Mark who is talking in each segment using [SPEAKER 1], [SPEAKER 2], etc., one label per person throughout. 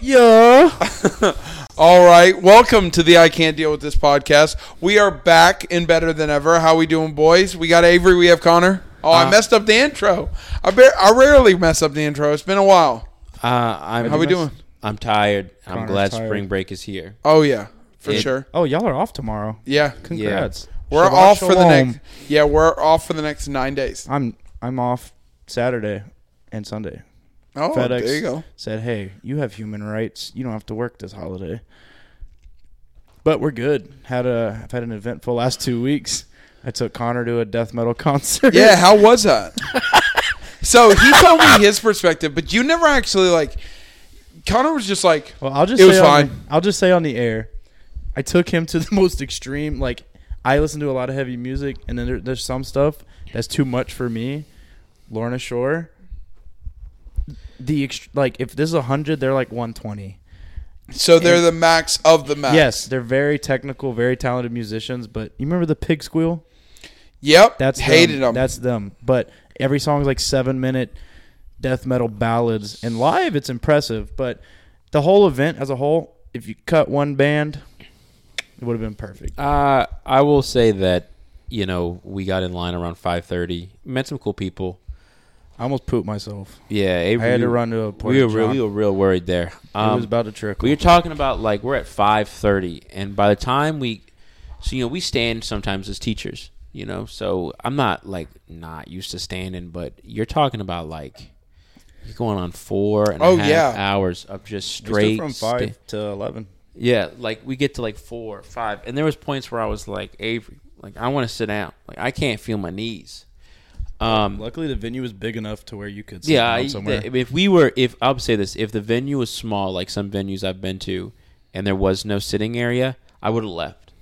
[SPEAKER 1] Yeah.
[SPEAKER 2] All right, welcome to the I Can't Deal with This podcast. We are back and better than ever. How we doing, boys? We got Avery. We have Connor. Oh,
[SPEAKER 1] Uh-huh.
[SPEAKER 2] I messed up the intro. I bar- I rarely mess up the intro. It's been a while.
[SPEAKER 3] Uh, I'm,
[SPEAKER 2] How we doing?
[SPEAKER 3] I'm tired. I'm
[SPEAKER 1] Connor's
[SPEAKER 3] glad
[SPEAKER 1] tired.
[SPEAKER 3] spring break is here.
[SPEAKER 2] Oh yeah, for
[SPEAKER 3] It-
[SPEAKER 2] sure.
[SPEAKER 1] Oh, y'all are off tomorrow.
[SPEAKER 2] Yeah,
[SPEAKER 1] Congrats.
[SPEAKER 2] we're
[SPEAKER 1] Shabbat
[SPEAKER 2] off for the
[SPEAKER 1] shalom.
[SPEAKER 2] next. Yeah, we're off for the next nine days.
[SPEAKER 1] I'm I'm off Saturday and Sunday.
[SPEAKER 2] Oh,
[SPEAKER 1] FedEx
[SPEAKER 2] there you go.
[SPEAKER 1] said, "Hey, you have human rights. You don't have to work this holiday." But we're good. Had a I've had an eventful last two weeks. I took Connor to a death metal concert.
[SPEAKER 2] Yeah, how was that? so he told me his perspective, but you never actually like. Connor was just like,
[SPEAKER 1] Well, I'll just
[SPEAKER 2] It
[SPEAKER 1] say
[SPEAKER 2] was
[SPEAKER 1] on
[SPEAKER 2] fine.
[SPEAKER 1] The, I'll just say on the air, I took him to the most extreme. Like I listen to a lot of heavy music, and then there, there's some stuff that's too much for me. Lorna Shore, the ext- like if this is hundred, they're like one twenty.
[SPEAKER 2] so they're the max of the max.
[SPEAKER 1] Yes, they're very technical, very talented musicians. But you remember the pig squeal?
[SPEAKER 2] Yep.
[SPEAKER 1] That's
[SPEAKER 2] That's hated
[SPEAKER 1] them.
[SPEAKER 2] them.
[SPEAKER 1] That's them. But every song's like seven minute death metal ballads, and live it's impressive. But the whole event as a whole, if you cut one band, it would have been perfect.
[SPEAKER 3] Uh, I will say that you know we got in line around 5:30. Met some cool people.
[SPEAKER 1] I almost pooped myself.
[SPEAKER 3] Yeah, Avery,
[SPEAKER 1] I had to
[SPEAKER 3] we-
[SPEAKER 1] run to a
[SPEAKER 3] We
[SPEAKER 1] porta
[SPEAKER 3] were real,
[SPEAKER 1] john.
[SPEAKER 3] we were real worried there.
[SPEAKER 1] it
[SPEAKER 3] Um,
[SPEAKER 1] was about to trickle.
[SPEAKER 3] we were talking about like we're at 5:30, and by the time we, so you know we stand sometimes as teachers. You know, so I'm not like not used to standing, but you're talking about like you're going on four and a half
[SPEAKER 2] Oh, yeah.
[SPEAKER 3] hours of just
[SPEAKER 1] We stood
[SPEAKER 3] straight
[SPEAKER 1] from
[SPEAKER 3] sta-
[SPEAKER 1] five to eleven.
[SPEAKER 3] Yeah, like we get to like four, five, and there was points where I was like, Avery, like I want to sit down, like I can't feel my knees. Um,
[SPEAKER 1] Luckily, the venue was big enough to where you could sit
[SPEAKER 3] yeah,
[SPEAKER 1] down
[SPEAKER 3] I,
[SPEAKER 1] somewhere.
[SPEAKER 3] th- if we were, if I'll say this, if the venue was small, like some venues I've been to, and there was no sitting area, I would have left.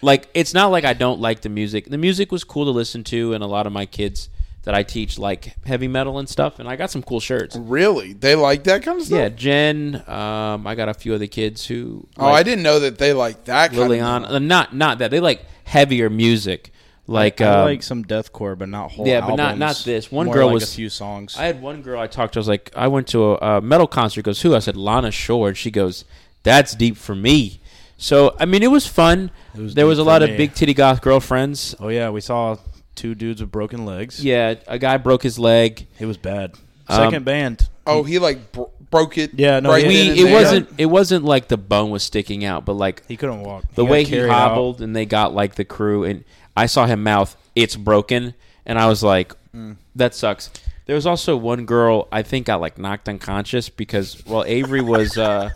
[SPEAKER 3] Like it's not like I don't like the music. The music was cool to listen to, and a lot of my kids that I teach like heavy metal and stuff, and I got some cool shirts.
[SPEAKER 2] Really? They like that kind of stuff?
[SPEAKER 3] Yeah, Jen, um, I got a few other kids who.
[SPEAKER 2] Oh, I didn't know that they like that kind
[SPEAKER 3] Lily
[SPEAKER 2] of
[SPEAKER 3] on uh, not not that they like heavier music like
[SPEAKER 1] I
[SPEAKER 3] um,
[SPEAKER 1] like some deathcore, but not whole.
[SPEAKER 3] yeah, but not-
[SPEAKER 1] albums.
[SPEAKER 3] not this. One
[SPEAKER 1] More
[SPEAKER 3] girl
[SPEAKER 1] like
[SPEAKER 3] was-
[SPEAKER 1] a few songs.
[SPEAKER 3] I had one girl I talked to I was like I went to a, a metal concert goes who I said Lana Shore and she goes that's deep for me so I mean it was fun
[SPEAKER 1] was
[SPEAKER 3] there was
[SPEAKER 1] deep
[SPEAKER 3] a
[SPEAKER 1] for
[SPEAKER 3] lot
[SPEAKER 1] me.
[SPEAKER 3] of big titty goth girlfriends
[SPEAKER 1] oh yeah, we saw two dudes with broken legs.
[SPEAKER 3] yeah a guy broke his leg
[SPEAKER 1] It was bad.
[SPEAKER 3] Um,
[SPEAKER 1] Second band.
[SPEAKER 2] Oh, he like bro- broke it.
[SPEAKER 1] Yeah, no,
[SPEAKER 2] right
[SPEAKER 1] he-
[SPEAKER 2] then and
[SPEAKER 3] we it
[SPEAKER 2] there?
[SPEAKER 3] wasn't it wasn't like the bone was sticking out but like
[SPEAKER 1] He couldn't walk.
[SPEAKER 3] the
[SPEAKER 1] got
[SPEAKER 3] way he
[SPEAKER 1] carried out.
[SPEAKER 3] hobbled and they got like the crew and I saw him mouth it's broken and I was like
[SPEAKER 1] Mm.
[SPEAKER 3] that sucks. There was also one girl I think got like knocked unconscious because while Avery was uh,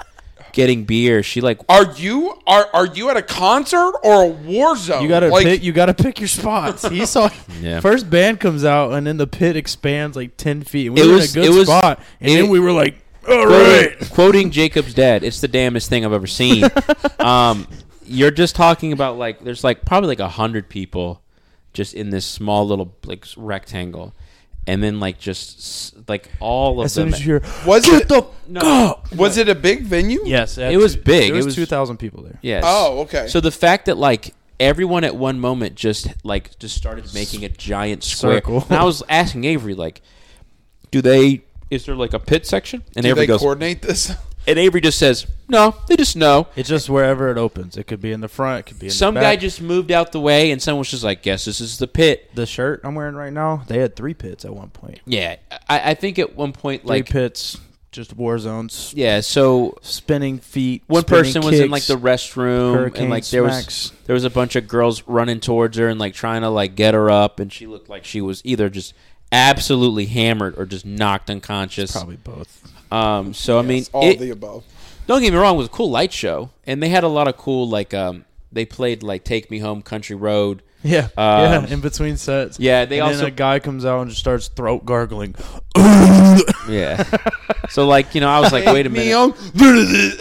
[SPEAKER 3] getting beer, she like
[SPEAKER 2] Are you are are you at a concert or a war zone?
[SPEAKER 3] Oh,
[SPEAKER 1] You gotta
[SPEAKER 2] like
[SPEAKER 1] pick. You gotta pick your spots. He saw
[SPEAKER 3] Yeah.
[SPEAKER 1] first band comes out, and then the pit expands like ten feet. And we
[SPEAKER 3] It
[SPEAKER 1] were
[SPEAKER 3] was-
[SPEAKER 1] in a
[SPEAKER 3] it
[SPEAKER 1] good
[SPEAKER 3] was-
[SPEAKER 1] spot, and
[SPEAKER 3] it-
[SPEAKER 1] then we were like, "All right."
[SPEAKER 3] quoting, quoting Jacob's dad, it's the damnedest thing I've ever seen. um, you're just talking about like there's like probably like a hundred people just in this small little like rectangle, and then like just s- like all of
[SPEAKER 1] As
[SPEAKER 3] them.
[SPEAKER 1] soon as you hear,
[SPEAKER 2] Was
[SPEAKER 1] "Get
[SPEAKER 2] it-
[SPEAKER 1] the
[SPEAKER 3] No.
[SPEAKER 1] fuck up!"
[SPEAKER 2] was it a big venue?
[SPEAKER 1] Yes,
[SPEAKER 3] It was big.
[SPEAKER 1] There
[SPEAKER 3] It
[SPEAKER 1] was,
[SPEAKER 3] was-
[SPEAKER 1] two thousand people there.
[SPEAKER 3] Yes.
[SPEAKER 2] Oh, okay.
[SPEAKER 3] So the fact that like everyone at one moment just like just started making a giant square.
[SPEAKER 1] Circle.
[SPEAKER 3] And I was asking Avery like, do they? Is there like a pit section? And
[SPEAKER 2] Did
[SPEAKER 3] Avery
[SPEAKER 2] they
[SPEAKER 3] goes.
[SPEAKER 2] coordinate this?
[SPEAKER 3] and Avery just says, no, they just know.
[SPEAKER 1] It's just wherever it opens. It could be in the front. It could be in
[SPEAKER 3] Some
[SPEAKER 1] the
[SPEAKER 3] guy
[SPEAKER 1] back.
[SPEAKER 3] just moved out the way, and someone was just like, guess this is the pit.
[SPEAKER 1] the shirt I'm wearing right now. They had three pits at one point.
[SPEAKER 3] Yeah, I, I think at one point
[SPEAKER 1] Three
[SPEAKER 3] like
[SPEAKER 1] pits, just war zones,
[SPEAKER 3] yeah, so.
[SPEAKER 1] spinning feet.
[SPEAKER 3] One
[SPEAKER 1] spinning
[SPEAKER 3] person was in like
[SPEAKER 1] kicks.
[SPEAKER 3] the restroom, and
[SPEAKER 1] hurricane
[SPEAKER 3] like there
[SPEAKER 1] smacks.
[SPEAKER 3] was there was a bunch of girls running towards her and like trying to like get her up, and she looked like she was either just absolutely hammered or just knocked unconscious.
[SPEAKER 1] probably both.
[SPEAKER 3] Um, so I mean,
[SPEAKER 2] It's all
[SPEAKER 3] it-
[SPEAKER 2] the above.
[SPEAKER 3] don't get me wrong, it was a cool light show, and they had a lot of cool like um, they played like "Take Me Home," "Country Road."
[SPEAKER 1] Yeah,
[SPEAKER 3] Um,
[SPEAKER 1] yeah. In between sets,
[SPEAKER 3] Yeah, they
[SPEAKER 1] and
[SPEAKER 3] also
[SPEAKER 1] then a guy comes out and just starts throat gargling.
[SPEAKER 3] yeah. so like you know, I was like, wait a
[SPEAKER 2] Me
[SPEAKER 3] minute,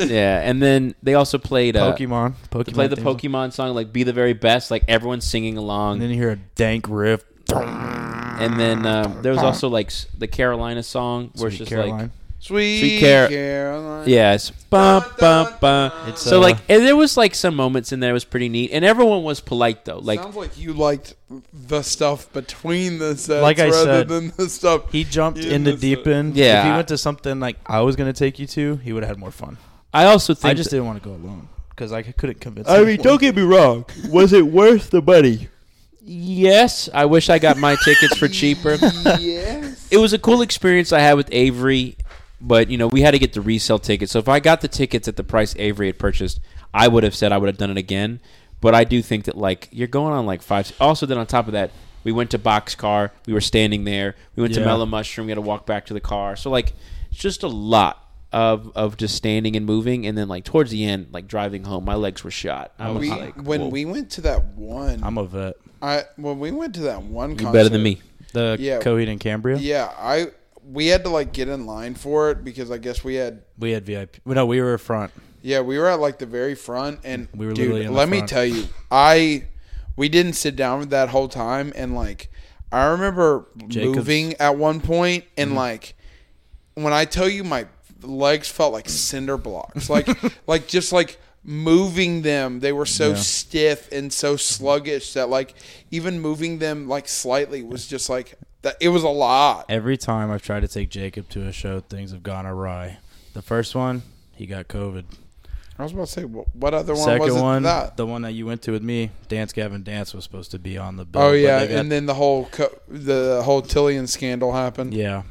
[SPEAKER 2] on-
[SPEAKER 3] yeah, and then they also played uh,
[SPEAKER 1] Pokemon, Pokemon.
[SPEAKER 3] They played the
[SPEAKER 1] theme song.
[SPEAKER 3] Pokemon song like "Be the Very Best," like everyone's singing along,
[SPEAKER 1] and then you hear a dank riff.
[SPEAKER 3] and then um, there was uh, also like s- the Carolina song where
[SPEAKER 1] Sweet
[SPEAKER 3] it's just
[SPEAKER 1] Caroline.
[SPEAKER 3] like
[SPEAKER 2] Sweet,
[SPEAKER 3] Sweet Car-
[SPEAKER 2] Caroline.
[SPEAKER 3] Yeah, it's bum, bum, bum.
[SPEAKER 1] It's,
[SPEAKER 3] so
[SPEAKER 1] uh,
[SPEAKER 3] like and there was like some moments in there that was pretty neat, and everyone was polite though. Like
[SPEAKER 2] Sounds like you liked the stuff between the sets
[SPEAKER 1] Like I
[SPEAKER 2] rather
[SPEAKER 1] said,
[SPEAKER 2] than the stuff.
[SPEAKER 1] He jumped
[SPEAKER 2] in
[SPEAKER 1] in the
[SPEAKER 2] the
[SPEAKER 1] deep
[SPEAKER 2] sun.
[SPEAKER 1] end.
[SPEAKER 3] Yeah.
[SPEAKER 1] If he went to something like I was gonna take you to, he would have had more fun.
[SPEAKER 3] I also think
[SPEAKER 1] I just didn't want to go alone because I couldn't convince.
[SPEAKER 4] I mean, don't get me wrong. Was it worth the money?
[SPEAKER 3] yes, I wish I got my tickets for cheaper.
[SPEAKER 2] yes.
[SPEAKER 3] It was a cool experience I had with Avery, but you know we had to get the resale tickets. So if I got the tickets at the price Avery had purchased, I would have said I would have done it again. But I do think that like you're going on like five. Also, then on top of that, we went to Boxcar. We were standing there. We went to
[SPEAKER 1] Yeah.
[SPEAKER 3] Mellow Mushroom. We had to walk back to the car. So like, it's just a lot. Of, of just standing and moving, and then like towards the end, like driving home, my legs were shot. I was
[SPEAKER 2] We,
[SPEAKER 3] like,
[SPEAKER 2] when
[SPEAKER 3] whoa.
[SPEAKER 2] we went to that one,
[SPEAKER 1] I'm a vet.
[SPEAKER 2] I when we went to that one,
[SPEAKER 3] you better than
[SPEAKER 2] concert,
[SPEAKER 3] me.
[SPEAKER 1] The
[SPEAKER 2] Yeah.
[SPEAKER 1] Coheed and Cambria.
[SPEAKER 2] Yeah, I we had to like get in line for it because I guess we had
[SPEAKER 1] We had VIP. No, we were front.
[SPEAKER 2] yeah we were at like the very front and
[SPEAKER 1] We were
[SPEAKER 2] dude,
[SPEAKER 1] literally in the
[SPEAKER 2] let me
[SPEAKER 1] front.
[SPEAKER 2] tell you I we didn't sit down that whole time and like I remember
[SPEAKER 1] Jacob's- Mm-hmm.
[SPEAKER 2] moving at one point and like when I tell you my legs felt like cinder blocks like like just like moving them they were so
[SPEAKER 1] Yeah.
[SPEAKER 2] stiff and so sluggish that like even moving them like slightly was just like that it was a lot
[SPEAKER 1] Every time I've tried to take Jacob to a show, things have gone awry. The first one, he got COVID.
[SPEAKER 2] I was about to say, wh- what other one was
[SPEAKER 1] Second
[SPEAKER 2] it
[SPEAKER 1] one, Oh,
[SPEAKER 2] that?
[SPEAKER 1] the one that you went to with me, Dance Gavin Dance was supposed to be on the bill.
[SPEAKER 2] Oh
[SPEAKER 1] but
[SPEAKER 2] yeah,
[SPEAKER 1] they got-
[SPEAKER 2] and then the whole co- the whole Tillian scandal happened.
[SPEAKER 1] yeah,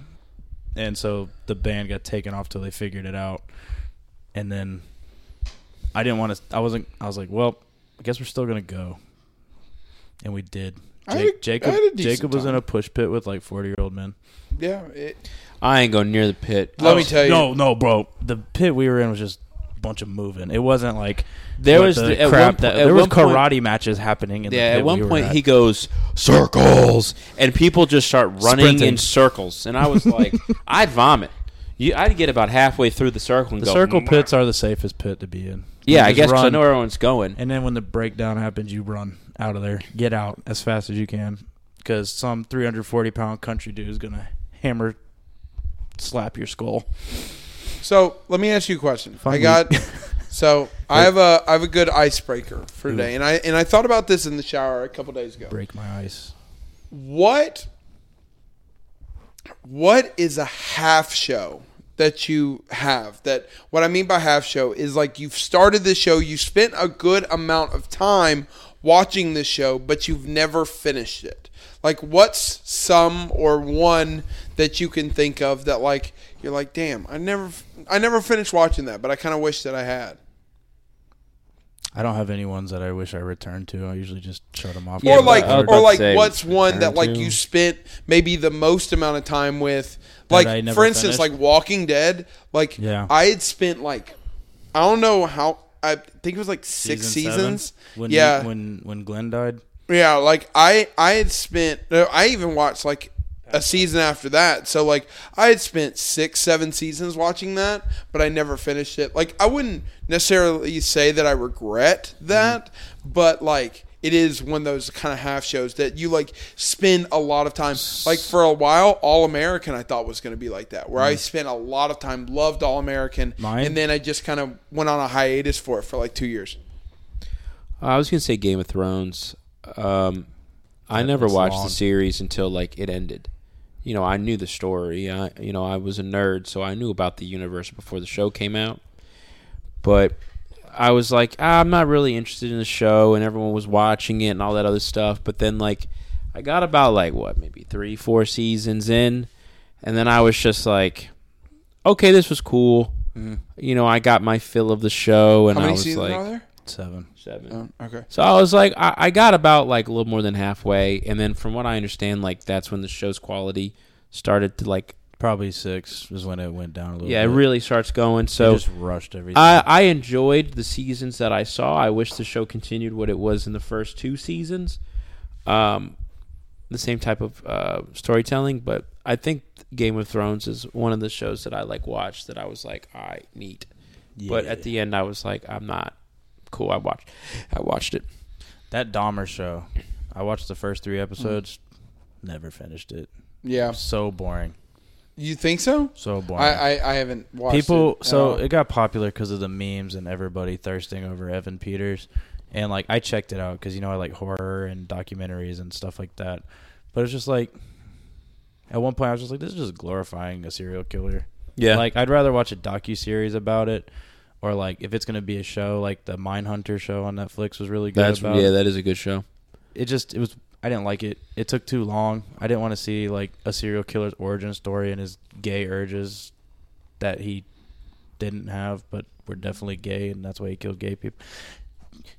[SPEAKER 1] and so the band got taken off till they figured it out, and then I didn't want to. I wasn't. I was like, well, I guess we're still gonna go, and we did.
[SPEAKER 2] I had a-
[SPEAKER 1] Jake,
[SPEAKER 2] I
[SPEAKER 1] Jacob,
[SPEAKER 2] had a decent
[SPEAKER 1] Jacob was in
[SPEAKER 2] time.
[SPEAKER 1] a push pit with like forty year old men.
[SPEAKER 2] Yeah, it,
[SPEAKER 3] I ain't going near the pit.
[SPEAKER 2] Let
[SPEAKER 1] I
[SPEAKER 2] me
[SPEAKER 1] was-
[SPEAKER 2] tell you.
[SPEAKER 1] No, no, bro. The pit we were in was just a bunch of moving. It wasn't like
[SPEAKER 3] There
[SPEAKER 1] what
[SPEAKER 3] was the- at one
[SPEAKER 1] crap
[SPEAKER 3] po-
[SPEAKER 1] that
[SPEAKER 3] at
[SPEAKER 1] there was
[SPEAKER 3] one point-
[SPEAKER 1] karate matches happening. In the
[SPEAKER 3] Yeah,
[SPEAKER 1] pit
[SPEAKER 3] at one
[SPEAKER 1] we were
[SPEAKER 3] point
[SPEAKER 1] at.
[SPEAKER 3] he goes circles, and people just start running in
[SPEAKER 1] Sprinting.
[SPEAKER 3] circles, and I was like, I'd vomit. You, I'd get about halfway through the circle and
[SPEAKER 1] the
[SPEAKER 3] go.
[SPEAKER 1] circle
[SPEAKER 3] "Mwah."
[SPEAKER 1] pits are the safest pit to be in. You
[SPEAKER 3] Yeah, I
[SPEAKER 1] just
[SPEAKER 3] guess 'cause I
[SPEAKER 1] run,
[SPEAKER 3] know where everyone's going.
[SPEAKER 1] And then when the breakdown happens, you run out of there, get out as fast as you can, because some 340 pound country dude is gonna hammer, slap your skull.
[SPEAKER 2] So let me ask you a question.
[SPEAKER 1] Fun
[SPEAKER 2] I
[SPEAKER 1] week.
[SPEAKER 2] got so I have a I have a good icebreaker for today, and I and I thought about this in the shower a couple days ago.
[SPEAKER 1] Break my ice.
[SPEAKER 2] What what is a half show that you have? That what I mean by half show is like you've started this show, you spent a good amount of time watching this show, but you've never finished it. Like what's some or one that you can think of that like you're like, damn, I never I never finished watching that, but I kinda wish that I had.
[SPEAKER 1] I don't have any ones that I wish I returned to. I usually just shut them off. uh,
[SPEAKER 3] Yeah,
[SPEAKER 2] or
[SPEAKER 3] but
[SPEAKER 2] like,
[SPEAKER 3] I
[SPEAKER 2] or
[SPEAKER 3] was about
[SPEAKER 2] like,
[SPEAKER 3] to say,
[SPEAKER 2] what's one that
[SPEAKER 3] return
[SPEAKER 2] like
[SPEAKER 3] to-
[SPEAKER 2] you spent maybe the most amount of time with? Like,
[SPEAKER 1] I never
[SPEAKER 2] for instance,
[SPEAKER 1] finished?
[SPEAKER 2] like Walking Dead. Like,
[SPEAKER 1] Yeah.
[SPEAKER 2] I had spent like, I don't know how. I think it was like six
[SPEAKER 1] Season seven,
[SPEAKER 2] seasons.
[SPEAKER 1] When
[SPEAKER 2] yeah,
[SPEAKER 1] when when Glenn died.
[SPEAKER 2] yeah. Like I, I had spent. no, I even watched like a season after that. So like, I had spent six, seven seasons watching that, but I never finished it. Like, I wouldn't necessarily say that I regret
[SPEAKER 3] Mm-hmm.
[SPEAKER 2] that, but like it is one of those kind of half shows that you like spend a lot of time like for a while all american i thought was going to be like that where i
[SPEAKER 3] Mm-hmm.
[SPEAKER 2] spent a lot of time loved all american
[SPEAKER 1] Mine?
[SPEAKER 2] and then i just kind of went on a hiatus for it for like two years
[SPEAKER 3] I was gonna say Game of Thrones. Um, I never
[SPEAKER 1] was
[SPEAKER 3] watched
[SPEAKER 1] long.
[SPEAKER 3] the series until like it ended. You know, I knew the story. I, you know, I was a nerd, so I knew about the universe before the show came out. But I was like, ah, I'm not really interested in the show, and everyone was watching it and all that other stuff. But then, like, I got about like what, maybe three, four seasons in, and then I was just like, okay, this was cool. You know, I got my fill of the show, and
[SPEAKER 2] Mm-hmm. how
[SPEAKER 3] I
[SPEAKER 2] many
[SPEAKER 3] was
[SPEAKER 2] seasons
[SPEAKER 3] like, um,
[SPEAKER 2] are there
[SPEAKER 1] Seven.
[SPEAKER 3] seven.
[SPEAKER 2] oh, okay
[SPEAKER 3] So I was like, I, I got about like a little more than halfway, and then from what I understand, like that's when the show's quality started to like,
[SPEAKER 1] Probably six is when it went down a little.
[SPEAKER 3] yeah, it
[SPEAKER 1] bit.
[SPEAKER 3] really starts going.
[SPEAKER 1] They
[SPEAKER 3] So
[SPEAKER 1] just rushed everything.
[SPEAKER 3] I I enjoyed the seasons that I saw. I wish the show continued what it was in the first two seasons, um, the same type of uh, storytelling. But I think Game of Thrones is one of the shows that I like watched that I was like, all right, neat. But at the end, I was like, I'm not cool. I watched, I watched it.
[SPEAKER 1] that Dahmer show,
[SPEAKER 2] Mm-hmm.
[SPEAKER 1] I watched the first three episodes, never finished it.
[SPEAKER 2] yeah
[SPEAKER 1] So boring.
[SPEAKER 2] You think so?
[SPEAKER 1] So boring.
[SPEAKER 2] I, I, I haven't watched
[SPEAKER 1] people
[SPEAKER 2] it at
[SPEAKER 1] so
[SPEAKER 2] all.
[SPEAKER 1] it got popular because of the memes and everybody thirsting over evan peters and like i checked it out because you know i like horror and documentaries and stuff like that but it's just like at one point i was just like this is just glorifying a serial killer
[SPEAKER 3] Yeah.
[SPEAKER 1] like i'd rather watch a docu-series about it or like if it's gonna be a show like the Mindhunter show on netflix was really good
[SPEAKER 3] That's
[SPEAKER 1] about
[SPEAKER 3] yeah, that is a good show.
[SPEAKER 1] it just it was I didn't like it. It took too long. I didn't want to see like a serial killer's origin story and his gay urges that he didn't have, but were definitely gay, and that's why he killed gay people.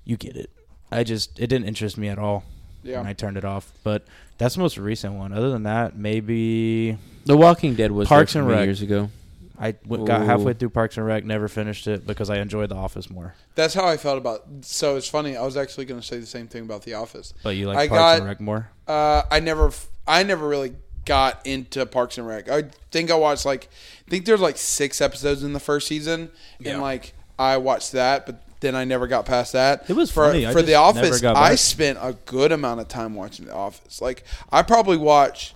[SPEAKER 1] You get it. I just it didn't interest me at all.
[SPEAKER 2] Yeah.
[SPEAKER 1] and I turned it off. But that's the most recent one. Other than that, maybe
[SPEAKER 3] The Walking Dead was Parks
[SPEAKER 1] Parks
[SPEAKER 3] there
[SPEAKER 1] and
[SPEAKER 3] for me
[SPEAKER 1] Rec.
[SPEAKER 3] years ago.
[SPEAKER 1] I went, got
[SPEAKER 3] Ooh.
[SPEAKER 1] halfway through Parks and Rec, never finished it because I enjoyed The Office more.
[SPEAKER 2] That's how I felt about. So it's funny. I was actually going to say the same thing about The Office.
[SPEAKER 1] But you like
[SPEAKER 2] I
[SPEAKER 1] Parks
[SPEAKER 2] got-
[SPEAKER 1] and Rec more?
[SPEAKER 2] Uh, I never, f- I never really got into Parks and Rec. I think I watched like, I think there's like six episodes in the first season, and like I watched that, but then I never got past that.
[SPEAKER 1] It was
[SPEAKER 2] for
[SPEAKER 1] funny. I
[SPEAKER 2] for
[SPEAKER 1] just
[SPEAKER 2] The
[SPEAKER 1] never
[SPEAKER 2] Office.
[SPEAKER 1] got
[SPEAKER 2] I
[SPEAKER 1] back.
[SPEAKER 2] spent a good amount of time watching The Office. Like I probably watch.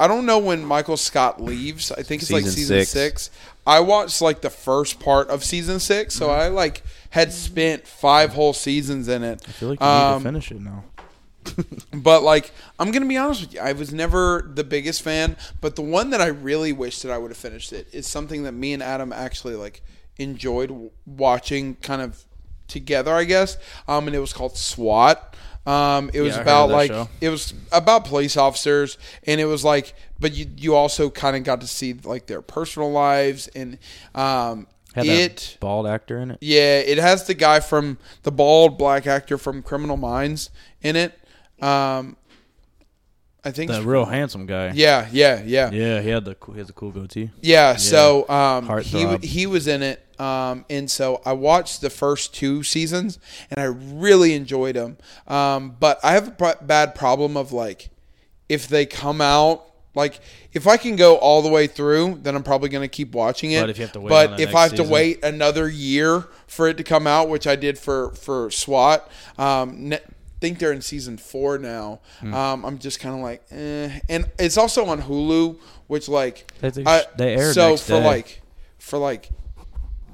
[SPEAKER 2] I don't know when Michael Scott leaves. I think it's like
[SPEAKER 3] Season
[SPEAKER 2] season
[SPEAKER 3] six.
[SPEAKER 2] six. I watched like the first part of season six, so
[SPEAKER 1] Mm-hmm.
[SPEAKER 2] I like had spent five whole seasons in it.
[SPEAKER 1] I feel like you need
[SPEAKER 2] Um,
[SPEAKER 1] to finish it now.
[SPEAKER 2] but like, I'm gonna be honest with you, I was never the biggest fan. But the one that I really wish that I would have finished it is something that me and Adam actually like enjoyed w- watching, kind of together, I guess. Um, and it was called SWAT. Um, it was
[SPEAKER 1] I heard
[SPEAKER 2] about
[SPEAKER 1] of that
[SPEAKER 2] like
[SPEAKER 1] show.
[SPEAKER 2] it was about police officers, and it was like, but you you also kind of got to see like their personal lives and um.
[SPEAKER 1] Had
[SPEAKER 2] it
[SPEAKER 1] that bald actor in it.
[SPEAKER 2] yeah, it has the guy from the bald black actor from Criminal Minds in it. Um, I think.
[SPEAKER 1] The real handsome guy.
[SPEAKER 2] yeah, yeah, yeah, yeah.
[SPEAKER 1] Yeah, he had the cool- he has a cool goatee.
[SPEAKER 2] so um, he
[SPEAKER 1] Heartthrob.
[SPEAKER 2] he was in it, um, and so I watched the first two seasons, and I really enjoyed them. Um, but I have a pr- bad problem of like, if they come out. Like if I can go all the way through, then I'm probably going to keep watching it.
[SPEAKER 1] But if you have to wait
[SPEAKER 2] But
[SPEAKER 1] on the
[SPEAKER 2] if
[SPEAKER 1] next
[SPEAKER 2] I have to
[SPEAKER 1] season.
[SPEAKER 2] wait wait another year for it to come out, which I did for for SWAT. Um, ne- think they're in season four now.
[SPEAKER 1] Hmm.
[SPEAKER 2] Um, I'm just kind of like, eh. and it's also on Hulu, which like
[SPEAKER 1] They- they- they air
[SPEAKER 2] So
[SPEAKER 1] next
[SPEAKER 2] for
[SPEAKER 1] day.
[SPEAKER 2] like, for like,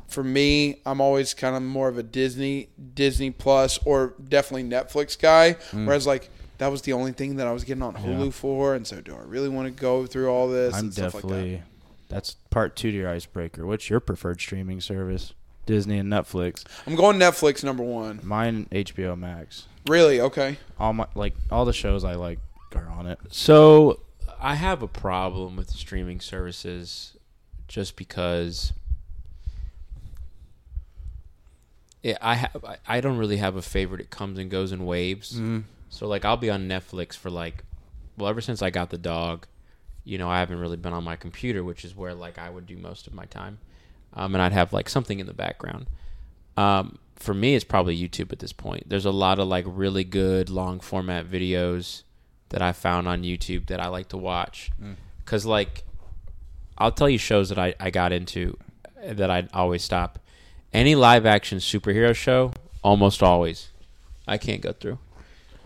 [SPEAKER 2] for me, I'm always kind of more of a Disney Disney Plus or definitely Netflix guy.
[SPEAKER 3] Mm.
[SPEAKER 2] Whereas like. That was the only thing that I was getting on Hulu for, and so do I really want to go through all this?
[SPEAKER 1] I'm
[SPEAKER 2] and stuff like
[SPEAKER 1] definitely that's part two to your icebreaker. What's your preferred streaming service? Disney and Netflix.
[SPEAKER 2] that. I'm going Netflix number one.
[SPEAKER 1] Mine HBO Max.
[SPEAKER 2] Really? Okay.
[SPEAKER 1] All my like all the shows I like are on it.
[SPEAKER 3] So I have a problem with streaming services just because yeah, I have I- I don't really have a favorite. It comes and goes in waves. So like I'll be on Netflix for like well ever since I got the dog, you know, I haven't really been on my computer, which is where like I would do most of my time. Um and I'd have like something in the background. Um for me it's probably YouTube at this point. There's a lot of like really good long format videos that I found on YouTube that I like to watch. Cuz like I'll tell you shows that I, I got into that I'd always stop. Any live action superhero show, almost always. I can't go through.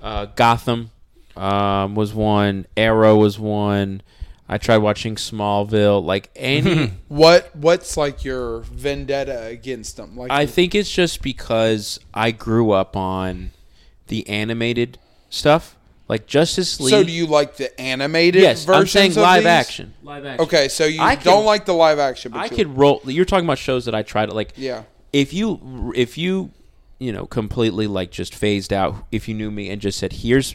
[SPEAKER 3] Uh, Gotham um, was one. Arrow was one. I tried watching Smallville. Like any,
[SPEAKER 2] What what's like your vendetta against them? Like
[SPEAKER 3] I think it's just because I grew up on the animated stuff, like Justice League.
[SPEAKER 2] so do you like the animated
[SPEAKER 3] Yes, I'm
[SPEAKER 2] versions
[SPEAKER 3] saying
[SPEAKER 2] of
[SPEAKER 3] live
[SPEAKER 2] these?
[SPEAKER 3] action. Live action.
[SPEAKER 2] Okay, so you
[SPEAKER 3] I can-
[SPEAKER 2] don't like the live action but
[SPEAKER 3] I
[SPEAKER 2] you-
[SPEAKER 3] could roll. You're talking about shows that I tried. Like,
[SPEAKER 2] Yeah.
[SPEAKER 3] If you, if you, you know, completely like just phased out. If you knew me and just said, "Here's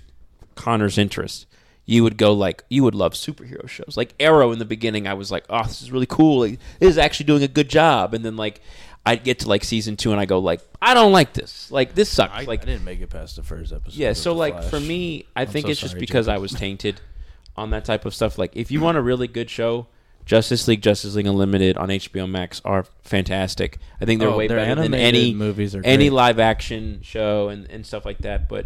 [SPEAKER 3] Connor's interest," you would go like, you would love superhero shows. Like Arrow in the beginning, I was like, "Oh, this is really cool. Like, this is actually doing a good job." And then like, I'd get to like season two, and I go like, "I don't like this. Like, this sucks."
[SPEAKER 1] I,
[SPEAKER 3] like,
[SPEAKER 1] I didn't make it past the first episode.
[SPEAKER 3] yeah,
[SPEAKER 1] of
[SPEAKER 3] so
[SPEAKER 1] The
[SPEAKER 3] like
[SPEAKER 1] Flash.
[SPEAKER 3] for me, I think
[SPEAKER 1] so
[SPEAKER 3] it's just
[SPEAKER 1] sorry,
[SPEAKER 3] because I
[SPEAKER 1] Jacob.
[SPEAKER 3] was tainted on that type of stuff. Like if you want a really good show, Justice League, Justice League Unlimited on HBO Max are fantastic. I think they're
[SPEAKER 1] Oh,
[SPEAKER 3] way
[SPEAKER 1] their
[SPEAKER 3] better than
[SPEAKER 1] animated
[SPEAKER 3] any
[SPEAKER 1] movies are
[SPEAKER 3] any
[SPEAKER 1] great.
[SPEAKER 3] live action show and, and stuff like that. But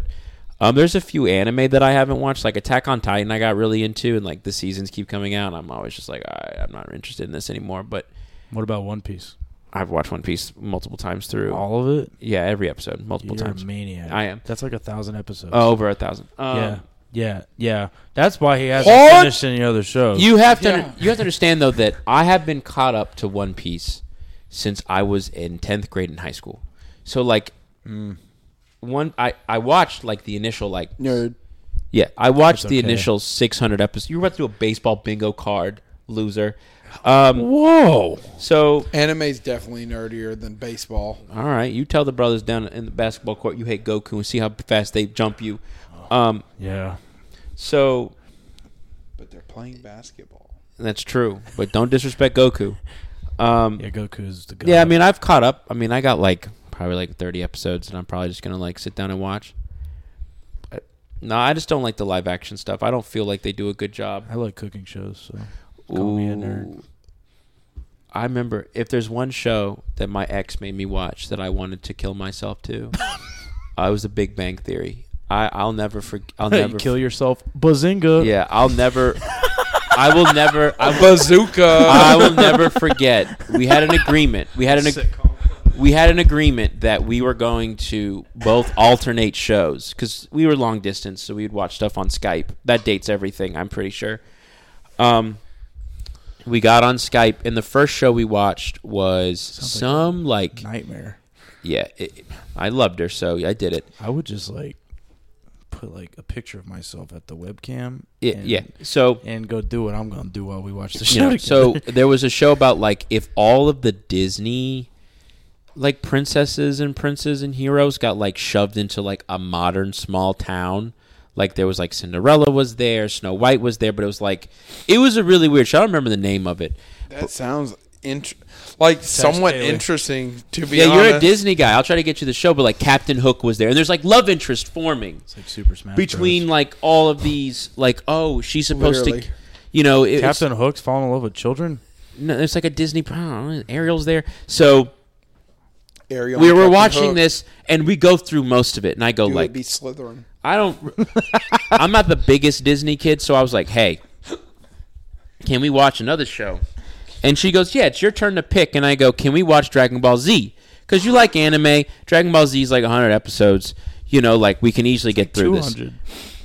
[SPEAKER 3] um, there's a few anime that I haven't watched, like Attack on Titan. I got really into, and like the seasons keep coming out. And I'm always just like, I, I'm not interested in this anymore. But
[SPEAKER 1] what about One Piece?
[SPEAKER 3] I've watched One Piece multiple times through.
[SPEAKER 1] All of it.
[SPEAKER 3] yeah, every episode, multiple
[SPEAKER 1] You're
[SPEAKER 3] times.
[SPEAKER 1] a maniac.
[SPEAKER 3] I am.
[SPEAKER 1] That's like a thousand episodes.
[SPEAKER 3] Oh, over a thousand. Um,
[SPEAKER 1] yeah. Yeah, yeah. That's why he hasn't
[SPEAKER 2] What?
[SPEAKER 1] finished any other shows.
[SPEAKER 3] You have to
[SPEAKER 2] Yeah.
[SPEAKER 3] you have to understand though that I have been caught up to One Piece since I was in tenth grade in high school. So like mm, one I, I watched like the initial like
[SPEAKER 2] Nerd.
[SPEAKER 3] yeah I watched the
[SPEAKER 1] okay.
[SPEAKER 3] initial six hundred episodes. You were about to do a baseball bingo card loser. Um,
[SPEAKER 1] Whoa.
[SPEAKER 3] so
[SPEAKER 2] Anime's definitely nerdier than baseball.
[SPEAKER 3] all right, you tell the brothers down in the basketball court you hate Goku and see how fast they jump you. Um,
[SPEAKER 1] Yeah.
[SPEAKER 3] so
[SPEAKER 2] But they're playing basketball.
[SPEAKER 3] that's true, but don't disrespect Goku. Um,
[SPEAKER 1] Yeah, Goku's the guy.
[SPEAKER 3] Yeah, I mean, I've caught up. I mean, I got like probably like 30 episodes, and I'm probably just gonna like sit down and watch. But, no, I just don't like the live action stuff. I don't feel like they do a good job.
[SPEAKER 1] I like cooking shows, so call me a nerd.
[SPEAKER 3] Ooh. I remember if there's one show that my ex made me watch that I wanted to kill myself to, I was The Big Bang Theory. I I'll never forget. I'll
[SPEAKER 1] Hey,
[SPEAKER 3] never
[SPEAKER 1] kill yourself. Bazinga.
[SPEAKER 3] Yeah, I'll never. I will never. I will,
[SPEAKER 2] Bazooka.
[SPEAKER 3] I will never forget. We had an agreement. We had an ag- we had an agreement that we were going to both alternate shows because we were long distance, so we would watch stuff on Skype. That dates everything. I'm pretty sure. Um, we got on Skype, and the first show we watched was
[SPEAKER 1] like
[SPEAKER 3] some like,
[SPEAKER 1] Nightmare.
[SPEAKER 3] yeah. It, I loved her, so I did it.
[SPEAKER 1] I would just like put like a picture of myself at the webcam.
[SPEAKER 3] It-
[SPEAKER 1] and,
[SPEAKER 3] yeah. So
[SPEAKER 1] And go do what I'm gonna do while we watch the
[SPEAKER 3] you
[SPEAKER 1] show.
[SPEAKER 3] know,
[SPEAKER 1] together.
[SPEAKER 3] so there was a show about like if all of the Disney like princesses and princes and heroes got like shoved into like a modern small town. Like there was like Cinderella was there, Snow White was there, but it was like it was a really weird show. I don't remember the name of it.
[SPEAKER 2] that sounds int- like somewhat
[SPEAKER 1] Taylor.
[SPEAKER 2] interesting to be
[SPEAKER 3] yeah,
[SPEAKER 2] honest.
[SPEAKER 3] you're a Disney guy. I'll try to get you the show, but like Captain Hook was there, and there's like love interest forming
[SPEAKER 1] it's like Super Smash
[SPEAKER 3] between
[SPEAKER 1] Bros.
[SPEAKER 3] like all of these. Like oh, she's supposed to,
[SPEAKER 2] Literally.
[SPEAKER 3] you know, it, it's-
[SPEAKER 1] Captain Hook's falling in love with children.
[SPEAKER 3] no, it's like a Disney. I don't know, Ariel's there, so.
[SPEAKER 2] Ariel
[SPEAKER 3] we
[SPEAKER 2] and
[SPEAKER 3] were
[SPEAKER 2] Captain
[SPEAKER 3] watching
[SPEAKER 2] Hook.
[SPEAKER 3] this and we go through most of it and i go
[SPEAKER 2] Dude,
[SPEAKER 3] like
[SPEAKER 2] it'd be Slytherin.
[SPEAKER 3] i don't i'm not the biggest disney kid so i was like hey can we watch another show and she goes yeah it's your turn to pick and i go can we watch dragon ball z because you like anime dragon ball z is like 100 episodes you know like we can easily get through
[SPEAKER 1] Two
[SPEAKER 3] this
[SPEAKER 1] hundred.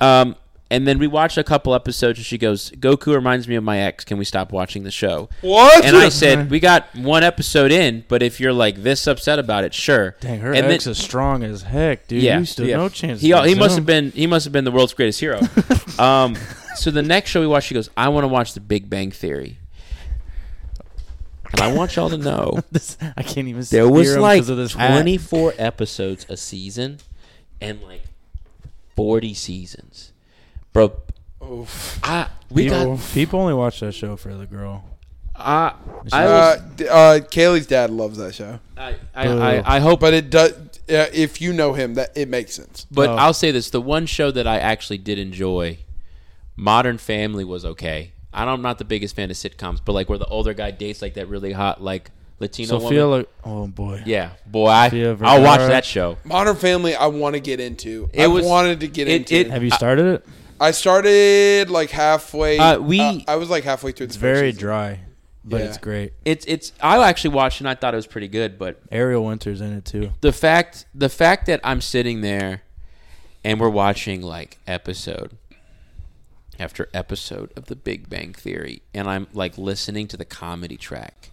[SPEAKER 3] um, and then we watched a couple episodes, and she goes, "Goku reminds me of my ex. Can we stop watching the show?"
[SPEAKER 2] What?
[SPEAKER 3] And I said, "We got one episode in, but if you're like this upset about it, sure."
[SPEAKER 1] Dang, her
[SPEAKER 3] and
[SPEAKER 1] ex is strong as heck, dude. you stood no chance.
[SPEAKER 3] He he
[SPEAKER 1] against
[SPEAKER 3] must
[SPEAKER 1] him.
[SPEAKER 3] have been he must have been the world's greatest hero. um, so the next show we watched, she goes, "I want to watch The Big Bang Theory," and I want y'all to know
[SPEAKER 1] This, I can't even.
[SPEAKER 3] there was like
[SPEAKER 1] of this hat.
[SPEAKER 3] 24 episodes a season and like 40 seasons. Bro,
[SPEAKER 2] Oof.
[SPEAKER 3] I we
[SPEAKER 1] People,
[SPEAKER 3] got
[SPEAKER 1] people only watch that show for the girl.
[SPEAKER 3] I I,
[SPEAKER 2] Uh,
[SPEAKER 3] was,
[SPEAKER 2] d- uh, Kaylee's dad loves that show,
[SPEAKER 3] I, I, I, I hope
[SPEAKER 2] but it does. Uh, if you know him, that it makes sense.
[SPEAKER 3] But
[SPEAKER 1] Oh.
[SPEAKER 3] I'll say this: the one show that I actually did enjoy, Modern Family, was okay. I don't, I'm not the biggest fan of sitcoms, but like where the older guy dates like that really hot like Latino
[SPEAKER 1] Sophia,
[SPEAKER 3] woman.
[SPEAKER 1] like, oh boy,
[SPEAKER 3] yeah, boy, I,
[SPEAKER 1] Sofia
[SPEAKER 3] I'll watch
[SPEAKER 1] Vergara.
[SPEAKER 3] that show.
[SPEAKER 2] Modern Family, I want to get into.
[SPEAKER 3] It
[SPEAKER 2] I
[SPEAKER 3] was-
[SPEAKER 2] wanted to get
[SPEAKER 3] it-
[SPEAKER 2] into.
[SPEAKER 3] it-
[SPEAKER 1] Have you started it?
[SPEAKER 2] I started like halfway.
[SPEAKER 3] Uh, we-
[SPEAKER 2] I was like halfway through.
[SPEAKER 1] It's
[SPEAKER 2] the first
[SPEAKER 1] very
[SPEAKER 2] season.
[SPEAKER 1] dry, but
[SPEAKER 2] Yeah.
[SPEAKER 1] it's great.
[SPEAKER 3] It's it's. I actually watched and I thought it was pretty good, but
[SPEAKER 1] Ariel Winter's in it too.
[SPEAKER 3] the fact the fact that I'm sitting there and we're watching like episode after episode of The Big Bang Theory, and I'm like listening to the comedy track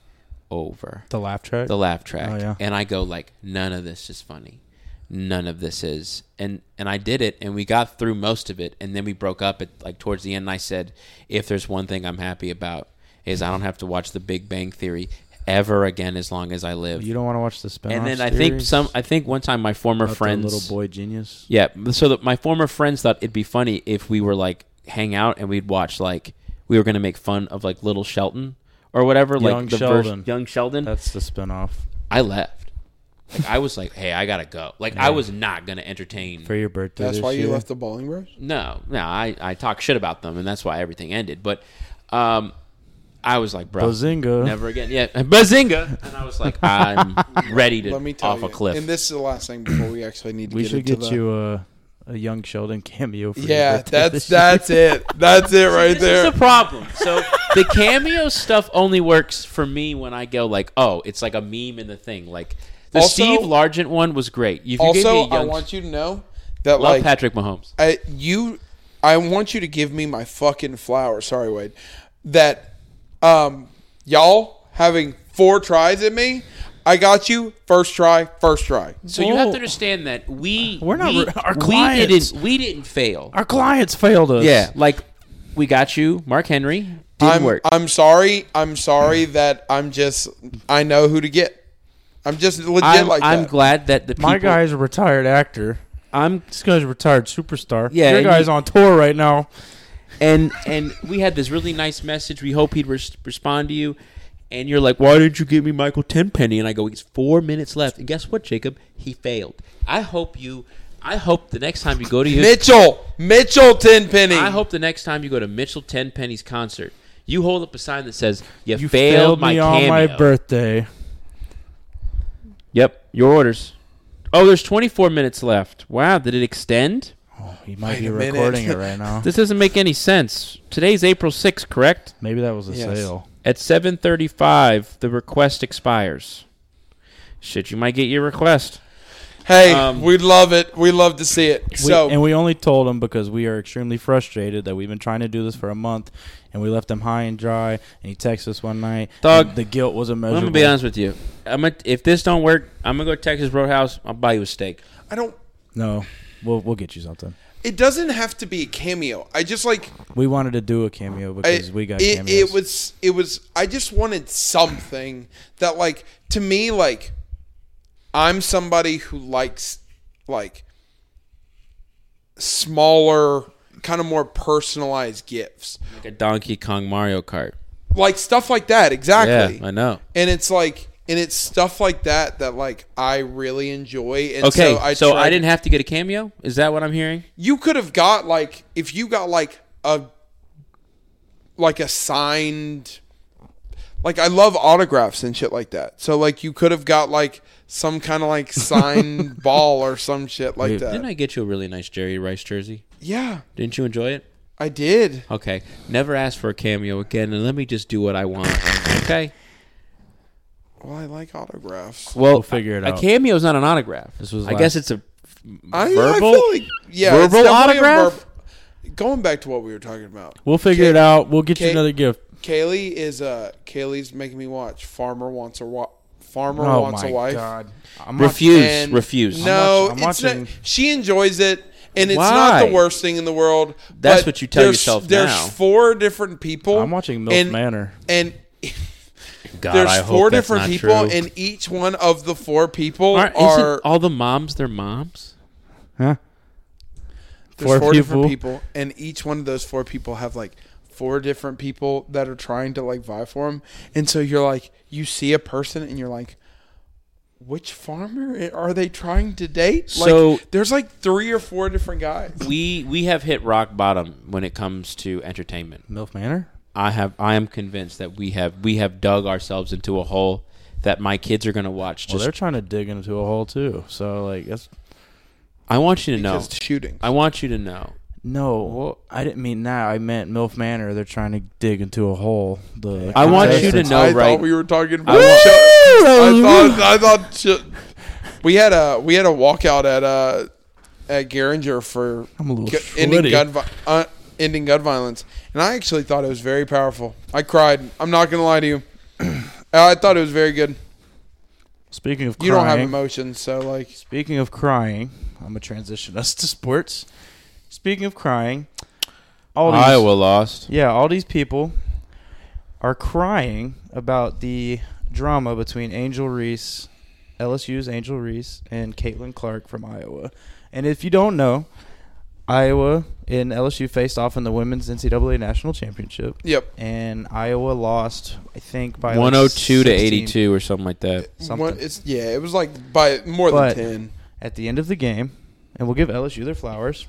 [SPEAKER 3] over
[SPEAKER 1] The laugh track.
[SPEAKER 3] the laugh track
[SPEAKER 1] Oh, yeah.
[SPEAKER 3] and i go like none of this is funny none of this is and and i did it and we got through most of it and then we broke up at like towards the end and i said if there's one thing i'm happy about is i don't have to watch the big bang theory ever again as long as i live
[SPEAKER 1] you don't want to watch the spin.
[SPEAKER 3] and then i think some i think one time my former friends
[SPEAKER 1] little boy genius.
[SPEAKER 3] yeah. So that my former friends thought it'd be funny if we were like hang out and we'd watch like we were gonna make fun of like little Shelton or whatever,
[SPEAKER 1] Young
[SPEAKER 3] like the vers-
[SPEAKER 1] Sheldon.
[SPEAKER 3] young Sheldon.
[SPEAKER 1] That's the spinoff
[SPEAKER 3] I left. Like, I was like, hey, I gotta go. Like I was not gonna entertain.
[SPEAKER 1] for your birthday.
[SPEAKER 2] That's
[SPEAKER 1] this
[SPEAKER 2] why you
[SPEAKER 1] year.
[SPEAKER 2] left the Bowling Bros.
[SPEAKER 3] no, no, I I talk shit about them, and that's why everything ended. But, um, I was like,
[SPEAKER 1] Oh,
[SPEAKER 3] bro,
[SPEAKER 1] Bazinga.
[SPEAKER 3] never again. Yeah, bazinga. And I was like, I'm ready to
[SPEAKER 2] Let me tell
[SPEAKER 3] off
[SPEAKER 2] you.
[SPEAKER 3] a cliff.
[SPEAKER 2] And this is the last thing before we actually need to.
[SPEAKER 1] We
[SPEAKER 2] get
[SPEAKER 1] should
[SPEAKER 2] into
[SPEAKER 1] get
[SPEAKER 2] the-
[SPEAKER 1] you a a young Sheldon cameo. For your
[SPEAKER 2] Yeah,
[SPEAKER 1] birthday
[SPEAKER 2] that's
[SPEAKER 1] this year.
[SPEAKER 2] that's it. That's it right
[SPEAKER 3] this is
[SPEAKER 2] there.
[SPEAKER 3] the problem. So the cameo stuff only works for me when I go like, oh, it's like a meme in the thing. Like the
[SPEAKER 2] Also-
[SPEAKER 3] Steve Largent one was great. If you gave me
[SPEAKER 2] Also,
[SPEAKER 3] a young,
[SPEAKER 2] I want you to know that
[SPEAKER 3] love
[SPEAKER 2] like
[SPEAKER 3] Patrick Mahomes.
[SPEAKER 2] I, you I want you to give me my fucking flowers. Sorry, Wade. That um, y'all having four tries at me. I got you. First try. First try.
[SPEAKER 3] So you have to understand that we
[SPEAKER 1] We're not
[SPEAKER 3] we,
[SPEAKER 1] re- our
[SPEAKER 3] we
[SPEAKER 1] clients.
[SPEAKER 3] didn't we didn't fail.
[SPEAKER 1] Our clients failed us.
[SPEAKER 3] yeah, like we got you, Mark Henry. Didn't
[SPEAKER 2] I'm
[SPEAKER 3] work.
[SPEAKER 2] I'm sorry. I'm sorry that I'm just. I know who to get. I'm just legit
[SPEAKER 3] I'm,
[SPEAKER 2] like
[SPEAKER 3] I'm
[SPEAKER 2] that.
[SPEAKER 3] glad that the people,
[SPEAKER 1] My guy's a retired actor.
[SPEAKER 3] I'm
[SPEAKER 1] This guy's a retired superstar.
[SPEAKER 3] Yeah,
[SPEAKER 1] Your
[SPEAKER 3] and
[SPEAKER 1] guy's
[SPEAKER 3] he-
[SPEAKER 1] on tour right now.
[SPEAKER 3] and and we had this really nice message. We hope he'd res- respond to you. And you're like, why didn't you give me Michael Tenpenny? And I go, it's four minutes left. And guess what, Jacob? He failed. I hope you. I hope the next time you go to his,
[SPEAKER 2] Mitchell. Mitchell Tenpenny.
[SPEAKER 3] I hope the next time you go to Mitchell Tenpenny's concert, you hold up a sign that says, "You,
[SPEAKER 1] You
[SPEAKER 3] failed,
[SPEAKER 1] failed
[SPEAKER 3] my
[SPEAKER 1] me on my
[SPEAKER 3] cameo."
[SPEAKER 1] birthday.
[SPEAKER 3] Yep, your orders. Oh, there's 24 minutes left. Wow, did it extend?
[SPEAKER 1] Oh, he might
[SPEAKER 2] Wait
[SPEAKER 1] be
[SPEAKER 2] a minute.
[SPEAKER 1] recording it right now.
[SPEAKER 3] This doesn't make any sense. Today's April 6th, correct?
[SPEAKER 1] Maybe that was a
[SPEAKER 2] Yes.
[SPEAKER 1] sale.
[SPEAKER 3] At 7:35, the request expires. Shit, you might get your request.
[SPEAKER 2] Hey,
[SPEAKER 3] Um,
[SPEAKER 2] we love it. We love to see it.
[SPEAKER 1] We-
[SPEAKER 2] So
[SPEAKER 1] and we only told him because we are extremely frustrated that we've been trying to do this for a month, and we left him high and dry. And he texted us one night.
[SPEAKER 3] Dog,
[SPEAKER 1] and the guilt was
[SPEAKER 3] I'm
[SPEAKER 1] immeasurable.
[SPEAKER 3] gonna be honest with you. I'm gonna, if this don't work, I'm gonna go to Texas Roadhouse. I'll buy you a steak.
[SPEAKER 2] I don't.
[SPEAKER 1] No, we'll we'll get you something.
[SPEAKER 2] It doesn't have to be a cameo. I just like
[SPEAKER 1] We wanted to do a cameo
[SPEAKER 2] I,
[SPEAKER 1] because we got
[SPEAKER 2] it,
[SPEAKER 1] cameos.
[SPEAKER 2] it was it was I just wanted something that like to me like I'm somebody who likes like smaller kind of more personalized gifts.
[SPEAKER 3] Like a Donkey Kong Mario Kart.
[SPEAKER 2] Like stuff like that exactly.
[SPEAKER 3] Yeah, I know.
[SPEAKER 2] And it's like and it's stuff like that that like I really enjoy and
[SPEAKER 3] Okay,
[SPEAKER 2] so I
[SPEAKER 3] so
[SPEAKER 2] tried-
[SPEAKER 3] I didn't have to get a cameo. Is that what I'm hearing?
[SPEAKER 2] you could have got like if you got like a like a signed like I love autographs and shit like that. So like you could have got like some kind of like signed ball or some shit like that.
[SPEAKER 3] Didn't I get you a really nice Jerry Rice jersey?
[SPEAKER 2] yeah,
[SPEAKER 3] Didn't you enjoy it?
[SPEAKER 2] I did.
[SPEAKER 3] Okay. Never ask for a cameo again, and let me just do what I want. Okay.
[SPEAKER 2] Well, I like autographs.
[SPEAKER 3] Well,
[SPEAKER 1] figure it
[SPEAKER 3] a,
[SPEAKER 1] out.
[SPEAKER 3] A cameo is not an autograph. This
[SPEAKER 1] was
[SPEAKER 3] I
[SPEAKER 1] last-
[SPEAKER 3] guess it's a
[SPEAKER 2] I, I
[SPEAKER 3] verbal.
[SPEAKER 2] feel like yeah, it's
[SPEAKER 3] verbal
[SPEAKER 2] definitely a
[SPEAKER 3] autograph?
[SPEAKER 2] verb- Going back to what we were talking about,
[SPEAKER 1] we'll figure
[SPEAKER 2] Ca-
[SPEAKER 1] it out. We'll get
[SPEAKER 2] Ca-
[SPEAKER 1] you another gift.
[SPEAKER 2] Kaylee is uh Kaylee's making me watch Farmer Wants a Wa- Farmer
[SPEAKER 1] Oh
[SPEAKER 2] Wants
[SPEAKER 1] my
[SPEAKER 2] a Wife.
[SPEAKER 1] god! I'm not-
[SPEAKER 3] refuse,
[SPEAKER 2] And-
[SPEAKER 3] refuse.
[SPEAKER 2] No,
[SPEAKER 1] I'm
[SPEAKER 2] it's
[SPEAKER 1] watching- I'm
[SPEAKER 2] not,
[SPEAKER 1] watching-
[SPEAKER 2] she enjoys it, and it's not
[SPEAKER 3] Why?
[SPEAKER 2] the worst thing in the world.
[SPEAKER 3] That's
[SPEAKER 2] but
[SPEAKER 3] what you tell
[SPEAKER 2] there's-
[SPEAKER 3] yourself
[SPEAKER 2] There's
[SPEAKER 3] now.
[SPEAKER 2] four different people.
[SPEAKER 1] I'm watching Milk
[SPEAKER 2] and,
[SPEAKER 1] Manor.
[SPEAKER 2] and
[SPEAKER 3] God,
[SPEAKER 2] there's
[SPEAKER 3] I hope
[SPEAKER 2] four
[SPEAKER 3] that's
[SPEAKER 2] different
[SPEAKER 3] not
[SPEAKER 2] people,
[SPEAKER 3] true.
[SPEAKER 2] and each one of the four people
[SPEAKER 3] Aren't-
[SPEAKER 2] are,
[SPEAKER 3] isn't all the moms their moms?
[SPEAKER 1] Huh?
[SPEAKER 2] there's
[SPEAKER 1] four
[SPEAKER 2] different
[SPEAKER 1] people?
[SPEAKER 2] people, and each one of those four people have like four different people that are trying to like vie for them, and so you're like, you see a person, and you're like. Which farmer are they trying to date? Like,
[SPEAKER 3] So-
[SPEAKER 2] there's like three or four different guys.
[SPEAKER 3] We we have hit rock bottom when it comes to entertainment.
[SPEAKER 1] Milk Manor.
[SPEAKER 3] I have I am convinced that we have we have dug ourselves into a hole that my kids are going to watch
[SPEAKER 1] Well,
[SPEAKER 3] just
[SPEAKER 1] they're trying to dig into a hole too. So like that's
[SPEAKER 3] I want you to know.
[SPEAKER 2] Just shooting.
[SPEAKER 3] I want you to know.
[SPEAKER 1] No, I didn't mean that. I meant MILF Manor. They're trying to dig into a hole. The
[SPEAKER 3] I want you to
[SPEAKER 1] contestants-
[SPEAKER 3] know,
[SPEAKER 2] I
[SPEAKER 3] right?
[SPEAKER 2] thought we were talking
[SPEAKER 3] I
[SPEAKER 2] about.
[SPEAKER 3] wa-
[SPEAKER 2] I thought. I thought. ch- we had a we had a walkout at uh at Garinger for
[SPEAKER 1] I'm a little
[SPEAKER 2] gu- ending
[SPEAKER 1] sweaty.
[SPEAKER 2] gun vi- uh, ending gun violence, and I actually thought it was very powerful. I cried. I'm not gonna lie to you. I thought it was very good.
[SPEAKER 1] Speaking of
[SPEAKER 2] You don't
[SPEAKER 1] crying,
[SPEAKER 2] have emotions, so like
[SPEAKER 1] speaking of crying, I'm gonna transition us to sports. Speaking of crying, all these,
[SPEAKER 3] Iowa lost.
[SPEAKER 1] yeah, all these people are crying about the drama between Angel Reese, LSU's Angel Reese, and Caitlin Clark from Iowa. And if you don't know, Iowa and LSU faced off in the women's NCAA national championship.
[SPEAKER 2] yep.
[SPEAKER 1] and Iowa lost, I think, by like,
[SPEAKER 3] 102 to
[SPEAKER 1] 16.
[SPEAKER 3] 82 or something like that.
[SPEAKER 1] Something.
[SPEAKER 2] What- it's yeah, it was like by more
[SPEAKER 1] But-
[SPEAKER 2] than ten.
[SPEAKER 1] At the end of the game, and we'll give LSU their flowers.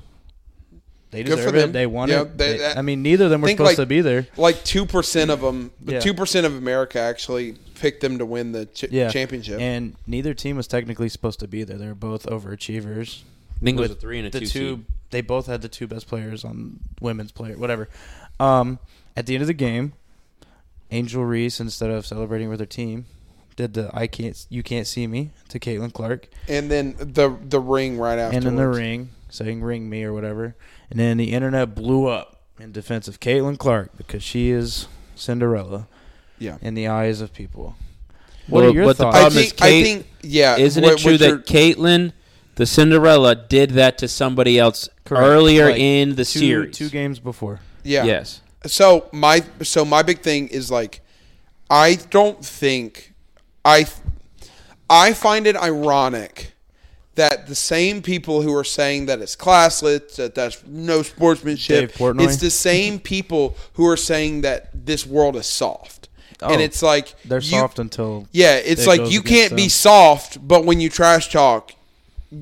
[SPEAKER 1] They
[SPEAKER 2] Good
[SPEAKER 1] deserve
[SPEAKER 2] for
[SPEAKER 1] it.
[SPEAKER 2] them.
[SPEAKER 1] They won
[SPEAKER 2] Yeah,
[SPEAKER 1] it.
[SPEAKER 2] they-
[SPEAKER 1] They- I mean, neither of them were
[SPEAKER 2] think,
[SPEAKER 1] supposed
[SPEAKER 2] like-
[SPEAKER 1] to be there.
[SPEAKER 2] Like two percent of them, two
[SPEAKER 1] Yeah.
[SPEAKER 2] percent of America actually picked them to win the ch-
[SPEAKER 1] Yeah,
[SPEAKER 2] championship.
[SPEAKER 1] And neither team was technically supposed to be there. They were both overachievers.
[SPEAKER 3] I think it was a
[SPEAKER 1] With
[SPEAKER 3] 3 and a
[SPEAKER 1] the
[SPEAKER 3] 2. seed.
[SPEAKER 1] they both had the two best players on women's player, whatever. Um, at the end of the game, Angel Reese, instead of celebrating with her team, did the I can't you can't see me to Caitlin Clark,
[SPEAKER 2] And then the the ring right after.
[SPEAKER 1] and in the ring saying "ring me" or whatever, and then the internet blew up in defense of Caitlin Clark because she is Cinderella
[SPEAKER 2] Yeah.
[SPEAKER 1] in the eyes of people. What
[SPEAKER 3] Well,
[SPEAKER 1] are your
[SPEAKER 3] but the
[SPEAKER 1] thoughts?
[SPEAKER 2] I
[SPEAKER 3] problem
[SPEAKER 2] think.
[SPEAKER 3] is Kate-
[SPEAKER 2] I think. Yeah.
[SPEAKER 3] Isn't
[SPEAKER 2] what-
[SPEAKER 3] it true
[SPEAKER 2] what's
[SPEAKER 3] that
[SPEAKER 2] your-
[SPEAKER 3] Caitlyn, the Cinderella, did that to somebody else
[SPEAKER 1] Correct.
[SPEAKER 3] earlier
[SPEAKER 1] Like,
[SPEAKER 3] in the
[SPEAKER 1] two,
[SPEAKER 3] series?
[SPEAKER 1] two games before.
[SPEAKER 2] Yeah.
[SPEAKER 3] Yes.
[SPEAKER 2] So my so my big thing is like I don't think I I find it ironic that the same people who are saying that it's classless, that that's no sportsmanship,
[SPEAKER 1] Dave Portnoy?
[SPEAKER 2] it's the same people who are saying that this world is soft.
[SPEAKER 1] Oh,
[SPEAKER 2] and it's like
[SPEAKER 1] They're
[SPEAKER 2] you-
[SPEAKER 1] soft until
[SPEAKER 2] Yeah, it's
[SPEAKER 1] it
[SPEAKER 2] like
[SPEAKER 1] goes
[SPEAKER 2] you
[SPEAKER 1] against
[SPEAKER 2] can't be
[SPEAKER 1] them.
[SPEAKER 2] soft, but when you trash talk,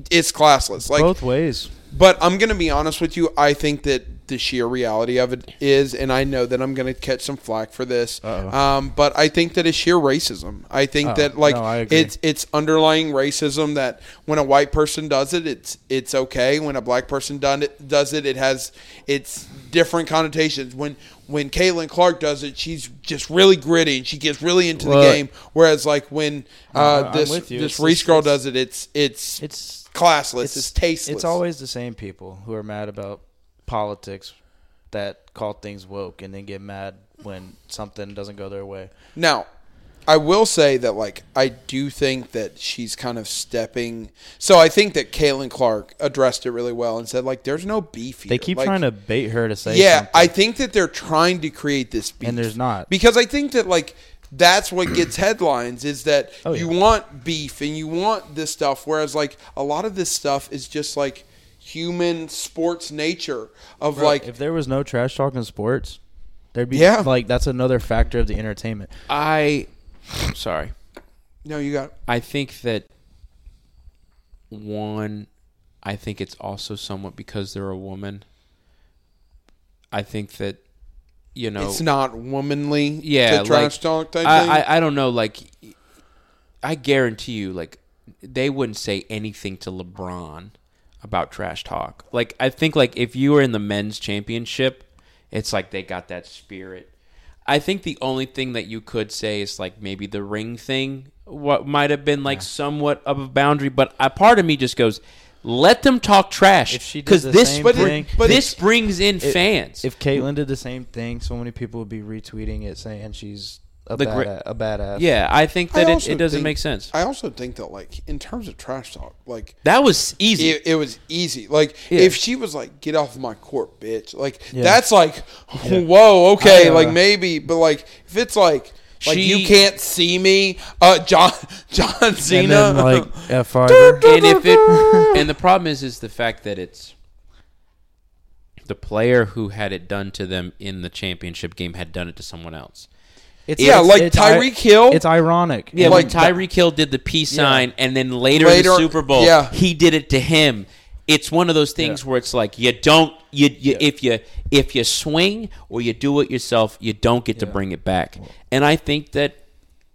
[SPEAKER 2] it's classless. Like
[SPEAKER 1] both ways.
[SPEAKER 2] but I'm going to be honest with you. I think that the sheer reality of it is, and I know that I'm going to catch some flack for this.
[SPEAKER 1] Uh-oh.
[SPEAKER 2] Um, but I think that it's sheer racism. I think
[SPEAKER 1] Oh,
[SPEAKER 2] that like
[SPEAKER 1] no, I agree.
[SPEAKER 2] it's it's underlying racism that when a white person does it, it's it's okay. When a black person done it, does it, it has it's different connotations. When when Caitlin Clark does it, she's just really gritty and she gets really into the
[SPEAKER 1] Look.
[SPEAKER 2] game. Whereas like when uh,
[SPEAKER 1] Uh, I'm
[SPEAKER 2] this
[SPEAKER 1] with you.
[SPEAKER 2] this
[SPEAKER 1] It's
[SPEAKER 2] Reese
[SPEAKER 1] just-
[SPEAKER 2] girl
[SPEAKER 1] it's-
[SPEAKER 2] does it, it's it's
[SPEAKER 1] It's
[SPEAKER 2] classless. It's, tasteless.
[SPEAKER 1] It's always the same people who are mad about politics that call things woke and then get mad when something doesn't go their way.
[SPEAKER 2] Now, I will say that like I do think that she's kind of stepping. So I think that Kaylin Clark addressed it really well and said like, "There's no beef." Here.
[SPEAKER 1] They keep
[SPEAKER 2] Like,
[SPEAKER 1] trying to bait her to say
[SPEAKER 2] Yeah,
[SPEAKER 1] something.
[SPEAKER 2] I think that they're trying to create this beef,
[SPEAKER 1] And there's not.
[SPEAKER 2] because I think that like that's what gets headlines is that
[SPEAKER 1] Oh,
[SPEAKER 2] you
[SPEAKER 1] yeah.
[SPEAKER 2] want beef and you want this stuff, whereas like a lot of this stuff is just like human sports nature of
[SPEAKER 1] Bro,
[SPEAKER 2] like
[SPEAKER 1] if there was no trash talk in sports, there'd be
[SPEAKER 2] Yeah.
[SPEAKER 1] like that's another factor of the entertainment.
[SPEAKER 3] I. Sorry.
[SPEAKER 2] no, you got
[SPEAKER 3] I think that one, I think it's also somewhat because they're a woman. I think that you know,
[SPEAKER 2] it's not womanly.
[SPEAKER 3] yeah,
[SPEAKER 2] to trash
[SPEAKER 3] like,
[SPEAKER 2] talk type thing.
[SPEAKER 3] I, I I don't know. Like, I guarantee you, like they wouldn't say anything to LeBron about trash talk. Like, I think like if you were in the men's championship, it's like they got that spirit. I think the only thing that you could say is like maybe the ring thing, what might have been like somewhat of a boundary, but a part of me just goes, let them talk
[SPEAKER 1] If
[SPEAKER 3] trash
[SPEAKER 1] she did
[SPEAKER 3] because
[SPEAKER 1] the
[SPEAKER 3] this
[SPEAKER 1] same
[SPEAKER 3] bring-
[SPEAKER 1] thing-
[SPEAKER 2] But
[SPEAKER 3] this brings in
[SPEAKER 1] If-
[SPEAKER 3] fans.
[SPEAKER 1] If Caitlyn did the same thing, so many people would be retweeting it saying she's a,
[SPEAKER 3] The
[SPEAKER 1] bada-
[SPEAKER 3] gre-
[SPEAKER 1] a badass.
[SPEAKER 3] yeah, I think
[SPEAKER 2] I
[SPEAKER 3] that it,
[SPEAKER 2] also
[SPEAKER 3] it doesn't
[SPEAKER 2] think-
[SPEAKER 3] make sense.
[SPEAKER 2] I also think that like in terms of trash talk, like
[SPEAKER 3] that was easy.
[SPEAKER 2] it, it was easy. Like
[SPEAKER 3] Yeah.
[SPEAKER 2] if she was like, "Get off my court, bitch!" Like
[SPEAKER 1] Yeah.
[SPEAKER 2] that's like, whoa, okay,
[SPEAKER 1] I, uh,
[SPEAKER 2] like maybe, but like if it's like. Like
[SPEAKER 3] She-
[SPEAKER 2] you can't see me, uh, John John Cena.
[SPEAKER 1] And then like F five.
[SPEAKER 3] and if it and the problem is is the fact that it's the player who had it done to them in the championship game had done it to someone else.
[SPEAKER 1] It's,
[SPEAKER 2] yeah,
[SPEAKER 1] it's-
[SPEAKER 2] like
[SPEAKER 1] it's i-
[SPEAKER 2] Tyreek Hill.
[SPEAKER 1] It's ironic.
[SPEAKER 3] Yeah,
[SPEAKER 1] And
[SPEAKER 2] Like
[SPEAKER 3] like Tyree Hill did the peace sign, and then later, in
[SPEAKER 2] Later,
[SPEAKER 3] the Super Bowl,
[SPEAKER 2] yeah.
[SPEAKER 3] he did it to him. It's one of those things where it's like you don't you, you if you if you swing or you do it yourself, you don't get to bring it back. And I think that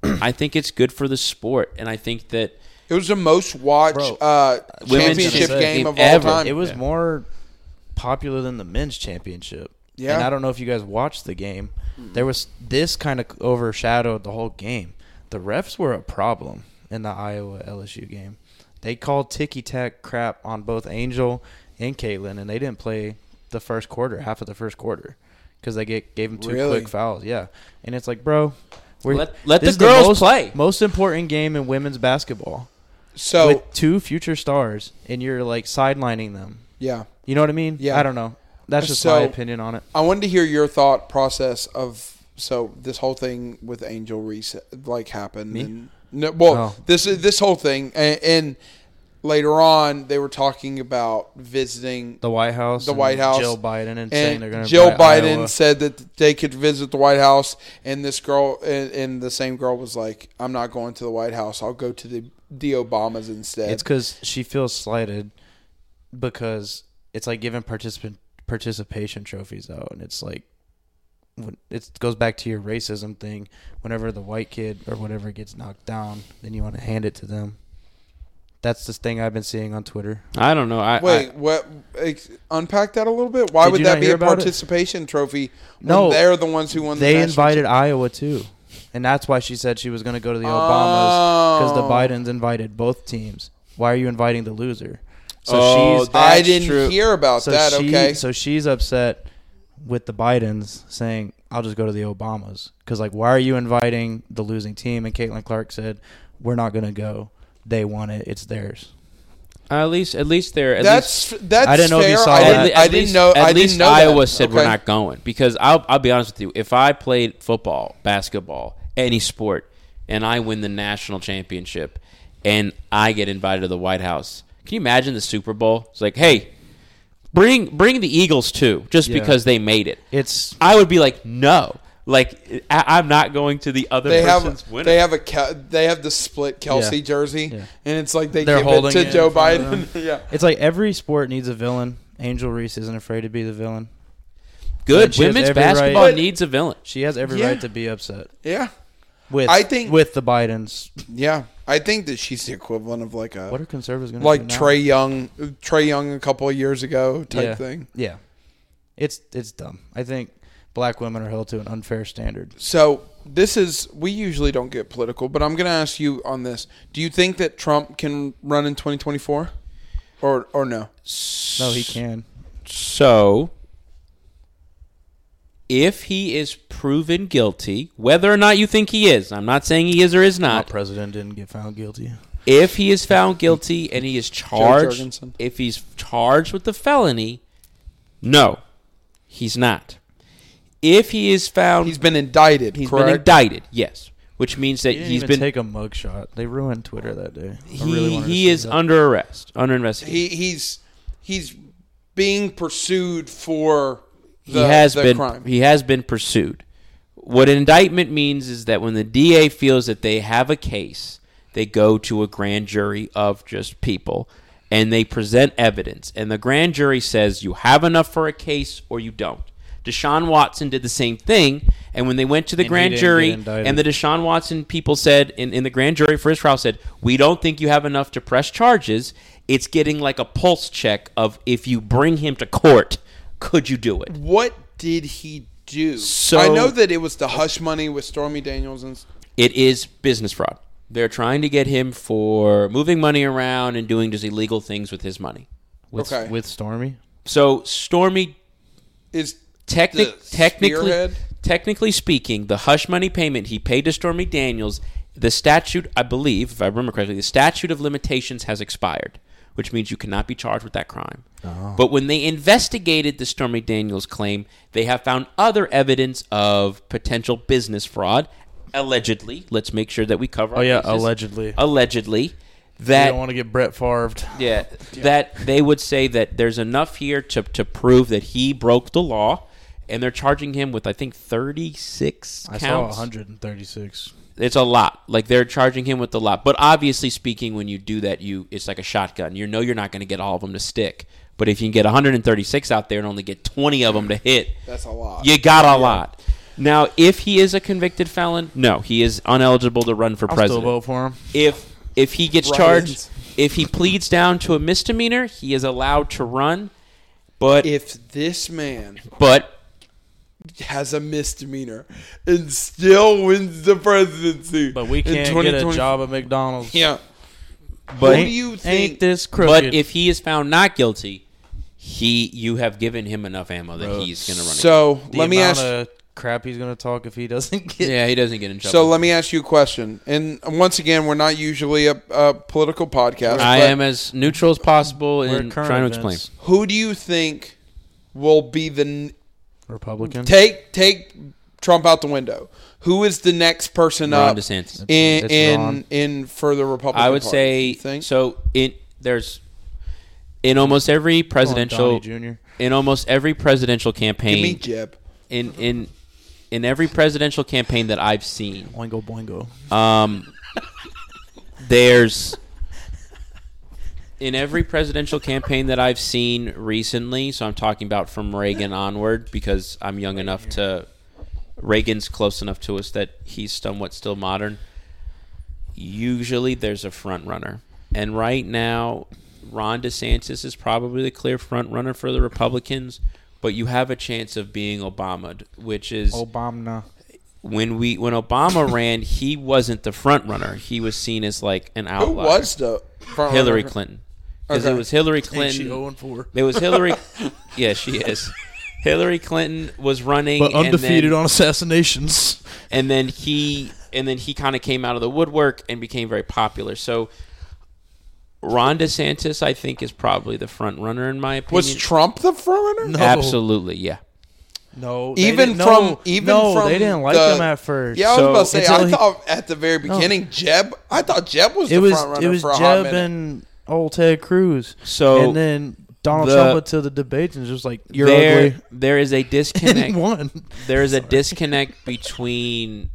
[SPEAKER 3] I think it's good for the sport, and I think that
[SPEAKER 2] it was the most watched
[SPEAKER 1] Bro,
[SPEAKER 2] uh,
[SPEAKER 3] women's
[SPEAKER 2] championship
[SPEAKER 3] championship
[SPEAKER 2] game
[SPEAKER 3] game
[SPEAKER 2] of
[SPEAKER 3] ever.
[SPEAKER 2] all time.
[SPEAKER 1] it was more popular than the men's championship.
[SPEAKER 2] Yeah.
[SPEAKER 1] And I don't know if you guys watched the game.
[SPEAKER 3] Hmm.
[SPEAKER 1] There was this kind of overshadowed the whole game. The refs were a problem in the Iowa LSU game. They called ticky tack crap on both Angel and Caitlin, and they didn't play the first quarter, half of the first quarter, because they get, gave them two
[SPEAKER 2] Really?
[SPEAKER 1] quick fouls. Yeah, and it's like, bro, we're,
[SPEAKER 3] Let- let the
[SPEAKER 1] this is
[SPEAKER 3] girls
[SPEAKER 1] most-
[SPEAKER 3] play.
[SPEAKER 1] Most important game in women's basketball
[SPEAKER 2] so
[SPEAKER 1] with two future stars, and you're like sidelining them.
[SPEAKER 2] yeah,
[SPEAKER 1] You know what I mean?
[SPEAKER 2] Yeah.
[SPEAKER 1] I don't know. That's just
[SPEAKER 2] So-
[SPEAKER 1] my opinion on it.
[SPEAKER 2] I wanted to hear your thought process of so this whole thing with Angel Reese like happened.
[SPEAKER 1] Me?
[SPEAKER 2] And, no, well,
[SPEAKER 1] Oh.
[SPEAKER 2] this this whole thing, and, and later on they were talking about visiting
[SPEAKER 1] The White House,
[SPEAKER 2] The
[SPEAKER 1] and
[SPEAKER 2] White House
[SPEAKER 1] Jill Biden, and, saying they're going
[SPEAKER 2] and
[SPEAKER 1] to
[SPEAKER 2] Jill Biden said that they could visit the White House, and this girl and, and the same girl was like, "I'm not going to the White House. I'll go to the the Obamas instead."
[SPEAKER 1] It's because she feels slighted because it's like giving participant participation trophies out, and it's like when- it goes back to your racism thing. Whenever the white kid or whatever gets knocked down, then you want to hand it to them. That's this thing I've been seeing on Twitter.
[SPEAKER 3] I don't know. I,
[SPEAKER 2] Wait, what? ex- Unpack that a little bit. Why
[SPEAKER 1] Did
[SPEAKER 2] would
[SPEAKER 1] you
[SPEAKER 2] that
[SPEAKER 1] not
[SPEAKER 2] be
[SPEAKER 1] hear
[SPEAKER 2] a
[SPEAKER 1] about it?
[SPEAKER 2] participation trophy? when
[SPEAKER 1] No,
[SPEAKER 2] they're the ones who won. the
[SPEAKER 1] They
[SPEAKER 2] national
[SPEAKER 1] invited Iowa too. and that's why she said she was going to go to the Obamas because the
[SPEAKER 2] Oh.
[SPEAKER 1] Bidens invited both teams. Why are you inviting the loser? So
[SPEAKER 3] Oh,
[SPEAKER 1] she's
[SPEAKER 2] I
[SPEAKER 3] That's
[SPEAKER 2] didn't
[SPEAKER 3] true.
[SPEAKER 2] hear about
[SPEAKER 1] so
[SPEAKER 2] that.
[SPEAKER 1] she
[SPEAKER 2] okay.
[SPEAKER 1] so she's upset with the Bidens saying I'll just go to the Obamas because like why are you inviting the losing team? And Caitlin Clark said we're not going to go. They want it. It's theirs.
[SPEAKER 3] at least, at least they're at least.
[SPEAKER 2] that's that's
[SPEAKER 1] I didn't know if
[SPEAKER 2] fair.
[SPEAKER 1] you saw
[SPEAKER 2] I
[SPEAKER 1] that.
[SPEAKER 2] didn't,
[SPEAKER 3] At, le-
[SPEAKER 2] I
[SPEAKER 3] at
[SPEAKER 2] didn't
[SPEAKER 3] least-
[SPEAKER 2] know.
[SPEAKER 3] At
[SPEAKER 2] I
[SPEAKER 3] least
[SPEAKER 2] didn't know
[SPEAKER 3] Iowa
[SPEAKER 2] that.
[SPEAKER 3] said
[SPEAKER 2] okay.
[SPEAKER 3] we're not going because I'll, I'll be honest with you. If I played football, basketball, any sport, and I win the national championship, and I get invited to the White House, can you imagine the Super Bowl? It's like, hey, bring bring the Eagles too, just
[SPEAKER 1] Yeah.
[SPEAKER 3] because they made it.
[SPEAKER 1] It's
[SPEAKER 3] I would be like, no, like I, I'm not going to the other
[SPEAKER 2] They
[SPEAKER 3] person's
[SPEAKER 2] have
[SPEAKER 3] winner.
[SPEAKER 2] they have a Kel- they have the split Kelsey
[SPEAKER 1] Yeah.
[SPEAKER 2] jersey,
[SPEAKER 1] Yeah.
[SPEAKER 2] and it's like they
[SPEAKER 1] They're
[SPEAKER 2] give it
[SPEAKER 1] holding
[SPEAKER 2] to
[SPEAKER 1] it
[SPEAKER 2] Joe
[SPEAKER 1] in front of
[SPEAKER 2] Biden. yeah.
[SPEAKER 1] it's like every sport needs a villain. Angel Reese isn't afraid to be the villain.
[SPEAKER 3] Good
[SPEAKER 1] She has
[SPEAKER 3] women's
[SPEAKER 1] every
[SPEAKER 3] basketball
[SPEAKER 1] right-
[SPEAKER 3] needs a villain.
[SPEAKER 1] She has every
[SPEAKER 2] Yeah.
[SPEAKER 1] right to be upset
[SPEAKER 2] Yeah.
[SPEAKER 1] with
[SPEAKER 2] I think-
[SPEAKER 1] with the Bidens.
[SPEAKER 2] Yeah. I think that she's the equivalent of like a
[SPEAKER 1] What are conservatives going to
[SPEAKER 2] like Trey Young, Trey Young a couple of years ago type
[SPEAKER 1] yeah.
[SPEAKER 2] thing.
[SPEAKER 1] Yeah, it's it's dumb. I think black women are held to an unfair standard.
[SPEAKER 2] So this is we usually don't get political, but I'm going to ask you on this. Do you think that Trump can run in 2024, or or no?
[SPEAKER 1] No, he can.
[SPEAKER 3] So, if he is proven guilty, whether or not you think he is, I'm not saying he is or is
[SPEAKER 1] Our
[SPEAKER 3] not.
[SPEAKER 1] president didn't get found guilty.
[SPEAKER 3] If he is found guilty and he is charged,
[SPEAKER 2] Jorgensen.
[SPEAKER 3] if he's charged with the felony, no, he's not. If he is found,
[SPEAKER 2] He's been indicted.
[SPEAKER 3] he's
[SPEAKER 2] correct?
[SPEAKER 3] been indicted. Yes, which means that
[SPEAKER 1] He
[SPEAKER 3] he's been
[SPEAKER 1] take a mugshot. They ruined Twitter that day. I
[SPEAKER 3] he
[SPEAKER 1] really wanted to
[SPEAKER 3] he
[SPEAKER 1] see
[SPEAKER 3] is
[SPEAKER 1] that.
[SPEAKER 3] under arrest, under investigation.
[SPEAKER 2] He he's he's being pursued for the,
[SPEAKER 3] he has
[SPEAKER 2] the
[SPEAKER 3] been
[SPEAKER 2] crime.
[SPEAKER 3] he has been pursued. What an indictment means is that when the DA feels that they have a case, they go to a grand jury of just people and they present evidence and the grand jury says you have enough for a case or you don't. Deshaun Watson did the same thing and when they went to the
[SPEAKER 1] And he
[SPEAKER 3] grand
[SPEAKER 1] didn't
[SPEAKER 3] jury
[SPEAKER 1] get indicted.
[SPEAKER 3] and the Deshaun Watson people said in, in the grand jury for his trial said, We don't think you have enough to press charges. It's getting like a pulse check of if you bring him to court, could you do it?
[SPEAKER 2] what did he do?
[SPEAKER 3] So-
[SPEAKER 2] I know that it was the hush money with Stormy Daniels and s-
[SPEAKER 3] It is business fraud. They're trying to get him for moving money around and doing just illegal things with his money.
[SPEAKER 1] with,
[SPEAKER 2] okay.
[SPEAKER 1] with Stormy.
[SPEAKER 3] So Stormy,
[SPEAKER 2] is
[SPEAKER 3] technic-
[SPEAKER 2] The
[SPEAKER 3] technically,
[SPEAKER 2] spearhead?
[SPEAKER 3] technically speaking, the hush money payment he paid to Stormy Daniels, the statute, I believe, if I remember correctly, the statute of limitations has expired, which means you cannot be charged with that crime.
[SPEAKER 1] Oh.
[SPEAKER 3] But when they investigated the Stormy Daniels claim, they have found other evidence of potential business fraud. Allegedly, let's make sure that we cover.
[SPEAKER 1] Oh
[SPEAKER 3] our
[SPEAKER 1] yeah,
[SPEAKER 3] bases
[SPEAKER 1] allegedly.
[SPEAKER 3] allegedly
[SPEAKER 1] I
[SPEAKER 3] that
[SPEAKER 1] don't want to get Brett Favre.
[SPEAKER 3] yeah, that they would say that there's enough here to, to prove that he broke the law and they're charging him with I think 36
[SPEAKER 1] I saw
[SPEAKER 3] counts.
[SPEAKER 1] 136.
[SPEAKER 3] it's a lot. Like they're charging him with a lot. But obviously speaking when you do that you it's like a shotgun. You know you're not going to get all of them to stick. But if you can get 136 out there and only get 20 of them to hit,
[SPEAKER 2] that's a lot.
[SPEAKER 3] you got a lot. Now, if he is a convicted felon, no, he is uneligible to run for
[SPEAKER 1] I'll
[SPEAKER 3] president
[SPEAKER 1] still vote for him.
[SPEAKER 3] if if he gets
[SPEAKER 2] Right.
[SPEAKER 3] charged, if he pleads down to a misdemeanor, he is allowed to run. But
[SPEAKER 2] if this man
[SPEAKER 3] but
[SPEAKER 2] has a misdemeanor and still wins the presidency,
[SPEAKER 1] But we
[SPEAKER 2] in
[SPEAKER 1] can't get a
[SPEAKER 2] 2020
[SPEAKER 1] job at McDonald's.
[SPEAKER 2] Yeah,
[SPEAKER 3] but
[SPEAKER 2] who do you think?
[SPEAKER 1] Ain't this crooked?
[SPEAKER 3] but if he is found not guilty, he you have given him enough ammo that he's going to run.
[SPEAKER 2] so
[SPEAKER 1] the
[SPEAKER 2] let me
[SPEAKER 1] amount
[SPEAKER 2] ask.
[SPEAKER 1] of crap he's gonna talk if he doesn't
[SPEAKER 3] again.
[SPEAKER 1] get.
[SPEAKER 3] yeah, he doesn't get in trouble.
[SPEAKER 2] So let me ask you a question. And once again, we're not usually a, a political podcast.
[SPEAKER 3] I
[SPEAKER 2] but-
[SPEAKER 3] am as neutral as possible
[SPEAKER 1] We're
[SPEAKER 3] in
[SPEAKER 1] current
[SPEAKER 3] trying to explain.
[SPEAKER 1] events.
[SPEAKER 2] Who do you think will be the n-
[SPEAKER 1] Republican.
[SPEAKER 2] take take Trump out the window? Who is the next person
[SPEAKER 3] Ron
[SPEAKER 2] up
[SPEAKER 3] DeSantis.
[SPEAKER 2] in
[SPEAKER 1] It's
[SPEAKER 2] in,
[SPEAKER 1] Ron.
[SPEAKER 2] in for the Republican?
[SPEAKER 3] I would
[SPEAKER 2] Party,
[SPEAKER 3] say
[SPEAKER 2] you think?
[SPEAKER 3] so. In there's in almost every presidential
[SPEAKER 1] Jr.
[SPEAKER 3] in almost every presidential
[SPEAKER 2] Give me
[SPEAKER 3] campaign
[SPEAKER 2] Jeb.
[SPEAKER 3] in in in every presidential campaign that I've seen.
[SPEAKER 1] Boingo boingo.
[SPEAKER 3] Um, there's in every presidential campaign that I've seen recently. So I'm talking about from Reagan onward because I'm young enough to. Reagan's close enough to us that he's somewhat still modern. Usually, there's a front runner, and right now, Ron DeSantis is probably the clear front runner for the Republicans. But you have a chance of being Obama, which is
[SPEAKER 1] Obama.
[SPEAKER 3] when we when Obama ran, he wasn't the front runner. He was seen as like an outlier.
[SPEAKER 2] Who was the front
[SPEAKER 3] Hillary
[SPEAKER 2] runner?
[SPEAKER 3] Clinton? Because it
[SPEAKER 2] Okay.
[SPEAKER 3] was Hillary
[SPEAKER 5] And she
[SPEAKER 3] Clinton.
[SPEAKER 5] 0 4.
[SPEAKER 3] It was Hillary. yeah, she is. Hillary Clinton was running,
[SPEAKER 5] But undefeated
[SPEAKER 3] and then,
[SPEAKER 5] on assassinations.
[SPEAKER 3] and then he and then he kind of came out of the woodwork and became very popular. So Ron DeSantis, I think, is probably the front runner in my opinion.
[SPEAKER 2] Was Trump the front runner?
[SPEAKER 5] No.
[SPEAKER 3] Absolutely, yeah.
[SPEAKER 5] No. they
[SPEAKER 2] Even
[SPEAKER 5] didn't-
[SPEAKER 2] from
[SPEAKER 5] no,
[SPEAKER 2] even
[SPEAKER 5] no,
[SPEAKER 2] from
[SPEAKER 5] they didn't like
[SPEAKER 2] the-
[SPEAKER 5] him at first.
[SPEAKER 2] Yeah, I was
[SPEAKER 3] So-
[SPEAKER 2] about to say.
[SPEAKER 5] Until
[SPEAKER 2] I
[SPEAKER 5] he-
[SPEAKER 2] thought at the very beginning, Jeb. I thought Jeb was
[SPEAKER 1] It
[SPEAKER 2] the
[SPEAKER 1] was
[SPEAKER 2] front runner
[SPEAKER 1] it was
[SPEAKER 2] for a hot
[SPEAKER 1] Jeb
[SPEAKER 2] minute.
[SPEAKER 1] and old Ted Cruz.
[SPEAKER 3] So
[SPEAKER 1] and then Donald
[SPEAKER 3] the-
[SPEAKER 1] Trump went to the debates and was just like you're
[SPEAKER 3] there,
[SPEAKER 1] ugly.
[SPEAKER 3] there is a
[SPEAKER 1] And
[SPEAKER 3] disconnect.
[SPEAKER 1] he won.
[SPEAKER 3] there is a disconnect between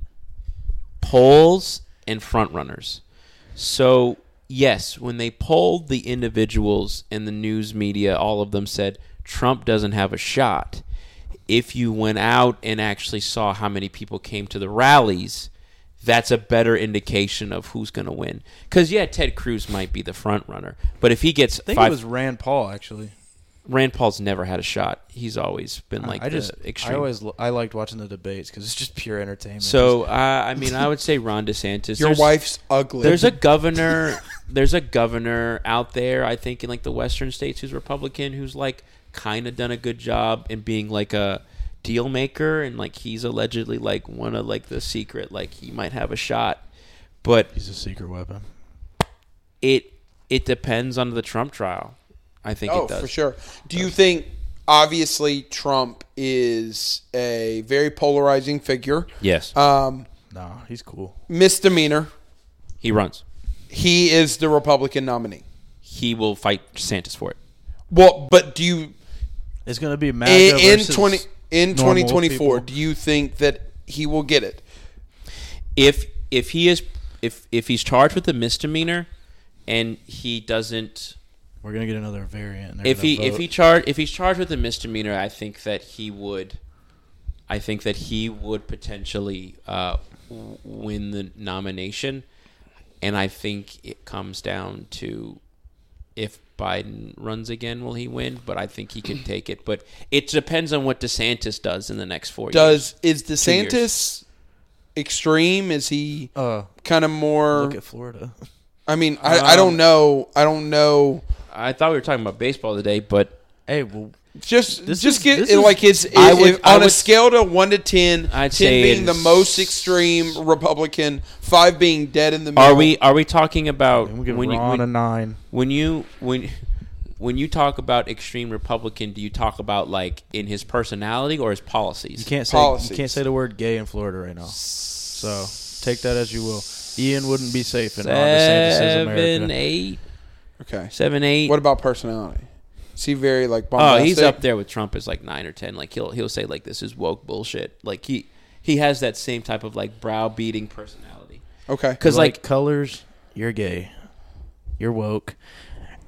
[SPEAKER 3] polls and front runners. So, yes, when they polled the individuals and the news media, all of them said Trump doesn't have a shot. If you went out and actually saw how many people came to the rallies, that's a better indication of who's going to win. Because, yeah, Ted Cruz might be the front runner, but if he gets
[SPEAKER 5] I think
[SPEAKER 3] five,
[SPEAKER 5] it was Rand Paul, actually.
[SPEAKER 3] Rand Paul's never had a shot. He's always been like
[SPEAKER 5] I
[SPEAKER 3] the
[SPEAKER 5] just,
[SPEAKER 3] extreme.
[SPEAKER 5] I always, I liked watching the debates because it's just pure entertainment.
[SPEAKER 3] So uh, I mean, I would say Ron DeSantis.
[SPEAKER 2] Your
[SPEAKER 3] There's-
[SPEAKER 2] wife's ugly.
[SPEAKER 3] There's a governor. there's a governor out there. I think in like the Western states who's Republican, who's like kind of done a good job in being like a deal maker, and like he's allegedly like one of like the secret. Like he might have a shot, but
[SPEAKER 5] he's a secret weapon.
[SPEAKER 3] it it depends on the Trump trial. I think
[SPEAKER 2] oh
[SPEAKER 3] it does.
[SPEAKER 2] for sure. Do you think? Obviously, Trump is a very polarizing figure.
[SPEAKER 3] Yes,
[SPEAKER 2] Um,
[SPEAKER 5] Nah, he's cool.
[SPEAKER 2] misdemeanor.
[SPEAKER 3] he runs.
[SPEAKER 2] He is the Republican nominee.
[SPEAKER 3] He will fight DeSantis for it.
[SPEAKER 2] Well, but do you
[SPEAKER 1] It's gonna be MAGA
[SPEAKER 2] in, in
[SPEAKER 1] versus
[SPEAKER 2] twenty in
[SPEAKER 1] normal
[SPEAKER 2] twenty twenty four?
[SPEAKER 1] people.
[SPEAKER 2] Do you think that he will get it?
[SPEAKER 3] if if he is if if he's charged with a misdemeanor and he doesn't
[SPEAKER 1] We're gonna get another variant. and they're
[SPEAKER 3] if
[SPEAKER 1] gonna
[SPEAKER 3] he if
[SPEAKER 1] vote.
[SPEAKER 3] he charged if he's charged with a misdemeanor i think that he would i think that he would potentially uh, w- win the nomination and i think it comes down to if biden runs again will he win but i think he could take it but it depends on what desantis does in the next four years
[SPEAKER 2] Does is
[SPEAKER 3] years.
[SPEAKER 2] DeSantis extreme? Is he
[SPEAKER 1] uh,
[SPEAKER 2] kind of more?
[SPEAKER 1] look at Florida.
[SPEAKER 2] I mean, I,
[SPEAKER 1] Um,
[SPEAKER 2] I don't know. I don't know.
[SPEAKER 3] i thought we were talking about baseball today but
[SPEAKER 1] hey, well,
[SPEAKER 2] Just
[SPEAKER 1] This
[SPEAKER 2] just
[SPEAKER 1] is-
[SPEAKER 2] get
[SPEAKER 1] this is-
[SPEAKER 2] like it's
[SPEAKER 3] I
[SPEAKER 2] if-
[SPEAKER 3] would-
[SPEAKER 2] if-
[SPEAKER 3] I
[SPEAKER 2] on a
[SPEAKER 3] would-
[SPEAKER 2] scale to one to ten. ten
[SPEAKER 3] I'd say
[SPEAKER 2] being the
[SPEAKER 3] it's-
[SPEAKER 2] most extreme Republican, five being dead in the middle.
[SPEAKER 3] are we are we talking about
[SPEAKER 1] and we get
[SPEAKER 3] Oh, when you,
[SPEAKER 1] Ron
[SPEAKER 3] when-
[SPEAKER 1] a nine.
[SPEAKER 3] when you when when you talk about extreme republican do you talk about like in his personality or his policies
[SPEAKER 1] You can't say
[SPEAKER 2] Policies.
[SPEAKER 1] you can't say the word gay in Florida right now. So take that as you will. Ian wouldn't be safe in Ron DeSantis'
[SPEAKER 3] seven
[SPEAKER 1] America.
[SPEAKER 3] eight
[SPEAKER 2] Okay.
[SPEAKER 3] seven eight
[SPEAKER 2] What about personality? Is he very like
[SPEAKER 3] oh
[SPEAKER 2] bombastic?
[SPEAKER 3] he's up there with trump as like nine or ten like he'll he'll say like this is woke bullshit like he he has that same type of like browbeating personality
[SPEAKER 2] Okay.
[SPEAKER 3] because
[SPEAKER 1] Like,
[SPEAKER 3] like
[SPEAKER 1] colors, you're gay. You're woke.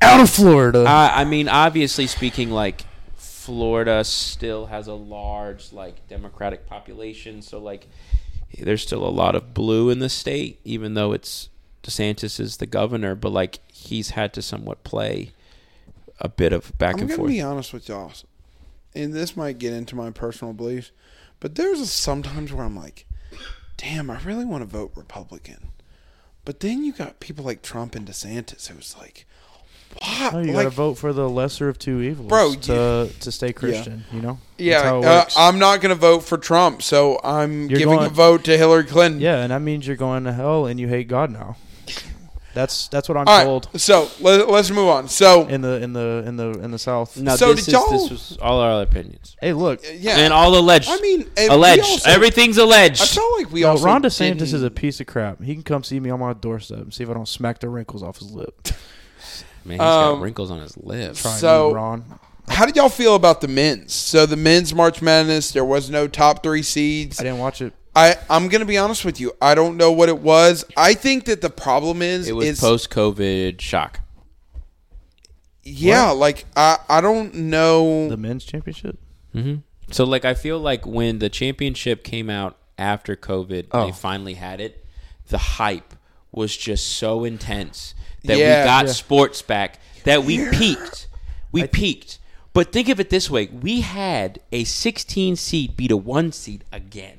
[SPEAKER 1] Out of Florida.
[SPEAKER 3] I, I mean, obviously speaking, like Florida still has a large like Democratic population, so like there's still a lot of blue in the state, even though it's DeSantis is the governor, but like he's had to somewhat play a bit of back
[SPEAKER 2] I'm
[SPEAKER 3] and
[SPEAKER 2] gonna
[SPEAKER 3] forth.
[SPEAKER 2] be honest with y'all, and this might get into my personal beliefs, but there's a sometimes where I'm like, damn, I really want to vote Republican, but then you got people like Trump and DeSantis who's like, what?
[SPEAKER 1] No, Oh, you gotta
[SPEAKER 2] like,
[SPEAKER 1] vote for the lesser of two evils,
[SPEAKER 2] Bro,
[SPEAKER 1] To to stay Christian, you know. That's
[SPEAKER 2] yeah,
[SPEAKER 1] how it
[SPEAKER 2] uh,
[SPEAKER 1] works.
[SPEAKER 2] I'm not gonna vote for Trump, so I'm
[SPEAKER 1] You're
[SPEAKER 2] giving a
[SPEAKER 1] going-
[SPEAKER 2] vote to Hillary Clinton.
[SPEAKER 1] yeah, and that means you're going to hell and you hate God now. That's that's what I'm
[SPEAKER 2] All right,
[SPEAKER 1] told
[SPEAKER 2] so let, let's move on. So
[SPEAKER 1] in the in the in the in the South.
[SPEAKER 3] No,
[SPEAKER 2] So
[SPEAKER 3] this,
[SPEAKER 2] did
[SPEAKER 3] is,
[SPEAKER 2] y'all-
[SPEAKER 3] this was all our opinions.
[SPEAKER 1] Hey, look,
[SPEAKER 2] yeah,
[SPEAKER 3] And all alleged.
[SPEAKER 2] I mean, and we
[SPEAKER 3] alleged.
[SPEAKER 2] also-
[SPEAKER 3] Everything's
[SPEAKER 2] I
[SPEAKER 3] alleged.
[SPEAKER 2] felt like we
[SPEAKER 1] no,
[SPEAKER 2] also
[SPEAKER 1] Ron DeSantis is a
[SPEAKER 2] didn't-
[SPEAKER 1] piece of crap. He can come see me on my doorstep and see if I don't smack the wrinkles off his lip.
[SPEAKER 3] Man, he's
[SPEAKER 2] Um,
[SPEAKER 3] got wrinkles on his lips.
[SPEAKER 1] Try
[SPEAKER 2] So-
[SPEAKER 1] me, Ron,
[SPEAKER 2] How did y'all feel about the men's? So the men's March Madness, there was no top three seeds.
[SPEAKER 1] I didn't watch it.
[SPEAKER 2] I I'm gonna be honest with you. I don't know what it was. I think that the problem is
[SPEAKER 3] It was
[SPEAKER 2] is
[SPEAKER 3] post COVID shock.
[SPEAKER 2] yeah, like I I don't know.
[SPEAKER 1] The men's championship.
[SPEAKER 3] hmm So like I feel like when the championship came out after COVID, they finally had it. The hype was just so intense that
[SPEAKER 2] Yeah.
[SPEAKER 3] we got
[SPEAKER 2] Yeah.
[SPEAKER 3] sports back. That we peaked. We peaked. But think of it this way: we had a 16 seed beat a one seed again,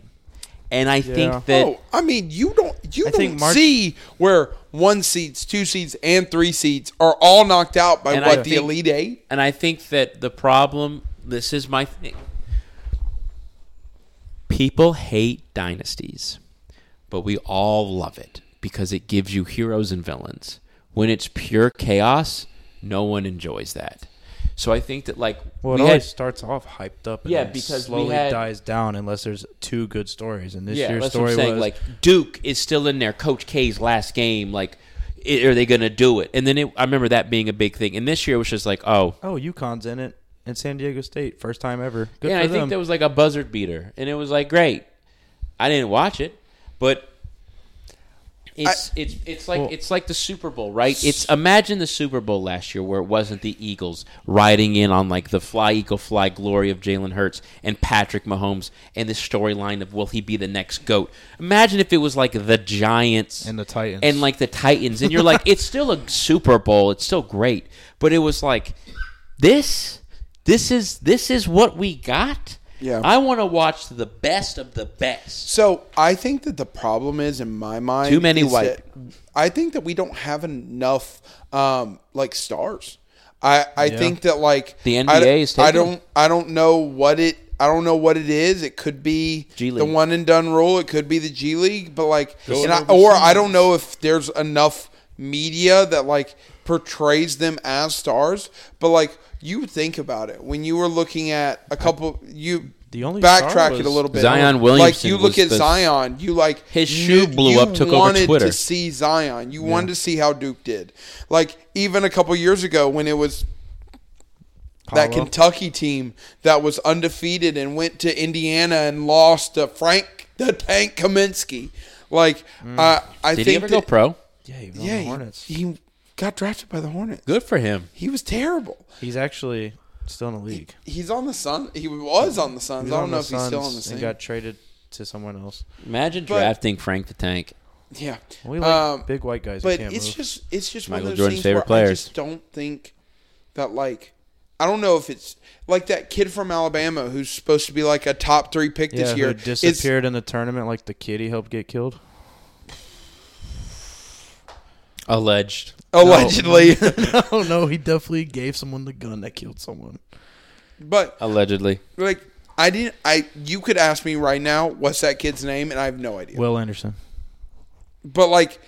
[SPEAKER 3] And I
[SPEAKER 5] Yeah.
[SPEAKER 3] think that
[SPEAKER 2] oh, I mean, you don't you
[SPEAKER 5] I think
[SPEAKER 2] don't
[SPEAKER 5] March-
[SPEAKER 2] see where one seeds, two seeds, and three seeds are all knocked out by
[SPEAKER 3] And I
[SPEAKER 2] what the
[SPEAKER 3] think-
[SPEAKER 2] elite eight.
[SPEAKER 3] and I think that the problem this is my thing. People hate dynasties, but we all love it because it gives you heroes and villains. When it's pure chaos, no one enjoys that. So I think that like
[SPEAKER 5] Well, it
[SPEAKER 3] we
[SPEAKER 5] always
[SPEAKER 3] had-
[SPEAKER 5] starts off hyped up. And
[SPEAKER 3] Yeah,
[SPEAKER 5] then
[SPEAKER 3] because we
[SPEAKER 5] slowly
[SPEAKER 3] had-
[SPEAKER 5] dies down unless there's two good stories. And this
[SPEAKER 3] yeah,
[SPEAKER 5] year's
[SPEAKER 3] that's what
[SPEAKER 5] story
[SPEAKER 3] I'm saying.
[SPEAKER 5] was
[SPEAKER 3] like Duke is still in there. Coach K's last game, like. i- Are they going to do it? And then it, I remember that being a big thing. And this year it was just like, oh,
[SPEAKER 5] oh, UConn's in it, and San Diego State, first time ever. Good
[SPEAKER 3] yeah,
[SPEAKER 5] for
[SPEAKER 3] I
[SPEAKER 5] them.
[SPEAKER 3] think that was like a buzzard beater, and it was like great. I didn't watch it, but it's it's it's like it's like the Super Bowl, right? It's imagine the Super Bowl last year where it wasn't the Eagles riding in on like the fly eagle fly glory of Jalen Hurts and Patrick Mahomes and the storyline of will he be the next goat? Imagine if it was like the Giants
[SPEAKER 5] And the Titans.
[SPEAKER 3] and like the Titans, and you're like, it's still a Super Bowl, it's still great, but it was like this this is this is what we got.
[SPEAKER 2] Yeah.
[SPEAKER 3] I want to watch the best of the best.
[SPEAKER 2] So I think that the problem is in my mind
[SPEAKER 3] Too many
[SPEAKER 2] is
[SPEAKER 3] white
[SPEAKER 2] that- I think that we don't have enough um, like stars. I I think that like
[SPEAKER 3] The
[SPEAKER 2] I-
[SPEAKER 3] NBA is
[SPEAKER 2] I
[SPEAKER 3] taking
[SPEAKER 2] don't I don't know what it I don't know what it is. It could be
[SPEAKER 3] G
[SPEAKER 2] the
[SPEAKER 3] League.
[SPEAKER 2] one and done rule. It could be the G League, but like, and I, or I don't know if there's enough media that like portrays them as stars. But like, you think about it when you were looking at a couple. You
[SPEAKER 5] The only star
[SPEAKER 2] backtrack it a
[SPEAKER 5] was-
[SPEAKER 2] little bit.
[SPEAKER 3] Zion
[SPEAKER 2] Like
[SPEAKER 3] Williamson
[SPEAKER 2] you look
[SPEAKER 3] was
[SPEAKER 2] at
[SPEAKER 3] the-
[SPEAKER 2] Zion, you like
[SPEAKER 3] His
[SPEAKER 2] knew-
[SPEAKER 3] shoe blew
[SPEAKER 2] you
[SPEAKER 3] up, took over
[SPEAKER 2] wanted
[SPEAKER 3] Twitter.
[SPEAKER 2] To see Zion, you wanted to see how Duke did. Like even a couple years ago when it was that
[SPEAKER 5] Paolo.
[SPEAKER 2] Kentucky team that was undefeated and went to Indiana and lost to Frank the Tank Kaminsky. Like uh, I
[SPEAKER 3] Did
[SPEAKER 2] think
[SPEAKER 3] he ever go
[SPEAKER 2] that-
[SPEAKER 3] pro?
[SPEAKER 5] yeah, he was Mm. on
[SPEAKER 2] Yeah,
[SPEAKER 5] the
[SPEAKER 2] he-
[SPEAKER 5] Hornets.
[SPEAKER 2] He, got drafted by the Hornets.
[SPEAKER 3] Good for him.
[SPEAKER 2] He was terrible.
[SPEAKER 5] He's actually still in the league.
[SPEAKER 2] He's on the Sun. He was on the Suns.
[SPEAKER 5] He's
[SPEAKER 2] I
[SPEAKER 5] on
[SPEAKER 2] don't know if he's still
[SPEAKER 5] Suns
[SPEAKER 2] on the
[SPEAKER 5] And
[SPEAKER 2] Suns.
[SPEAKER 5] got traded to someone else.
[SPEAKER 3] Imagine drafting Frank the Tank.
[SPEAKER 2] yeah.
[SPEAKER 5] We like
[SPEAKER 2] Um,
[SPEAKER 5] big white guys.
[SPEAKER 2] but
[SPEAKER 5] who can't
[SPEAKER 2] it's
[SPEAKER 5] move.
[SPEAKER 2] just it's just
[SPEAKER 3] Michael
[SPEAKER 2] one of those
[SPEAKER 3] Jordan's
[SPEAKER 2] things
[SPEAKER 3] favorite
[SPEAKER 2] where I
[SPEAKER 3] players.
[SPEAKER 2] just don't think that like I don't know if it's like that kid from Alabama who's supposed to be like a top three pick
[SPEAKER 5] yeah,
[SPEAKER 2] this year.
[SPEAKER 5] who
[SPEAKER 2] It's-
[SPEAKER 5] disappeared in the tournament like the kid he helped get killed.
[SPEAKER 3] Alleged.
[SPEAKER 2] allegedly,
[SPEAKER 5] oh no, he definitely gave someone the gun that killed someone.
[SPEAKER 2] but
[SPEAKER 3] Allegedly.
[SPEAKER 2] like I didn't. I you could ask me right now what's that kid's name, and I have no idea.
[SPEAKER 5] Will Anderson.
[SPEAKER 2] but like,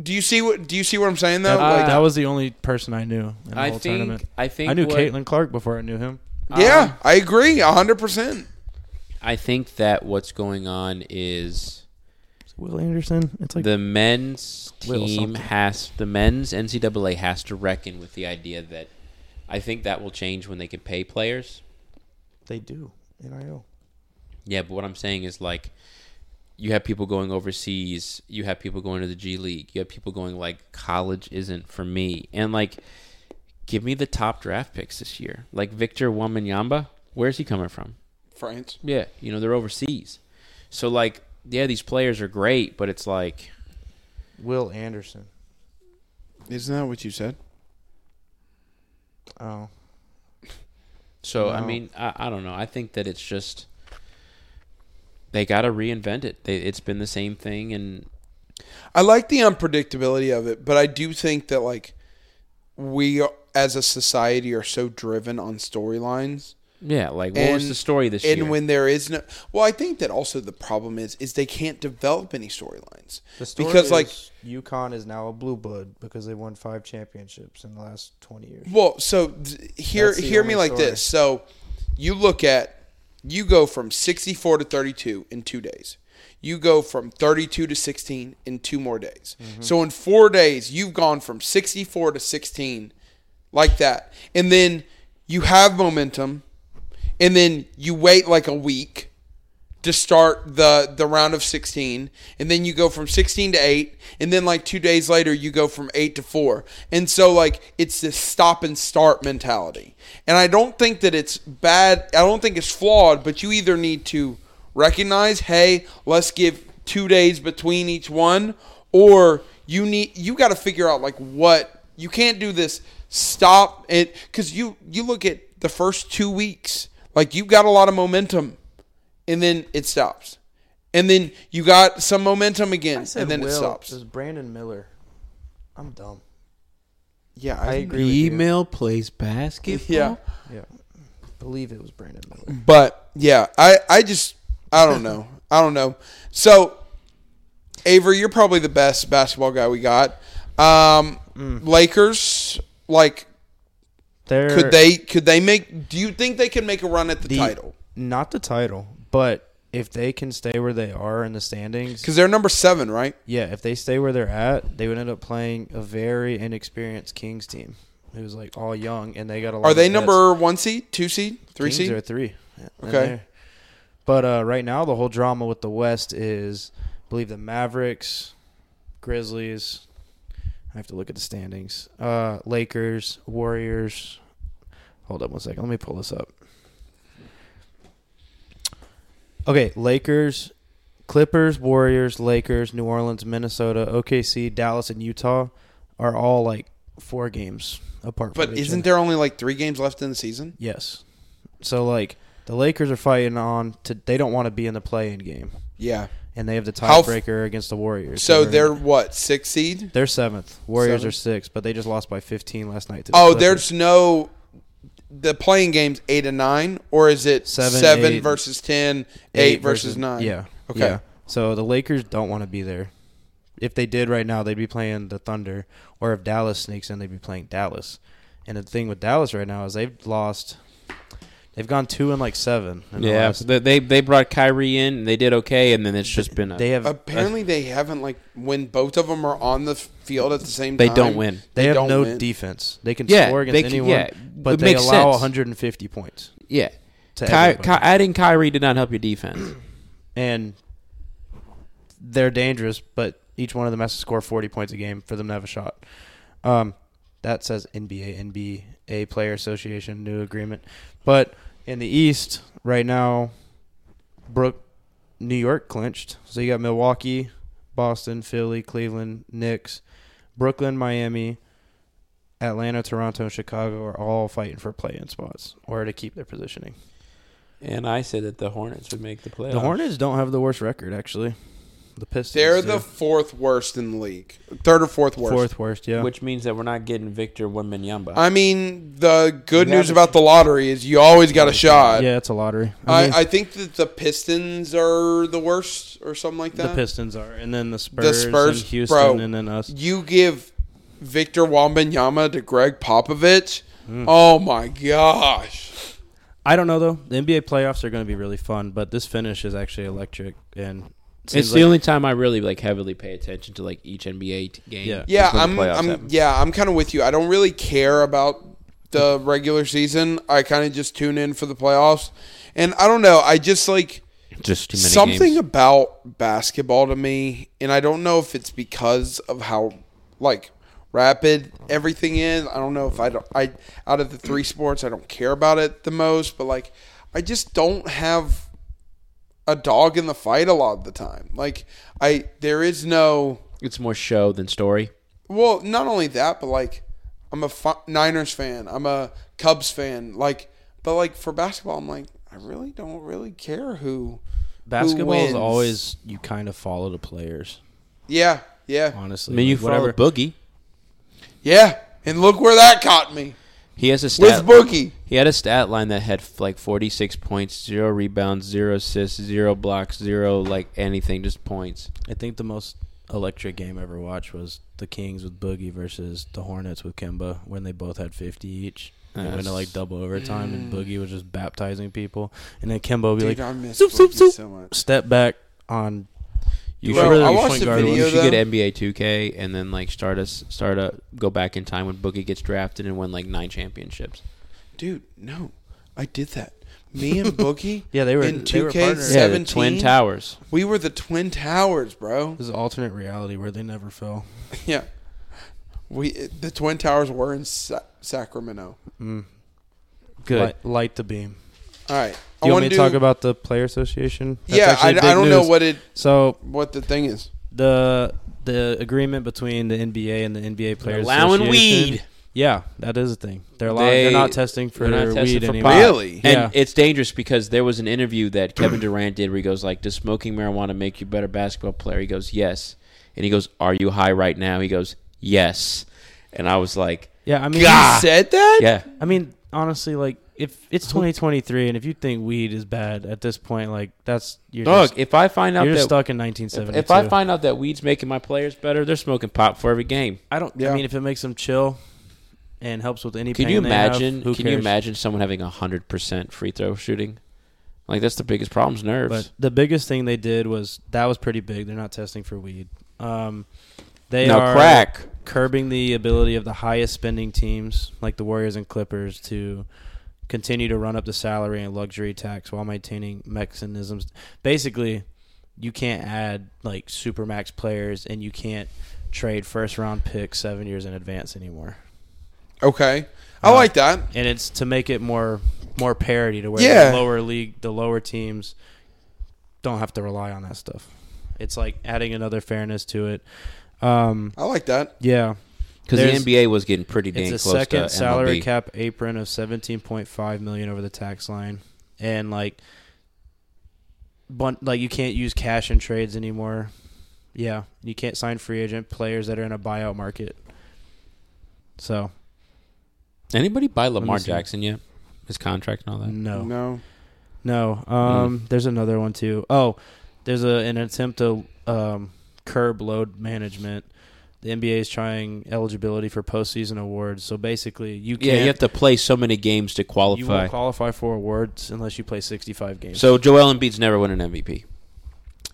[SPEAKER 2] do you see what do you see what I'm saying though?
[SPEAKER 5] That,
[SPEAKER 2] like,
[SPEAKER 5] that was the only person I knew in the
[SPEAKER 3] I
[SPEAKER 5] whole
[SPEAKER 3] think-
[SPEAKER 5] tournament.
[SPEAKER 3] I think
[SPEAKER 5] I knew
[SPEAKER 3] what-
[SPEAKER 5] Caitlin Clark before I knew him.
[SPEAKER 2] yeah,
[SPEAKER 5] uh,
[SPEAKER 2] I agree, hundred percent.
[SPEAKER 3] I think that what's going on is
[SPEAKER 5] Will Anderson. It's like
[SPEAKER 3] the men's
[SPEAKER 5] Will
[SPEAKER 3] team
[SPEAKER 5] something.
[SPEAKER 3] has the men's NCAA has to reckon with the idea that I think that will change when they can pay players.
[SPEAKER 5] they do nil.
[SPEAKER 3] Yeah, but what I'm saying is like you have people going overseas, you have people going to the G League, you have people going like college isn't for me. And like give me the top draft picks this year. Like Victor Wamanyamba, where's he coming from?
[SPEAKER 2] France.
[SPEAKER 3] Yeah, you know, they're overseas. So like yeah, these players are great, but it's like
[SPEAKER 5] Will Anderson.
[SPEAKER 2] Isn't that what you said?
[SPEAKER 5] Oh,
[SPEAKER 3] so I
[SPEAKER 5] No.
[SPEAKER 3] mean, I, I don't know. I think that it's just they got to reinvent it. They, it's been the same thing and
[SPEAKER 2] I like the unpredictability of it, but I do think that like we as a society are so driven on storylines.
[SPEAKER 3] yeah, like what was
[SPEAKER 2] And-
[SPEAKER 3] the story this
[SPEAKER 2] and
[SPEAKER 3] year?
[SPEAKER 2] when there is no well, I think that also the problem is is they can't develop any storylines.
[SPEAKER 1] The story
[SPEAKER 2] because like
[SPEAKER 1] UConn is now a blue blood because they won five championships in the last twenty years.
[SPEAKER 2] well, so th- hear
[SPEAKER 1] That's the
[SPEAKER 2] hear me
[SPEAKER 1] only
[SPEAKER 2] like
[SPEAKER 1] story.
[SPEAKER 2] this. So you look at you go from 64 to 32 in 2 days. You go from 32 to 16 in two more days.
[SPEAKER 1] Mm-hmm.
[SPEAKER 2] So in 4 days you've gone from 64 to 16 like that. And then you have momentum and then you wait like a week to start the the round of 16 and then you go from 16 to 8 and then like 2 days later you go from 8 to 4 and so like it's this stop and start mentality and i don't think that it's bad i don't think it's flawed but you either need to recognize hey let's give 2 days between each one or you need you got to figure out like what you can't do this stop it cuz you you look at the first 2 weeks like you got a lot of momentum and then it stops. and then you got some momentum again, and then it stops.
[SPEAKER 1] Brandon Miller. I'm dumb.
[SPEAKER 2] Yeah,
[SPEAKER 1] I agree with you.
[SPEAKER 6] Email plays basketball.
[SPEAKER 2] Yeah,
[SPEAKER 1] Yeah. believe it was Brandon Miller.
[SPEAKER 2] but yeah, I I just I don't know. I don't know. So, Avery, you're probably the best basketball guy we got. Um, Lakers, like,
[SPEAKER 1] They're,
[SPEAKER 2] could they could they make? Do you think they can make a run at Er. the, title?
[SPEAKER 1] Not the title, but if they can stay where they are in the standings,
[SPEAKER 2] Because they're number seven, right?
[SPEAKER 1] yeah, if they stay where they're at, they would end up playing a very inexperienced Kings team who's like all young, and they got a lot.
[SPEAKER 2] Are
[SPEAKER 1] of
[SPEAKER 2] they
[SPEAKER 1] vets.
[SPEAKER 2] number one seed, two seed, three
[SPEAKER 1] Kings
[SPEAKER 2] seed?
[SPEAKER 1] are three. Yeah, and
[SPEAKER 2] Okay.
[SPEAKER 1] they're- But uh, right now, the whole drama with the West is, I believe the Mavericks, Grizzlies. I have to look at the standings. Uh, Lakers, Warriors. Hold up one second. Let me pull this up. Okay, Lakers, Clippers, Warriors, Lakers, New Orleans, Minnesota, OKC, Dallas, and Utah are all like four games apart.
[SPEAKER 2] But
[SPEAKER 1] from each other.
[SPEAKER 2] isn't there only like three games left in the season?
[SPEAKER 1] Yes. So like the Lakers are fighting on to they don't want to be in the play in game.
[SPEAKER 2] Yeah.
[SPEAKER 1] And they have the
[SPEAKER 2] How f-
[SPEAKER 1] tiebreaker against the Warriors.
[SPEAKER 2] So
[SPEAKER 1] who are-
[SPEAKER 2] they're what six seed?
[SPEAKER 1] they're seventh. Warriors
[SPEAKER 2] Seventh?
[SPEAKER 1] are sixth, but they just lost by fifteen last night to the
[SPEAKER 2] Oh,
[SPEAKER 1] Clippers.
[SPEAKER 2] there's no the playing games eight and nine, or is it seven,
[SPEAKER 1] Seven, eight,
[SPEAKER 2] versus ten, eight, versus, nine?
[SPEAKER 1] Yeah.
[SPEAKER 2] Okay.
[SPEAKER 1] Yeah. So the Lakers don't want to be there. If they did right now, they'd be playing the Thunder, or if Dallas sneaks in, they'd be playing Dallas. And the thing with Dallas right now is they've lost. They've gone two and like seven. in the
[SPEAKER 3] Yeah,
[SPEAKER 1] last-
[SPEAKER 3] they they- they brought Kyrie in. and They did okay, and then it's just been a,
[SPEAKER 1] they
[SPEAKER 3] they
[SPEAKER 1] have
[SPEAKER 2] Apparently, they haven't like when both of them are on the field at the same
[SPEAKER 3] They
[SPEAKER 2] time.
[SPEAKER 3] don't win.
[SPEAKER 1] They, have
[SPEAKER 2] don't
[SPEAKER 1] no
[SPEAKER 2] win.
[SPEAKER 1] defense. They can
[SPEAKER 3] Yeah,
[SPEAKER 1] score against
[SPEAKER 3] they can-
[SPEAKER 1] anyone,
[SPEAKER 3] yeah,
[SPEAKER 1] but
[SPEAKER 3] it
[SPEAKER 1] they
[SPEAKER 3] makes
[SPEAKER 1] allow
[SPEAKER 3] sense.
[SPEAKER 1] 150 points.
[SPEAKER 3] yeah.
[SPEAKER 1] To
[SPEAKER 3] Ky-
[SPEAKER 1] everybody.
[SPEAKER 3] Ky- adding Kyrie did not help your defense.
[SPEAKER 1] And they're dangerous, but each one of them has to score 40 points a game for them to have a shot. Um, that says NBA, NBA Player Association new agreement. But in the East right now, Brook, New York clinched. So you got Milwaukee, Boston, Philly, Cleveland, Knicks, Brooklyn, Miami, Atlanta, Toronto, and Chicago are all fighting for play-in spots or to keep their positioning.
[SPEAKER 3] and I said that the Hornets would make the playoffs.
[SPEAKER 1] The Hornets don't have the worst record actually. The Pistons.
[SPEAKER 2] They're
[SPEAKER 1] do.
[SPEAKER 2] the fourth worst in the league, third or fourth worst.
[SPEAKER 1] fourth worst. Yeah.
[SPEAKER 3] which means that we're not getting Victor Wembanyama.
[SPEAKER 2] I mean, the good
[SPEAKER 1] You
[SPEAKER 2] news
[SPEAKER 1] have-
[SPEAKER 2] about the lottery is you always got a shot.
[SPEAKER 1] yeah, it's a lottery.
[SPEAKER 2] I,
[SPEAKER 1] mean,
[SPEAKER 2] I think that the Pistons are the worst or something like
[SPEAKER 1] the
[SPEAKER 2] that.
[SPEAKER 1] Pistons are, and then the Spurs,
[SPEAKER 2] The Spurs,
[SPEAKER 1] and Houston,
[SPEAKER 2] bro.
[SPEAKER 1] and then us.
[SPEAKER 2] You give Victor Wambanyama to Greg Popovich.
[SPEAKER 3] Hmm.
[SPEAKER 2] Oh my gosh.
[SPEAKER 1] I don't know though. The NBA playoffs are going to be really fun, but this finish is actually electric, and
[SPEAKER 3] it's
[SPEAKER 1] seems
[SPEAKER 3] the
[SPEAKER 1] like-
[SPEAKER 3] only time I really like heavily pay attention to like each NBA t- game.
[SPEAKER 1] Yeah.
[SPEAKER 2] Yeah,
[SPEAKER 3] It's when
[SPEAKER 2] I'm,
[SPEAKER 3] the playoffs
[SPEAKER 2] I'm
[SPEAKER 3] happen.
[SPEAKER 2] yeah, I'm kind of with you. I don't really care about the regular season. I kind of just tune in for the playoffs. And I don't know, I just like
[SPEAKER 3] just too many
[SPEAKER 2] something
[SPEAKER 3] games.
[SPEAKER 2] about basketball to me, and I don't know if it's because of how like rapid everything is. I don't know if I don't I out of the three sports I don't care about it the most, but like I just don't have a dog in the fight a lot of the time. Like I there is no
[SPEAKER 3] It's more show than story.
[SPEAKER 2] well, not only that, but like I'm a fi- Niners fan, I'm a Cubs fan, like but like for basketball I'm like I really don't really care who
[SPEAKER 7] Basketball is
[SPEAKER 2] wins?
[SPEAKER 7] always you kind of follow the players.
[SPEAKER 2] Yeah, yeah,
[SPEAKER 7] Honestly,
[SPEAKER 3] I mean, you
[SPEAKER 7] Like, whatever.
[SPEAKER 3] follow Boogie.
[SPEAKER 2] yeah. And look where that caught me
[SPEAKER 3] He has a stat.
[SPEAKER 2] with Boogie.
[SPEAKER 3] He had a stat line that had f- like 46 points, zero rebounds, zero assists, zero blocks, zero like anything, just points.
[SPEAKER 7] I think the most electric game I ever watched was the Kings with Boogie versus the Hornets with Kimba when they both had 50 each. They went to
[SPEAKER 3] Yes.
[SPEAKER 7] like double overtime
[SPEAKER 2] Mm.
[SPEAKER 7] and Boogie was just baptizing people, and then Kimba would be
[SPEAKER 2] Dude,
[SPEAKER 7] like
[SPEAKER 2] I miss
[SPEAKER 7] zoop, zoop,
[SPEAKER 2] Boogie
[SPEAKER 7] zoop.
[SPEAKER 2] so much.
[SPEAKER 7] step back on.
[SPEAKER 3] You
[SPEAKER 2] Bro,
[SPEAKER 3] should,
[SPEAKER 2] I
[SPEAKER 7] like
[SPEAKER 2] watched
[SPEAKER 7] point
[SPEAKER 2] the
[SPEAKER 7] guard was-
[SPEAKER 2] video
[SPEAKER 3] you should
[SPEAKER 2] though.
[SPEAKER 3] get NBA 2K and then like start us start a go back in time when Boogie gets drafted and win like nine championships.
[SPEAKER 2] Dude, no, I did that. Me and Boogie.
[SPEAKER 1] Yeah, they were-
[SPEAKER 2] in
[SPEAKER 1] they
[SPEAKER 2] two
[SPEAKER 1] were
[SPEAKER 2] K
[SPEAKER 1] partners.
[SPEAKER 3] Yeah, the
[SPEAKER 2] seventeen.
[SPEAKER 3] Twin Towers.
[SPEAKER 2] We were the Twin Towers, bro.
[SPEAKER 7] This is alternate reality where they never fell.
[SPEAKER 2] Yeah, we the Twin Towers were in Sa- Sacramento.
[SPEAKER 3] Good.
[SPEAKER 1] Light, light the beam.
[SPEAKER 2] All right,
[SPEAKER 1] Do you want
[SPEAKER 2] wanna
[SPEAKER 1] me to
[SPEAKER 2] do-
[SPEAKER 1] talk about the player association? That's
[SPEAKER 2] yeah, I,
[SPEAKER 1] actually
[SPEAKER 2] I
[SPEAKER 1] big
[SPEAKER 2] don't know
[SPEAKER 1] news.
[SPEAKER 2] what it
[SPEAKER 1] So
[SPEAKER 2] what the thing is.
[SPEAKER 7] the the agreement between the NBA and the NBA players
[SPEAKER 3] allowing
[SPEAKER 7] Association
[SPEAKER 3] weed.
[SPEAKER 1] Yeah, that is a thing. They're allowed,
[SPEAKER 3] They-
[SPEAKER 1] they're not testing for
[SPEAKER 3] They're not testing
[SPEAKER 1] weed
[SPEAKER 3] for
[SPEAKER 1] anymore.
[SPEAKER 3] pot.
[SPEAKER 2] Really?
[SPEAKER 3] And
[SPEAKER 1] Yeah.
[SPEAKER 3] it's dangerous because there was an interview that Kevin Durant did where he goes like, "Does smoking marijuana make you a better basketball player?" He goes, "Yes." And he goes, "Are you high right now?" He goes, "Yes." And I was like,
[SPEAKER 1] Yeah, I mean,
[SPEAKER 2] He said that?
[SPEAKER 3] "Yeah."
[SPEAKER 1] I mean, honestly, like if it's 2023 and if you think weed is bad at this point, like that's you're
[SPEAKER 3] Dog,
[SPEAKER 1] just,
[SPEAKER 3] if I find out
[SPEAKER 1] you're
[SPEAKER 3] that
[SPEAKER 1] stuck in
[SPEAKER 3] if,
[SPEAKER 1] 1972.
[SPEAKER 3] if I find out that weed's making my players better, they're smoking pot for every game.
[SPEAKER 1] I don't.
[SPEAKER 2] Yeah.
[SPEAKER 1] I mean, if it makes them chill and helps with any.
[SPEAKER 3] Can
[SPEAKER 1] pain
[SPEAKER 3] you
[SPEAKER 1] they have,
[SPEAKER 3] imagine?
[SPEAKER 1] who
[SPEAKER 3] can you
[SPEAKER 1] cares?
[SPEAKER 3] imagine someone having a hundred percent free throw shooting? Like that's the biggest problem's nerves.
[SPEAKER 1] But the biggest thing they did was that was pretty big. They're not testing for weed. Um, they
[SPEAKER 3] no
[SPEAKER 1] are
[SPEAKER 3] crack.
[SPEAKER 1] curbing the ability of the highest spending teams like the Warriors and Clippers to continue to run up the salary and luxury tax while maintaining mechanisms. Basically, you can't add like supermax players and you can't trade first round picks 7 years in advance anymore.
[SPEAKER 2] Okay. I like that.
[SPEAKER 1] And it's to make it more more parity to where
[SPEAKER 2] Yeah.
[SPEAKER 1] the lower league, the lower teams don't have to rely on that stuff. It's like adding another fairness to it. Um,
[SPEAKER 2] I like that.
[SPEAKER 1] yeah.
[SPEAKER 3] Because the
[SPEAKER 1] There's-
[SPEAKER 3] NBA was getting pretty dang
[SPEAKER 1] it's a
[SPEAKER 3] close
[SPEAKER 1] second
[SPEAKER 3] to
[SPEAKER 1] salary
[SPEAKER 3] MLB.
[SPEAKER 1] cap apron of 17.5 million over the tax line and like bun- like you can't use cash in trades anymore yeah you can't sign free agent players that are in a buyout market so
[SPEAKER 3] Anybody buy Lamar
[SPEAKER 1] see.
[SPEAKER 3] Jackson yet? His contract and all that.
[SPEAKER 1] no
[SPEAKER 2] No.
[SPEAKER 1] No. Um,
[SPEAKER 3] Mm.
[SPEAKER 1] There's another one too. Oh, there's a, an attempt to um, curb load management. The NBA is trying eligibility for postseason awards. So basically, you can't.
[SPEAKER 3] Yeah, you have to play so many games to
[SPEAKER 1] you
[SPEAKER 3] qualify.
[SPEAKER 1] won't qualify for awards unless you play 65 games.
[SPEAKER 3] So Joel Embiid's never won an MVP.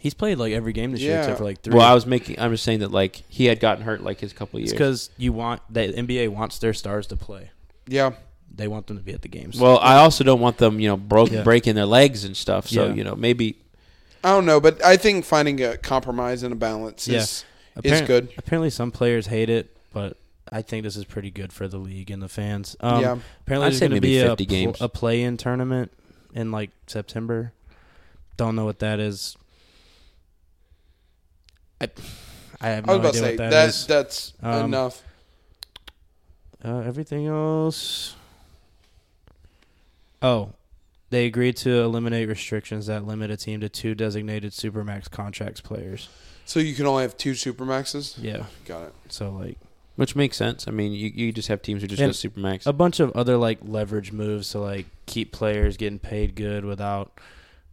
[SPEAKER 1] he's played like every game this year
[SPEAKER 2] Yeah.
[SPEAKER 1] except for like three.
[SPEAKER 3] Well, I was making. I'm just saying that like he had gotten hurt like his couple
[SPEAKER 1] it's
[SPEAKER 3] years.
[SPEAKER 1] because you want the NBA wants their stars to play.
[SPEAKER 2] Yeah.
[SPEAKER 1] They want them to be at the games.
[SPEAKER 3] well, I also don't want them, you know, broke
[SPEAKER 1] Yeah.
[SPEAKER 3] breaking their legs and stuff. So
[SPEAKER 1] Yeah.
[SPEAKER 3] you know, maybe
[SPEAKER 2] I don't know, but I think finding a compromise and a balance is is
[SPEAKER 1] Apparent-
[SPEAKER 2] good.
[SPEAKER 1] Apparently, some players hate it, but I think this is pretty good for the league and the fans. Um,
[SPEAKER 2] Yeah.
[SPEAKER 1] Apparently,
[SPEAKER 3] I'd
[SPEAKER 1] there's
[SPEAKER 3] say
[SPEAKER 1] going to
[SPEAKER 3] maybe
[SPEAKER 1] be a,
[SPEAKER 3] 50
[SPEAKER 1] pl-
[SPEAKER 3] games.
[SPEAKER 1] a play-in tournament in like September. Don't know what that is. I, I
[SPEAKER 2] I
[SPEAKER 1] have no
[SPEAKER 2] was about to
[SPEAKER 1] idea
[SPEAKER 2] say
[SPEAKER 1] what
[SPEAKER 2] that,
[SPEAKER 1] that is.
[SPEAKER 2] that's
[SPEAKER 1] Um,
[SPEAKER 2] enough.
[SPEAKER 1] Uh, everything else. Oh, they agreed to eliminate restrictions that limit a team to two designated supermax contracts players.
[SPEAKER 2] So you can only have two supermaxes.
[SPEAKER 1] Yeah,
[SPEAKER 2] Got it.
[SPEAKER 1] so like.
[SPEAKER 3] which makes sense. I mean, you, you just have teams who just
[SPEAKER 1] And-
[SPEAKER 3] go supermax.
[SPEAKER 1] a bunch of other like leverage moves to like keep players getting paid good without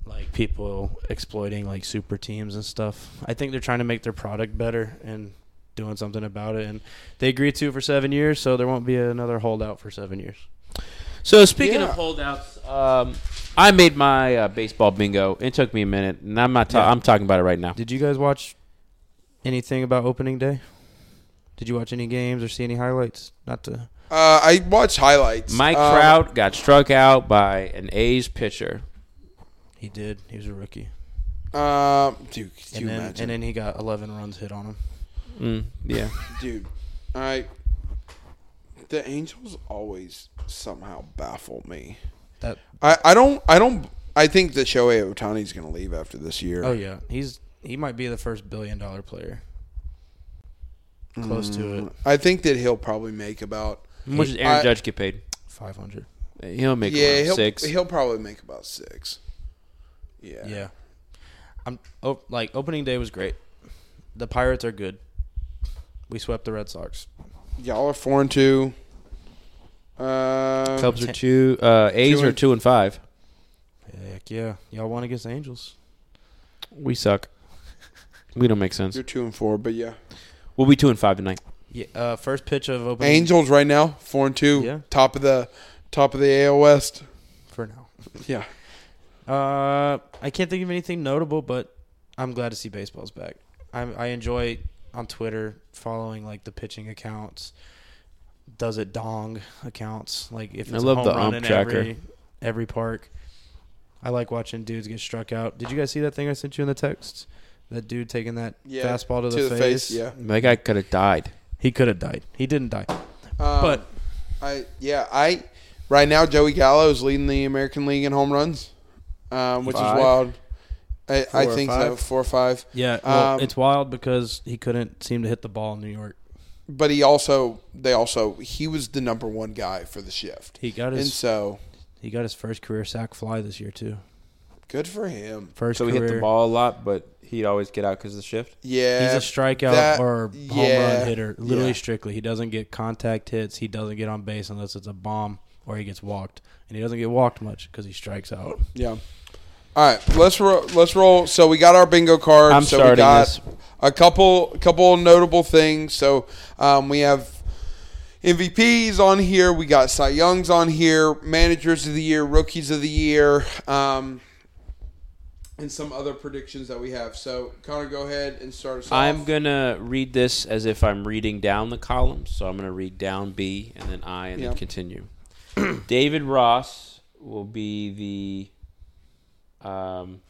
[SPEAKER 1] like people exploiting like super teams and stuff. I think they're trying to make their product better and doing something about it. And they agreed to for seven years, so there won't be another holdout for seven years.
[SPEAKER 3] So speaking
[SPEAKER 2] Yeah.
[SPEAKER 3] of holdouts, um, I made my uh, baseball bingo. It took me a minute, and I'm not. Ta-
[SPEAKER 1] Yeah.
[SPEAKER 3] I'm talking about it right now.
[SPEAKER 1] Did you guys watch anything about opening day? Did you watch any games or see any highlights? Not to.
[SPEAKER 2] Uh, I watched highlights.
[SPEAKER 3] Mike
[SPEAKER 1] Uh,
[SPEAKER 2] Um,
[SPEAKER 3] Trout got struck out by an A's pitcher.
[SPEAKER 1] He did. He was a rookie.
[SPEAKER 2] Um, dude, can you
[SPEAKER 1] And then,
[SPEAKER 2] imagine?
[SPEAKER 1] and then he got 11 runs hit on him.
[SPEAKER 3] Mm, yeah,
[SPEAKER 2] dude, I the Angels always somehow baffle me.
[SPEAKER 1] That.
[SPEAKER 2] I, I don't I don't I think that Shohei Otani's going to leave after this year.
[SPEAKER 1] Oh yeah, he's he might be the first billion dollar player. Close to it,
[SPEAKER 2] I think that he'll probably make about
[SPEAKER 3] how much does Aaron
[SPEAKER 2] I-
[SPEAKER 3] Judge get paid?
[SPEAKER 1] five hundred.
[SPEAKER 3] He'll make
[SPEAKER 2] yeah
[SPEAKER 3] around
[SPEAKER 2] he'll,
[SPEAKER 3] 6
[SPEAKER 2] he'll probably make about six. Yeah.
[SPEAKER 1] Yeah, I'm oh, like opening day was great. The Pirates are good. We swept the Red Sox.
[SPEAKER 2] Y'all are four and two. Uh,
[SPEAKER 3] Cubs are two. Uh, A's
[SPEAKER 2] Two
[SPEAKER 3] are
[SPEAKER 2] and-
[SPEAKER 3] two and five.
[SPEAKER 1] Heck yeah, y'all won against the Angels.
[SPEAKER 3] We suck. We don't make sense.
[SPEAKER 2] you're two and four, but yeah.
[SPEAKER 3] We'll be two and five tonight.
[SPEAKER 1] Yeah, uh, first pitch of opening
[SPEAKER 2] Angels right now four and two.
[SPEAKER 1] Yeah.
[SPEAKER 2] Top of the top of the AL West.
[SPEAKER 1] for now.
[SPEAKER 2] Yeah.
[SPEAKER 1] Uh, I can't think of anything notable, but I'm glad to see baseball's back. I I enjoy on Twitter following like the pitching accounts. Does it dong accounts? Like if
[SPEAKER 3] I
[SPEAKER 1] it's
[SPEAKER 3] love
[SPEAKER 1] a home
[SPEAKER 3] the
[SPEAKER 1] run
[SPEAKER 3] ump
[SPEAKER 1] in
[SPEAKER 3] tracker.
[SPEAKER 1] every every park. I like watching dudes get struck out. Did you guys see that thing I sent you in the text? That dude taking that
[SPEAKER 2] Yeah,
[SPEAKER 1] fastball to,
[SPEAKER 2] To,
[SPEAKER 1] the, face.
[SPEAKER 2] Yeah.
[SPEAKER 3] That guy could have died.
[SPEAKER 1] He could have died. He didn't die.
[SPEAKER 2] Um,
[SPEAKER 1] But-
[SPEAKER 2] I yeah I right now Joey Gallo is leading the American League in home runs, um, which
[SPEAKER 1] Five?
[SPEAKER 2] is wild. I, I
[SPEAKER 1] Four or
[SPEAKER 2] think
[SPEAKER 1] five?
[SPEAKER 2] so, four or five.
[SPEAKER 1] Yeah, well,
[SPEAKER 2] Um,
[SPEAKER 1] it's wild because he couldn't seem to hit the ball in New York.
[SPEAKER 2] but he also they also he was the number one guy for the shift,
[SPEAKER 1] He got
[SPEAKER 2] and
[SPEAKER 1] his
[SPEAKER 2] so
[SPEAKER 1] he got his first career sack fly this year too.
[SPEAKER 2] good for him.
[SPEAKER 1] First
[SPEAKER 8] So he
[SPEAKER 1] career.
[SPEAKER 8] hit the ball a lot, but he'd always get out because of the shift.
[SPEAKER 2] Yeah,
[SPEAKER 1] He's a strikeout
[SPEAKER 2] that-
[SPEAKER 1] or home
[SPEAKER 2] yeah,
[SPEAKER 1] run hitter, literally
[SPEAKER 2] yeah.
[SPEAKER 1] strictly. He doesn't get contact hits. He doesn't get on base unless it's a bomb or he gets walked, and he doesn't get walked much because he strikes out.
[SPEAKER 2] Yeah. All right, let's ro- let's roll. So we got our bingo card.
[SPEAKER 3] I'm
[SPEAKER 2] so we
[SPEAKER 3] starting
[SPEAKER 2] got
[SPEAKER 3] this.
[SPEAKER 2] a couple couple notable things. So um, we have MVPs on here. We got Cy Youngs on here. Managers of the year, rookies of the year, um, and some other predictions that we have. So Connor, go ahead and start us
[SPEAKER 3] I'm
[SPEAKER 2] off.
[SPEAKER 3] gonna read this as if I'm reading down the column, so I'm gonna read down B and then I and
[SPEAKER 2] Yeah.
[SPEAKER 3] then continue. David Ross will be the um,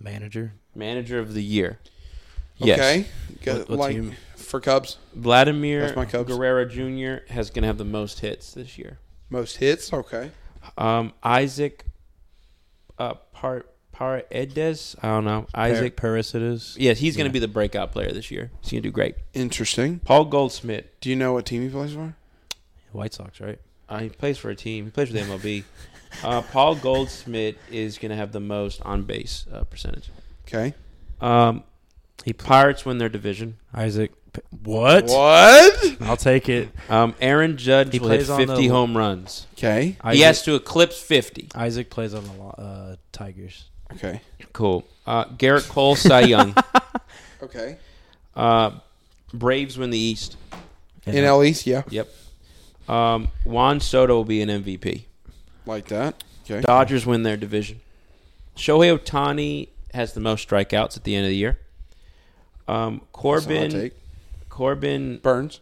[SPEAKER 1] Manager.
[SPEAKER 3] manager of the year. Yes.
[SPEAKER 2] Okay. Go-
[SPEAKER 1] What- what
[SPEAKER 2] like
[SPEAKER 1] team?
[SPEAKER 2] for Cubs,
[SPEAKER 3] Vladimir
[SPEAKER 2] That's my Cubs.
[SPEAKER 3] Guerrero Jr. has gonna have the most hits this year.
[SPEAKER 2] most hits. Okay.
[SPEAKER 3] Um, Isaac uh, Par Paredes, I don't know. Isaac.
[SPEAKER 1] Paris it is.
[SPEAKER 3] yes, he's gonna be the breakout player this year. He's gonna do great.
[SPEAKER 2] Interesting.
[SPEAKER 3] Paul Goldschmidt.
[SPEAKER 2] Do you know what team he plays for?
[SPEAKER 1] White Sox, right?
[SPEAKER 3] Uh, he plays for a team. He plays for the MLB. uh, Paul Goldsmith is going to have the most on base uh, percentage.
[SPEAKER 2] Okay.
[SPEAKER 3] Um,
[SPEAKER 1] He
[SPEAKER 3] Pirates win their division.
[SPEAKER 1] Isaac. P- What?
[SPEAKER 2] What?
[SPEAKER 1] I'll take it.
[SPEAKER 3] Um, Aaron Judge
[SPEAKER 1] He
[SPEAKER 3] will hit
[SPEAKER 1] plays on the-
[SPEAKER 3] 50 home runs.
[SPEAKER 2] Okay.
[SPEAKER 1] Isaac,
[SPEAKER 3] He has to eclipse 50.
[SPEAKER 1] Isaac plays on the Lo- uh, Tigers.
[SPEAKER 2] Okay.
[SPEAKER 3] Cool. Uh, Garrett Cole, Cy Young.
[SPEAKER 2] Okay.
[SPEAKER 3] Uh, Braves win the East.
[SPEAKER 2] In NL East, yeah.
[SPEAKER 3] Yep. Um, Juan Soto will be an MVP.
[SPEAKER 2] Like that. Okay.
[SPEAKER 3] Dodgers win their division. Shohei Otani has the most strikeouts at the end of the year. Um,
[SPEAKER 2] That's not a
[SPEAKER 3] Corbin
[SPEAKER 2] take.
[SPEAKER 3] Corbin
[SPEAKER 2] Burns.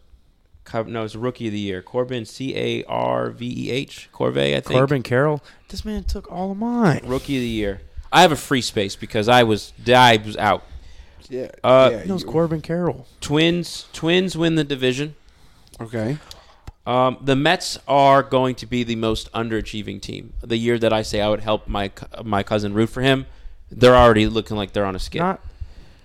[SPEAKER 3] Co- no, it's rookie of the year. Corbin C A R V E H Corvey, I think.
[SPEAKER 1] Corbin Carroll. This man took all of mine.
[SPEAKER 3] rookie of the year. I have a free space because I was I was out.
[SPEAKER 2] Yeah.
[SPEAKER 3] Uh,
[SPEAKER 2] yeah,
[SPEAKER 1] He knows
[SPEAKER 2] you-
[SPEAKER 1] Corbin Carroll.
[SPEAKER 3] Twins Twins win the division.
[SPEAKER 2] Okay.
[SPEAKER 3] Um, the Mets are going to be the most underachieving team. The year that I say I would help my co- my cousin root for him, they're already looking like they're on a skid.
[SPEAKER 1] Not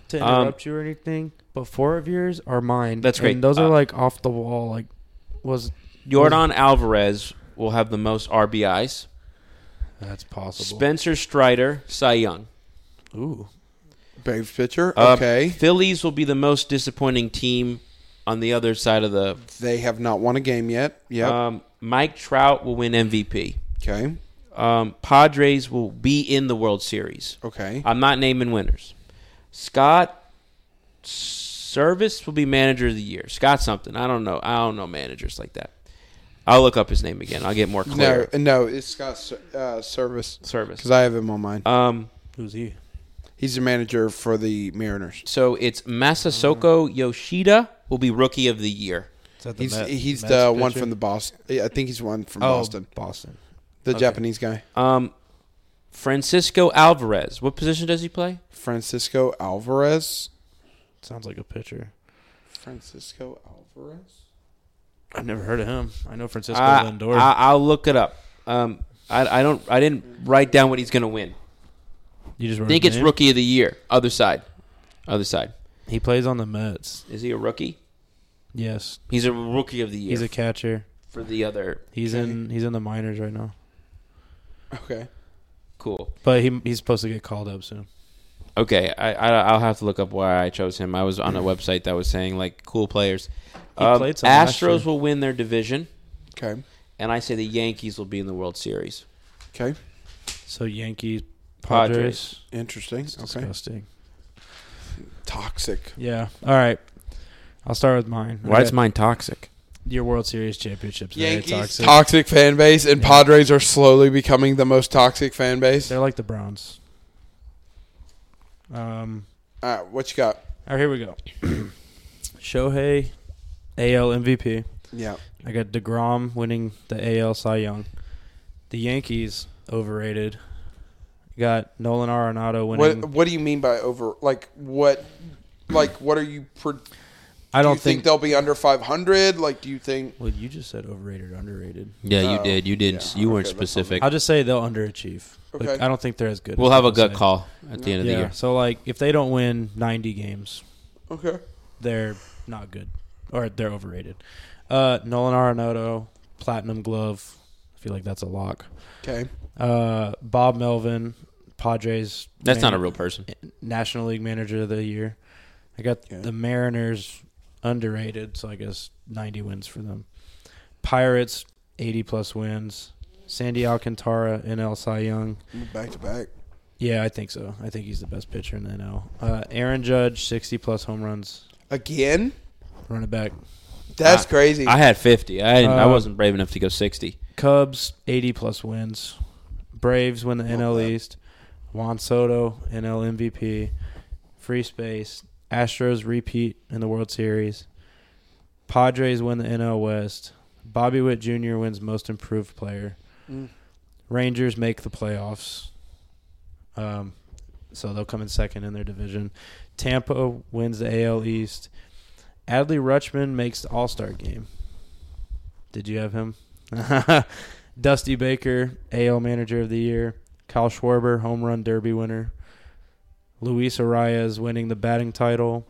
[SPEAKER 1] to
[SPEAKER 3] Um,
[SPEAKER 1] interrupt you or anything, but four of yours are mine.
[SPEAKER 3] That's great.
[SPEAKER 1] And those
[SPEAKER 3] Uh,
[SPEAKER 1] are like off the wall. Like, was
[SPEAKER 3] Jordan Alvarez will have the most RBIs.
[SPEAKER 1] that's possible?
[SPEAKER 3] Spencer Strider, Cy Young.
[SPEAKER 1] Ooh,
[SPEAKER 2] Braves pitcher.
[SPEAKER 3] Uh,
[SPEAKER 2] Okay.
[SPEAKER 3] Phillies will be the most disappointing team on the other side of the
[SPEAKER 2] They have not won a game yet. Yep.
[SPEAKER 1] Uh,
[SPEAKER 3] Um, Mike Trout will win MVP.
[SPEAKER 2] okay.
[SPEAKER 3] Um, Padres will be in the World Series.
[SPEAKER 2] Okay.
[SPEAKER 3] I'm not naming winners. Scott Service will be manager of the year. Scott something. I don't know. I don't know managers like that. I'll look up his name again. I'll get more
[SPEAKER 2] no,
[SPEAKER 3] clear.
[SPEAKER 2] no, it's Scott uh, Service
[SPEAKER 3] Service.
[SPEAKER 2] because I have him on mine.
[SPEAKER 3] Um,
[SPEAKER 1] who's he?
[SPEAKER 2] He's the manager for the Mariners.
[SPEAKER 3] so it's Masasoko Yoshida will be rookie of the year.
[SPEAKER 1] Is that the
[SPEAKER 2] He's
[SPEAKER 1] Met-
[SPEAKER 2] he's
[SPEAKER 1] Mets
[SPEAKER 3] uh,
[SPEAKER 2] the one
[SPEAKER 1] pitcher?
[SPEAKER 2] from the Boston. I think he's one from
[SPEAKER 1] Oh,
[SPEAKER 2] Boston.
[SPEAKER 1] Boston.
[SPEAKER 2] The Japanese guy,
[SPEAKER 3] Um, Francisco Alvarez. What position does he play?
[SPEAKER 2] Francisco Alvarez.
[SPEAKER 1] Sounds like a pitcher.
[SPEAKER 2] Francisco Alvarez.
[SPEAKER 1] I've never heard of him. I know Francisco
[SPEAKER 3] I,
[SPEAKER 1] Lindor.
[SPEAKER 3] I, will look it up. Um, I, I don't. I didn't write down what he's going to win.
[SPEAKER 1] you just wrote
[SPEAKER 3] I think
[SPEAKER 1] his
[SPEAKER 3] it's
[SPEAKER 1] name?
[SPEAKER 3] rookie of the year. Other side. Other side.
[SPEAKER 1] He plays on the Mets.
[SPEAKER 3] Is he a rookie?
[SPEAKER 1] Yes,
[SPEAKER 3] He's a rookie of the year
[SPEAKER 1] he's a catcher.
[SPEAKER 3] for the other.
[SPEAKER 1] He's in he's in the minors right now,
[SPEAKER 2] Okay.
[SPEAKER 3] Cool.
[SPEAKER 1] but he he's supposed to get called up soon.
[SPEAKER 3] Okay, I, I I'll have to look up why I chose him. I was on a website that was saying like cool players.
[SPEAKER 1] He
[SPEAKER 3] Um,
[SPEAKER 1] played some last
[SPEAKER 3] Astros
[SPEAKER 1] year.
[SPEAKER 3] will win their division,
[SPEAKER 2] Okay.
[SPEAKER 3] and I say the Yankees will be in the World Series.
[SPEAKER 2] Okay.
[SPEAKER 1] So Yankees, Padres.
[SPEAKER 3] Padres.
[SPEAKER 2] Interesting.
[SPEAKER 1] It's
[SPEAKER 2] Okay.
[SPEAKER 1] disgusting.
[SPEAKER 2] Toxic.
[SPEAKER 1] Yeah. All right. I'll start with mine.
[SPEAKER 3] Why is
[SPEAKER 1] Okay.
[SPEAKER 3] mine toxic?
[SPEAKER 1] your World Series championships very
[SPEAKER 2] Yankees
[SPEAKER 1] toxic?
[SPEAKER 2] toxic. fan base, and Padres are slowly becoming the most toxic fan base.
[SPEAKER 1] They're like the Browns. Um.
[SPEAKER 2] All right, what you got?
[SPEAKER 1] All right. Here we go. Shohei, AL MVP.
[SPEAKER 2] Yeah,
[SPEAKER 1] I got DeGrom winning the AL Cy Young. The Yankees overrated. Got Nolan Arenado winning.
[SPEAKER 2] what what do you mean by over? Like what? Like what are you? Pro- do
[SPEAKER 1] I don't
[SPEAKER 2] you think, they'll be under five hundred? Like, do you think?
[SPEAKER 1] Well, you just said overrated, underrated.
[SPEAKER 3] Yeah, you
[SPEAKER 2] Oh,
[SPEAKER 3] did. You didn't.
[SPEAKER 2] yeah.
[SPEAKER 3] You weren't
[SPEAKER 2] Okay, that's fine.
[SPEAKER 3] specific.
[SPEAKER 1] I'll just say they'll underachieve. Like,
[SPEAKER 2] Okay.
[SPEAKER 1] I don't think they're as good. as
[SPEAKER 3] We'll have a
[SPEAKER 1] people
[SPEAKER 3] gut
[SPEAKER 1] say.
[SPEAKER 3] call at the end of the
[SPEAKER 1] Yeah.
[SPEAKER 3] year.
[SPEAKER 1] So like, if they don't win 90 games,
[SPEAKER 2] Okay,
[SPEAKER 1] they're not good. or they're overrated. Uh, Nolan Arenado, Platinum Glove. I feel like that's a lock.
[SPEAKER 2] Okay.
[SPEAKER 1] Uh, Bob Melvin, Padres.
[SPEAKER 3] That's
[SPEAKER 1] man-
[SPEAKER 3] not a real person.
[SPEAKER 1] National League Manager of the Year. I got
[SPEAKER 2] Okay.
[SPEAKER 1] the Mariners underrated, so I guess 90 wins for them. Pirates 80 plus wins. Sandy Alcantara NL Cy Young.
[SPEAKER 2] Back to back.
[SPEAKER 1] Yeah, I think so. I think he's the best pitcher in the NL. Uh, Aaron Judge 60 plus home runs.
[SPEAKER 2] Again?
[SPEAKER 1] Run it back.
[SPEAKER 2] That's crazy.
[SPEAKER 3] I had fifty. I didn't, I
[SPEAKER 1] Uh,
[SPEAKER 3] wasn't brave enough to go sixty.
[SPEAKER 1] Cubs 80 plus wins. Braves win the NL East. Juan Soto NL MVP. Free space. Astros repeat in the World Series. Padres win the NL West. Bobby Witt Jr. wins Most Improved Player.
[SPEAKER 2] Mm.
[SPEAKER 1] Rangers make the playoffs. Um, so they'll come in second in their division. Tampa wins the AL East. Adley Rutschman makes the All Star game. Did you have him? Dusty Baker, AL Manager of the Year. Kyle Schwarber, Home Run Derby winner. Luis Arias winning the batting title.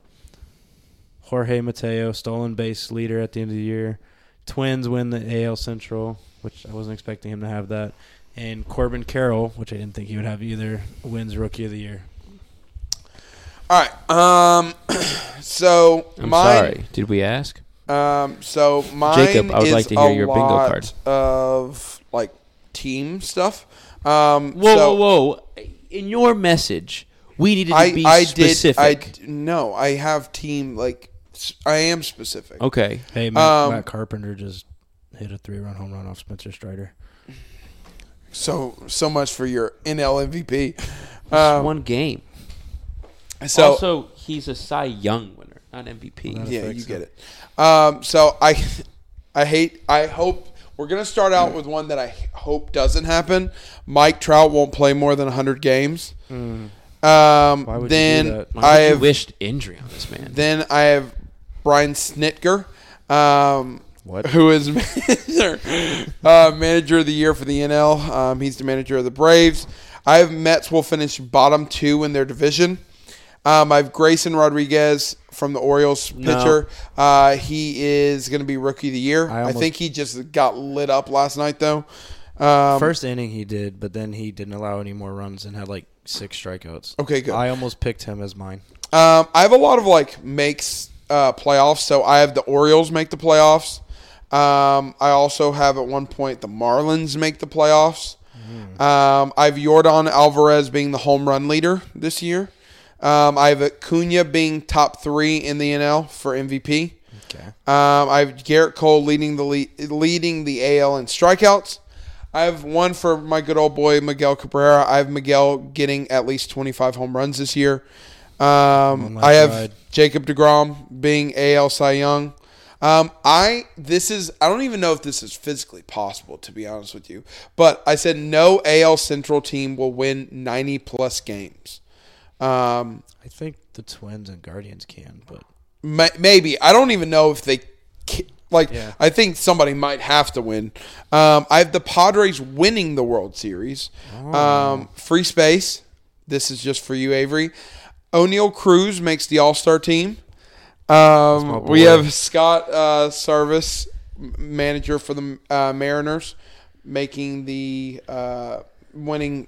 [SPEAKER 1] Jorge Mateo, stolen base leader at the end of the year. Twins win the AL Central, which I wasn't expecting him to have that. And Corbin Carroll, which I didn't think he would have either, wins Rookie of the Year.
[SPEAKER 2] All right. Um, so
[SPEAKER 3] I'm
[SPEAKER 2] mine.
[SPEAKER 3] sorry. Did we ask?
[SPEAKER 2] Um, so mine
[SPEAKER 3] Jacob, I would
[SPEAKER 2] is
[SPEAKER 3] like to hear
[SPEAKER 2] a
[SPEAKER 3] your bingo
[SPEAKER 2] lot
[SPEAKER 3] card.
[SPEAKER 2] of like team stuff. Um,
[SPEAKER 3] Whoa,
[SPEAKER 2] so
[SPEAKER 3] whoa, whoa! In your message, we needed to
[SPEAKER 2] I,
[SPEAKER 3] be
[SPEAKER 2] I did.
[SPEAKER 3] specific.
[SPEAKER 2] I d- no. I have team like s- I am specific.
[SPEAKER 3] okay,
[SPEAKER 1] Hey, Matt,
[SPEAKER 2] Um,
[SPEAKER 1] Matt Carpenter just hit a three run home run off Spencer Strider.
[SPEAKER 2] So so much for your NL MVP.
[SPEAKER 3] It's
[SPEAKER 2] Um,
[SPEAKER 3] one game.
[SPEAKER 2] so
[SPEAKER 3] also, he's a Cy Young winner, not MVP.
[SPEAKER 2] yeah, you get it. Um, so I, I hate. I hope we're gonna start out with one that I hope doesn't happen. Mike Trout won't play more than 100 games. Um,
[SPEAKER 1] Mm. Why would you do
[SPEAKER 2] then
[SPEAKER 1] that?
[SPEAKER 2] I
[SPEAKER 3] I
[SPEAKER 2] have
[SPEAKER 3] wished injury on this man.
[SPEAKER 2] then I have Brian Snitker, um, who is manager, uh, manager of the year for the NL. Um, he's the manager of the Braves. I have Mets will finish bottom two in their division. Um, I have Grayson Rodriguez from the Orioles pitcher. Uh, he is going to be rookie of the year. I,
[SPEAKER 1] I almost-
[SPEAKER 2] think he just got lit up last night though. Um,
[SPEAKER 1] First inning he did, but then he didn't allow any more runs and had like six strikeouts.
[SPEAKER 2] Okay, good.
[SPEAKER 1] I almost picked him as mine.
[SPEAKER 2] Um, I have a lot of like makes uh, playoffs. So I have the Orioles make the playoffs. Um, I also have at one point the Marlins make the playoffs. Um, I have Yordan Alvarez being the home run leader this year. Um, I have Acuna being top three in the NL for MVP.
[SPEAKER 1] Okay.
[SPEAKER 2] Um, I have Garrett Cole leading the lead, leading the AL in strikeouts. I have one for my good old boy Miguel Cabrera. I have Miguel getting at least 25 home runs this year. Um,
[SPEAKER 1] last
[SPEAKER 2] I have
[SPEAKER 1] ride.
[SPEAKER 2] Jacob DeGrom being AL Cy Young. Um, I this is I don't even know if this is physically possible to be honest with you, but I said no AL Central team will win 90 plus games. Um,
[SPEAKER 1] I think the Twins and Guardians can, but
[SPEAKER 2] Ma- maybe I don't even know if they ca- like.
[SPEAKER 1] Yeah.
[SPEAKER 2] I think somebody might have to win. Um, I have the Padres winning the World Series. Um, free space. This is just for you, Avery. O'Neill Cruz makes the All Star team. Um, we have Scott uh, Service, m- manager for the uh, Mariners, making the uh, winning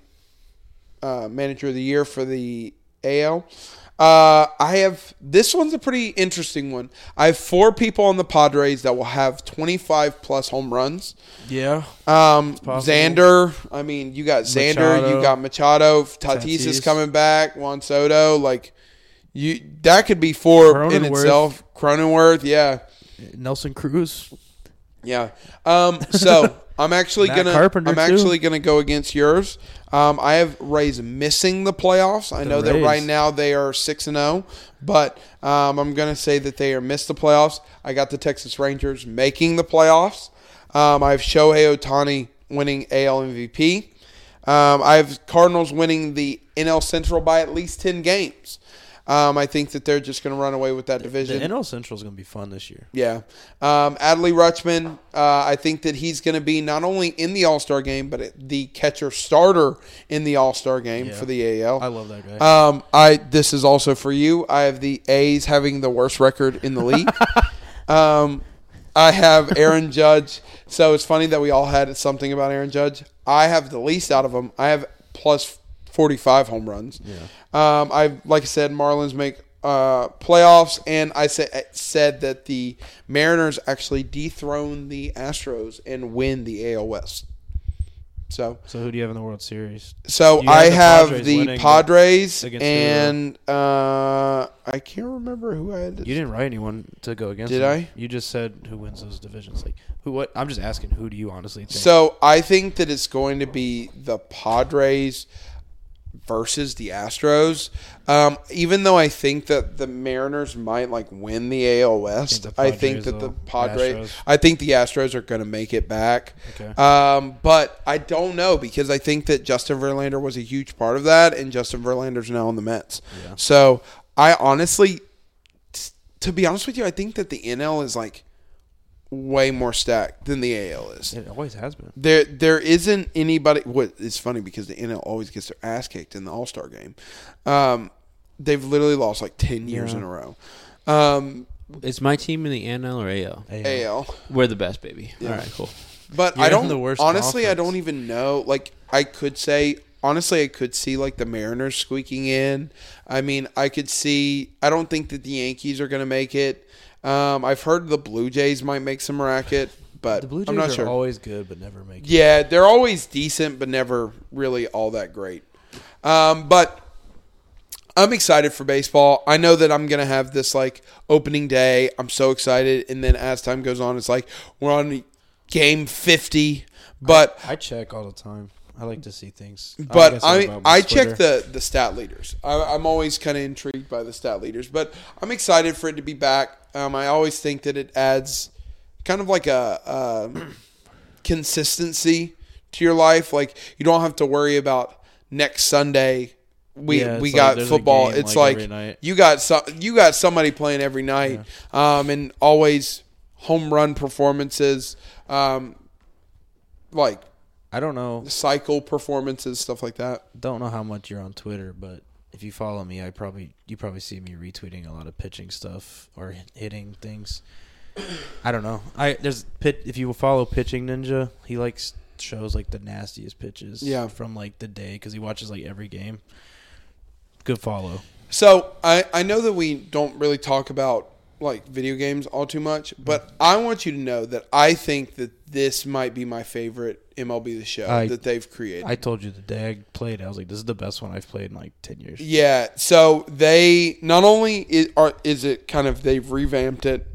[SPEAKER 2] uh, manager of the year for the AL. Uh, I have this one's a pretty interesting one. I have four people on the Padres that will have 25 plus home runs.
[SPEAKER 1] yeah,
[SPEAKER 2] Um,
[SPEAKER 1] possible.
[SPEAKER 2] Xander, I mean, you got Xander, you
[SPEAKER 1] Machado.
[SPEAKER 2] got Machado, Tatis, is
[SPEAKER 1] Tatis.
[SPEAKER 2] coming back, Juan Soto, like you that could be four in
[SPEAKER 1] Cronenworth.
[SPEAKER 2] itself. Cronenworth, yeah,
[SPEAKER 1] Nelson Cruz.
[SPEAKER 2] yeah. Um, so I'm actually
[SPEAKER 1] Matt
[SPEAKER 2] gonna,
[SPEAKER 1] Carpenter,
[SPEAKER 2] I'm
[SPEAKER 1] too.
[SPEAKER 2] actually gonna go against yours. Um, I have Rays missing the playoffs. I know that
[SPEAKER 1] Rays.
[SPEAKER 2] right now they are six and zero, but um, I'm gonna say that they are missed the playoffs. I got the Texas Rangers making the playoffs. Um, I have Shohei Otani winning AL MVP. Um, I have Cardinals winning the NL Central by at least ten games. Um, I think that they're just going to run away with that
[SPEAKER 1] The
[SPEAKER 2] division.
[SPEAKER 1] NL Central is going to be fun this year.
[SPEAKER 2] Yeah. Um, Adley Rutschman, uh, I think that he's going to be not only in the All Star game, but the catcher starter in the All Star game for the AL.
[SPEAKER 1] I love that guy.
[SPEAKER 2] Um, I this is also for you. I have the A's having the worst record in the league. Um, I have Aaron Judge. So it's funny that we all had something about Aaron Judge. I have the least out of them. I have plus 45 home runs. Yeah. Um, I like I said, Marlins make uh, playoffs, and I sa- uh, said that the Mariners actually dethrone the Astros and win the AL West. So,
[SPEAKER 1] So who do you have in the World Series?
[SPEAKER 2] so
[SPEAKER 1] You had
[SPEAKER 2] I
[SPEAKER 1] the
[SPEAKER 2] have
[SPEAKER 1] Padres
[SPEAKER 2] the
[SPEAKER 1] winning, but
[SPEAKER 2] Padres,
[SPEAKER 1] against who?
[SPEAKER 2] and uh, I can't remember who I had.
[SPEAKER 1] You didn't write anyone to go against.
[SPEAKER 2] Did
[SPEAKER 1] them.
[SPEAKER 2] I?
[SPEAKER 1] You just said who wins those divisions. Like who? What? I'm just asking. Who do you honestly think?
[SPEAKER 2] So I think that it's going to be the Padres versus the Astros. Um, even though I think that the Mariners might like win the AL West, I
[SPEAKER 1] the
[SPEAKER 2] think
[SPEAKER 1] Padres
[SPEAKER 2] that the
[SPEAKER 1] will.
[SPEAKER 2] Padres,
[SPEAKER 1] Astros.
[SPEAKER 2] I think the Astros are going to make it back.
[SPEAKER 1] Okay.
[SPEAKER 2] Um, but I don't know because I think that Justin Verlander was a huge part of that, and Justin Verlander's now on the Mets. So I honestly, t- to be honest with you, I think that the NL is like way more stacked than the AL is.
[SPEAKER 1] it always has been.
[SPEAKER 2] There, there isn't anybody. What it's funny because the NL always gets their ass kicked in the All Star game. Um, they've literally lost like ten years in a row. Um,
[SPEAKER 3] Is my team in the NL or AL?
[SPEAKER 2] AL,
[SPEAKER 3] We're the best, baby. All right, cool.
[SPEAKER 2] but
[SPEAKER 5] You're
[SPEAKER 2] I
[SPEAKER 5] in
[SPEAKER 2] don't.
[SPEAKER 5] the worst
[SPEAKER 2] honestly, I
[SPEAKER 5] conference.
[SPEAKER 2] don't even know. Like, I could say honestly, I could see like the Mariners squeaking in. I mean, I could see. I don't think that the Yankees are going to make it. Um, I've heard the Blue Jays might make some racket, but
[SPEAKER 1] The Blue Jays
[SPEAKER 2] I'm not
[SPEAKER 1] are
[SPEAKER 2] sure.
[SPEAKER 1] always good, but never make. it.
[SPEAKER 2] Yeah, they're always decent, but never really all that great. Um, but I'm excited for baseball. I know that I'm gonna have this like opening day. I'm so excited, and then as time goes on, it's like we're on game 50. But
[SPEAKER 1] I check all the time. I like to see things.
[SPEAKER 2] but
[SPEAKER 1] guess
[SPEAKER 2] I
[SPEAKER 1] about my
[SPEAKER 2] I check
[SPEAKER 1] Twitter.
[SPEAKER 2] the the stat leaders. I, I'm always kind of intrigued by the stat leaders, but I'm excited for it to be back. Um, I always think that it adds kind of like a, uh consistency to your life. Like you don't have to worry about next Sunday. We
[SPEAKER 1] Yeah,
[SPEAKER 2] we
[SPEAKER 1] it's like
[SPEAKER 2] got
[SPEAKER 1] there's a
[SPEAKER 2] football.
[SPEAKER 1] game,
[SPEAKER 2] It's like,
[SPEAKER 1] like, every night.
[SPEAKER 2] you got some you got somebody playing every night, um, and always home run performances, um, like
[SPEAKER 1] I don't know.
[SPEAKER 2] cycle performances, stuff like that.
[SPEAKER 1] Don't know how much you're on Twitter, but if you follow me, I probably you probably see me retweeting a lot of pitching stuff or hit- hitting things. I don't know. I there's pit if you follow Pitching Ninja, he likes shows like the nastiest pitches.
[SPEAKER 2] Yeah.
[SPEAKER 1] from like the day because he watches like every game. Good follow.
[SPEAKER 2] So I, I know that we don't really talk about like video games all too much, but I want you to know that I think that this might be my favorite MLB the show
[SPEAKER 1] I-
[SPEAKER 2] that they've created.
[SPEAKER 1] I told you the day I played, I was like, this is the best one I've played in like ten years.
[SPEAKER 2] yeah. So they not only is, are is it kind of they've revamped it,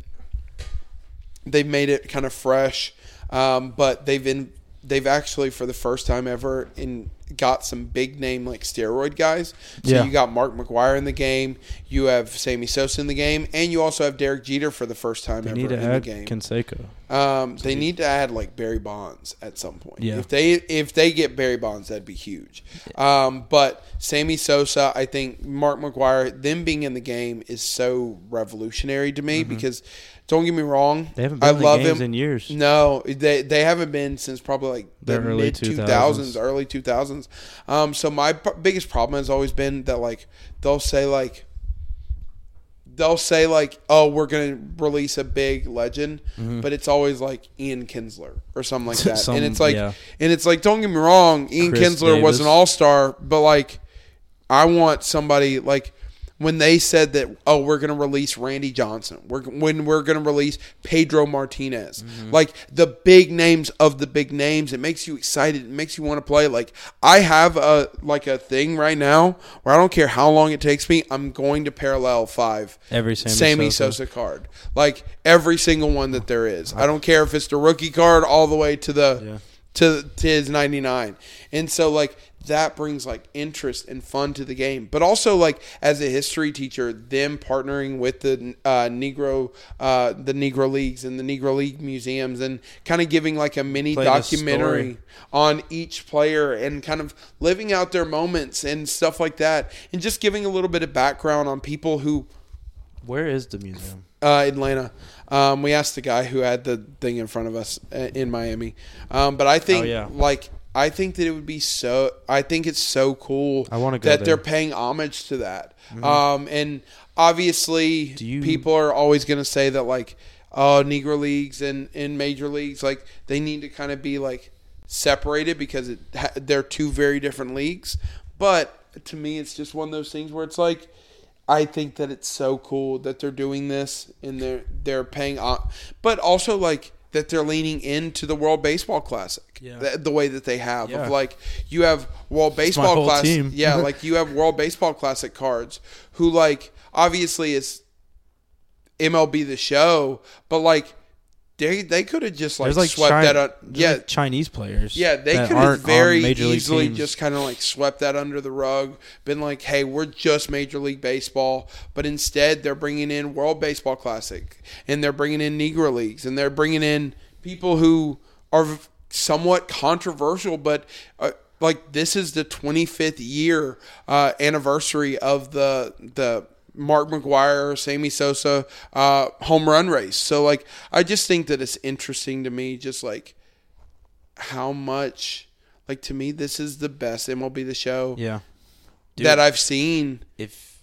[SPEAKER 2] they've made it kind of fresh, um, but they've in they've actually for the first time ever in got some big name like steroid guys. So
[SPEAKER 1] Yeah.
[SPEAKER 2] you got Mark McGuire in the game, you have Sammy Sosa in the game, and you also have Derek Jeter for the first time
[SPEAKER 1] They
[SPEAKER 2] ever
[SPEAKER 1] need to
[SPEAKER 2] in
[SPEAKER 1] add
[SPEAKER 2] the game.
[SPEAKER 1] Canseco.
[SPEAKER 2] Um, they need to add like Barry Bonds at some point.
[SPEAKER 1] Yeah.
[SPEAKER 2] If they if they get Barry Bonds, that'd be huge. Um, but Sammy Sosa, I think Mark McGuire, them being in the game is so revolutionary to me because don't get me wrong,
[SPEAKER 1] Mm-hmm. They haven't
[SPEAKER 2] I
[SPEAKER 1] been in the
[SPEAKER 2] love
[SPEAKER 1] games
[SPEAKER 2] him.
[SPEAKER 1] in years.
[SPEAKER 2] No, they they haven't been since probably like the,
[SPEAKER 1] The early
[SPEAKER 2] mid two thousands, early two thousands. Um, so my p- biggest problem has always been that like they'll say like they'll say like, "Oh, we're gonna release a big legend," but it's always like Ian Kinsler or something like that.
[SPEAKER 1] Mm-hmm. Some-
[SPEAKER 2] and it's like,
[SPEAKER 1] yeah.
[SPEAKER 2] and it's like, don't get me wrong, Ian
[SPEAKER 1] Chris
[SPEAKER 2] Kinsler was
[SPEAKER 1] Davis.
[SPEAKER 2] an all star, but like, I want somebody like when they said that, "Oh, we're gonna release Randy Johnson," we're when we're gonna release Pedro Martinez,
[SPEAKER 1] Mm-hmm.
[SPEAKER 2] like the big names of the big names. It makes you excited. It makes you want to play. Like I have a like a thing right now where I don't care how long it takes me, I'm going to parallel five
[SPEAKER 1] Every Sammy
[SPEAKER 2] Sosa.
[SPEAKER 1] Sosa.
[SPEAKER 2] card, like every single one that there is. I don't care if it's the rookie card all the way to the to, to his ninety nine, and so like that brings like interest and fun to the game, but also like as a history teacher, them partnering with the uh, Negro uh, the Negro leagues and the Negro League museums and kind of giving like a mini
[SPEAKER 1] Play the
[SPEAKER 2] documentary on each player and kind of living out their moments and stuff like that and just giving a little bit of background on people who
[SPEAKER 1] Where is the museum?
[SPEAKER 2] uh, Atlanta. Um, we asked the guy who had the thing in front of us uh, in Miami, um, but I think
[SPEAKER 1] Oh, yeah.
[SPEAKER 2] like I think that it would be so. I think it's so cool.
[SPEAKER 1] I wanna go
[SPEAKER 2] that
[SPEAKER 1] there.
[SPEAKER 2] they're paying homage to that. Um, and obviously,
[SPEAKER 1] Mm-hmm. you-
[SPEAKER 2] people are always going to say that like uh, Negro leagues and in major leagues. Like they need to kind of be like separated because it ha- they're two very different leagues. But to me, it's just one of those things where it's like. I think that it's so cool that they're doing this and they're they're paying off, but also like that they're leaning into the World Baseball Classic.
[SPEAKER 1] Yeah.
[SPEAKER 2] The, the way that they have
[SPEAKER 1] Yeah.
[SPEAKER 2] of like you have World Baseball
[SPEAKER 1] whole
[SPEAKER 2] Classic.
[SPEAKER 1] team.
[SPEAKER 2] Yeah, like you have World Baseball Classic cards who like obviously it's MLB the show, but like they they could have just like,
[SPEAKER 1] There's like
[SPEAKER 2] swept
[SPEAKER 1] Chi-
[SPEAKER 2] that up.
[SPEAKER 1] there's
[SPEAKER 2] Yeah,
[SPEAKER 1] like Chinese players.
[SPEAKER 2] yeah, they
[SPEAKER 1] that
[SPEAKER 2] could
[SPEAKER 1] aren't
[SPEAKER 2] have
[SPEAKER 1] on
[SPEAKER 2] very
[SPEAKER 1] major league
[SPEAKER 2] easily
[SPEAKER 1] teams.
[SPEAKER 2] just kind of like swept that under the rug, been like, hey, we're just Major League Baseball. But instead, they're bringing in World Baseball Classic and they're bringing in Negro Leagues and they're bringing in people who are v- somewhat controversial, but uh, like this is the 25th year uh, anniversary of the, the, Mark McGuire, Sammy Sosa, uh, home run race. So, like, I just think that it's interesting to me, just like how much like to me this is the best MLB the show
[SPEAKER 1] Yeah. Dude.
[SPEAKER 2] that I've seen.
[SPEAKER 1] if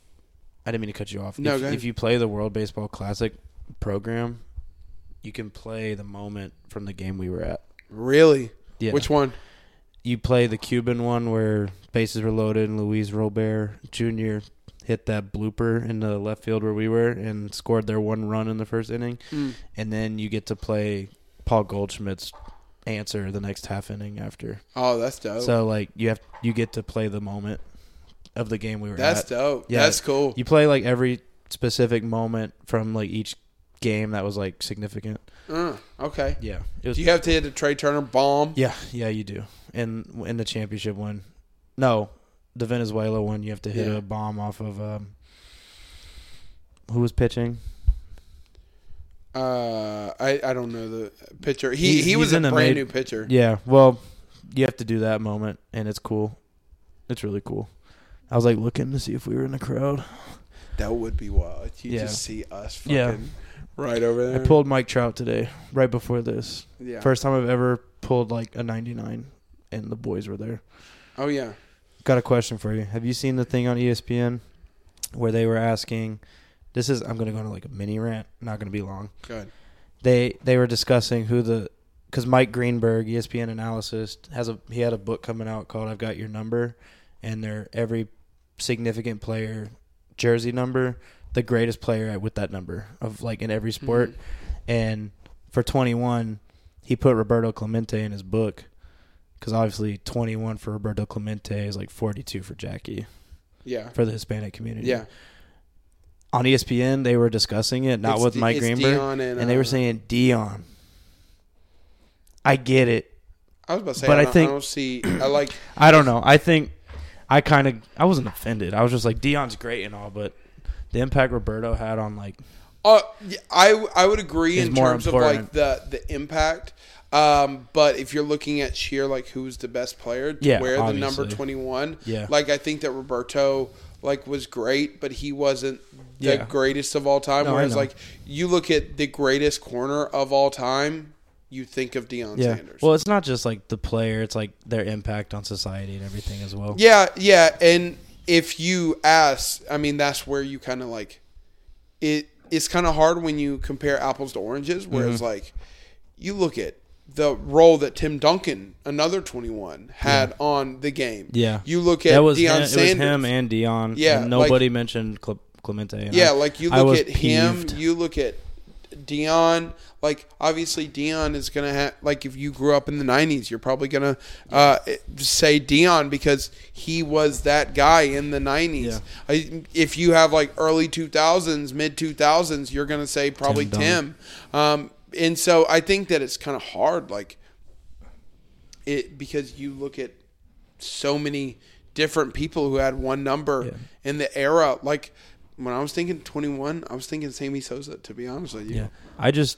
[SPEAKER 1] I didn't mean to cut you off.
[SPEAKER 2] No,
[SPEAKER 1] if,
[SPEAKER 2] go ahead.
[SPEAKER 1] if you play the World Baseball Classic program, you can play the moment from the game we were at.
[SPEAKER 2] Really?
[SPEAKER 1] Yeah.
[SPEAKER 2] Which one?
[SPEAKER 1] You play the Cuban one where bases were loaded and Luis Robert Jr. hit that blooper in the left field where we were and scored their one run in the first inning.
[SPEAKER 2] Hmm.
[SPEAKER 1] And then you get to play Paul Goldschmidt's answer the next half inning after.
[SPEAKER 2] Oh, that's dope.
[SPEAKER 1] So like you have you get to play the moment of the game we were
[SPEAKER 2] that's
[SPEAKER 1] at.
[SPEAKER 2] dope.
[SPEAKER 1] uh, Yeah.
[SPEAKER 2] That's cool.
[SPEAKER 1] You play like every specific moment from like each game that was like significant.
[SPEAKER 2] Mm, okay.
[SPEAKER 1] Yeah. It was
[SPEAKER 2] Do you have to hit a Trey Turner bomb?
[SPEAKER 1] Yeah, yeah, you do. And in the championship one. No, the Venezuela one you have to hit
[SPEAKER 2] Yeah.
[SPEAKER 1] a bomb off of um who was pitching?
[SPEAKER 2] Uh, I, I don't know the pitcher. He
[SPEAKER 1] He's-
[SPEAKER 2] he was
[SPEAKER 1] he's
[SPEAKER 2] a
[SPEAKER 1] in a
[SPEAKER 2] brand
[SPEAKER 1] mid-
[SPEAKER 2] new pitcher.
[SPEAKER 1] Yeah, well, you have to do that moment and it's cool. It's really cool. I was like looking to see if we were in the crowd.
[SPEAKER 2] That would be wild. You
[SPEAKER 1] Yeah.
[SPEAKER 2] just see us fucking
[SPEAKER 1] Yeah.
[SPEAKER 2] right over
[SPEAKER 1] I
[SPEAKER 2] there.
[SPEAKER 1] pulled Mike Trout today, right before this.
[SPEAKER 2] yeah.
[SPEAKER 1] First time I've ever pulled like a 99 and the boys were there.
[SPEAKER 2] Oh yeah.
[SPEAKER 1] Got a question for you. Have you seen the thing on E ESPN where they were asking? This is I'm going to go on like a mini rant. Not going to be long.
[SPEAKER 2] Good.
[SPEAKER 1] They they were discussing who the because Mike Greenberg, E ESPN analysis, has a he had a book coming out called "I've Got Your Number," and they're every significant player jersey number, the greatest player at- with that number of like in every sport,
[SPEAKER 2] Mm-hmm.
[SPEAKER 1] and for 21, he put Roberto Clemente in his book. Because obviously, 21 for Roberto Clemente is like 42 for Jackie
[SPEAKER 2] Yeah.
[SPEAKER 1] for the Hispanic community.
[SPEAKER 2] Yeah.
[SPEAKER 1] On E ESPN, they were discussing it, not
[SPEAKER 2] It's
[SPEAKER 1] with
[SPEAKER 2] D-
[SPEAKER 1] Mike
[SPEAKER 2] it's
[SPEAKER 1] Greenberg,
[SPEAKER 2] Dion and,
[SPEAKER 1] and, they were
[SPEAKER 2] uh,
[SPEAKER 1] saying Dion. I get it.
[SPEAKER 2] I was about to say,
[SPEAKER 1] But
[SPEAKER 2] I,
[SPEAKER 1] I
[SPEAKER 2] don't,
[SPEAKER 1] think-
[SPEAKER 2] I don't see. I like.
[SPEAKER 1] I don't know. I think I kind of I wasn't offended. I was just like Dion's great and all, but the impact Roberto had on like
[SPEAKER 2] Uh, yeah, I I would agree
[SPEAKER 1] Is
[SPEAKER 2] in
[SPEAKER 1] more
[SPEAKER 2] terms of like
[SPEAKER 1] important.
[SPEAKER 2] the the impact. Um, but if you're looking at sheer like who's the best player, to
[SPEAKER 1] Yeah,
[SPEAKER 2] wear the number
[SPEAKER 1] obviously.
[SPEAKER 2] 21.
[SPEAKER 1] Yeah.
[SPEAKER 2] Like I think that Roberto like was great, but he wasn't the
[SPEAKER 1] Yeah.
[SPEAKER 2] greatest of all time.
[SPEAKER 1] No, I
[SPEAKER 2] Whereas
[SPEAKER 1] know.
[SPEAKER 2] like you look at the greatest corner of all time, you think of Deion
[SPEAKER 1] yeah.
[SPEAKER 2] Sanders.
[SPEAKER 1] Well, it's not just like the player; it's like their impact on society and everything as well.
[SPEAKER 2] Yeah, yeah, and if you ask, I mean, that's where you kind of like it. It's kind of hard when you compare apples to oranges, whereas
[SPEAKER 1] Mm-hmm.
[SPEAKER 2] like you look at the role that Tim Duncan, another twenty-one, had on the game.
[SPEAKER 1] Yeah.
[SPEAKER 2] you look at
[SPEAKER 1] that was
[SPEAKER 2] Deion
[SPEAKER 1] him,
[SPEAKER 2] Sanders.
[SPEAKER 1] It was him and Dion.
[SPEAKER 2] Yeah,
[SPEAKER 1] and
[SPEAKER 2] like-
[SPEAKER 1] nobody mentioned Cle- Clemente. and
[SPEAKER 2] yeah,
[SPEAKER 1] I-
[SPEAKER 2] like you
[SPEAKER 1] I
[SPEAKER 2] look
[SPEAKER 1] was
[SPEAKER 2] at him,
[SPEAKER 1] peeved.
[SPEAKER 2] you look at Dion. Like obviously, Dion is gonna have like if you grew up in the '90s, you're probably gonna uh, say Dion because he was that guy in the '90s.
[SPEAKER 1] Yeah.
[SPEAKER 2] I, if you have like early 2000s, mid 2000s, you're gonna say probably
[SPEAKER 1] Tim
[SPEAKER 2] Tim.
[SPEAKER 1] Dunn.
[SPEAKER 2] Um, and so I think that it's kind of hard, like it because you look at so many different people who had one number in the era. Like when I was thinking 21, I was thinking Sammy Sosa. To be honest with you,
[SPEAKER 1] Yeah, I just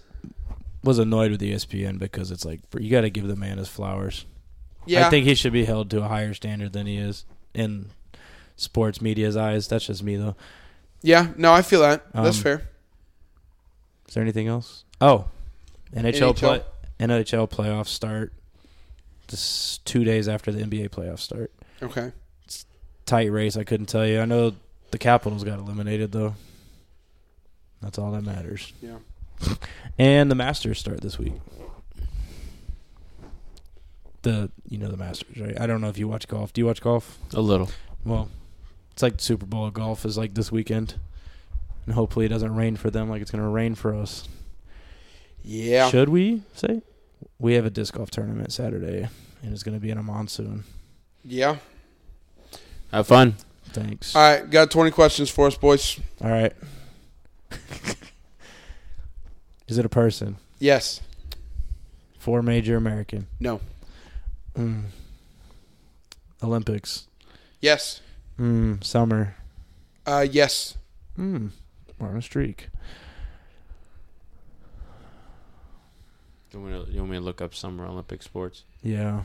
[SPEAKER 1] was annoyed with E ESPN because it's like you got to give the man his flowers.
[SPEAKER 2] yeah,
[SPEAKER 1] I think he should be held to a higher standard than he is in sports media's eyes. That's just me though.
[SPEAKER 2] yeah. No, I feel that. That's
[SPEAKER 1] Um,
[SPEAKER 2] fair.
[SPEAKER 1] Is there anything else? Oh, NHL,
[SPEAKER 2] NHL.
[SPEAKER 1] play NHL playoffs start this two days after the NBA playoffs start.
[SPEAKER 2] Okay.
[SPEAKER 1] Tight race. I couldn't tell you. I know the Capitals got eliminated though. That's all that matters.
[SPEAKER 2] Yeah.
[SPEAKER 1] and the Masters start this week. The you know the Masters, right? I don't know if you watch golf. Do you watch golf?
[SPEAKER 3] A little.
[SPEAKER 1] Well, it's like the Super Bowl of golf is like this weekend, and hopefully it doesn't rain for them like it's gonna rain for us.
[SPEAKER 2] Yeah.
[SPEAKER 1] Should we say we have a disc golf tournament Saturday, and it's gonna be in a monsoon?
[SPEAKER 2] Yeah.
[SPEAKER 3] Have fun.
[SPEAKER 1] Thanks.
[SPEAKER 2] All right. Got 20 questions for us, boys.
[SPEAKER 1] All right. Is it a person?
[SPEAKER 2] Yes.
[SPEAKER 1] Four major American.
[SPEAKER 2] No.
[SPEAKER 1] Mm. Olympics.
[SPEAKER 2] Yes.
[SPEAKER 1] Mm. Summer.
[SPEAKER 2] Uh, yes.
[SPEAKER 1] Mm. We're on a streak.
[SPEAKER 3] Do you, want me to, you want me to look up summer Olympic sports?
[SPEAKER 1] Yeah.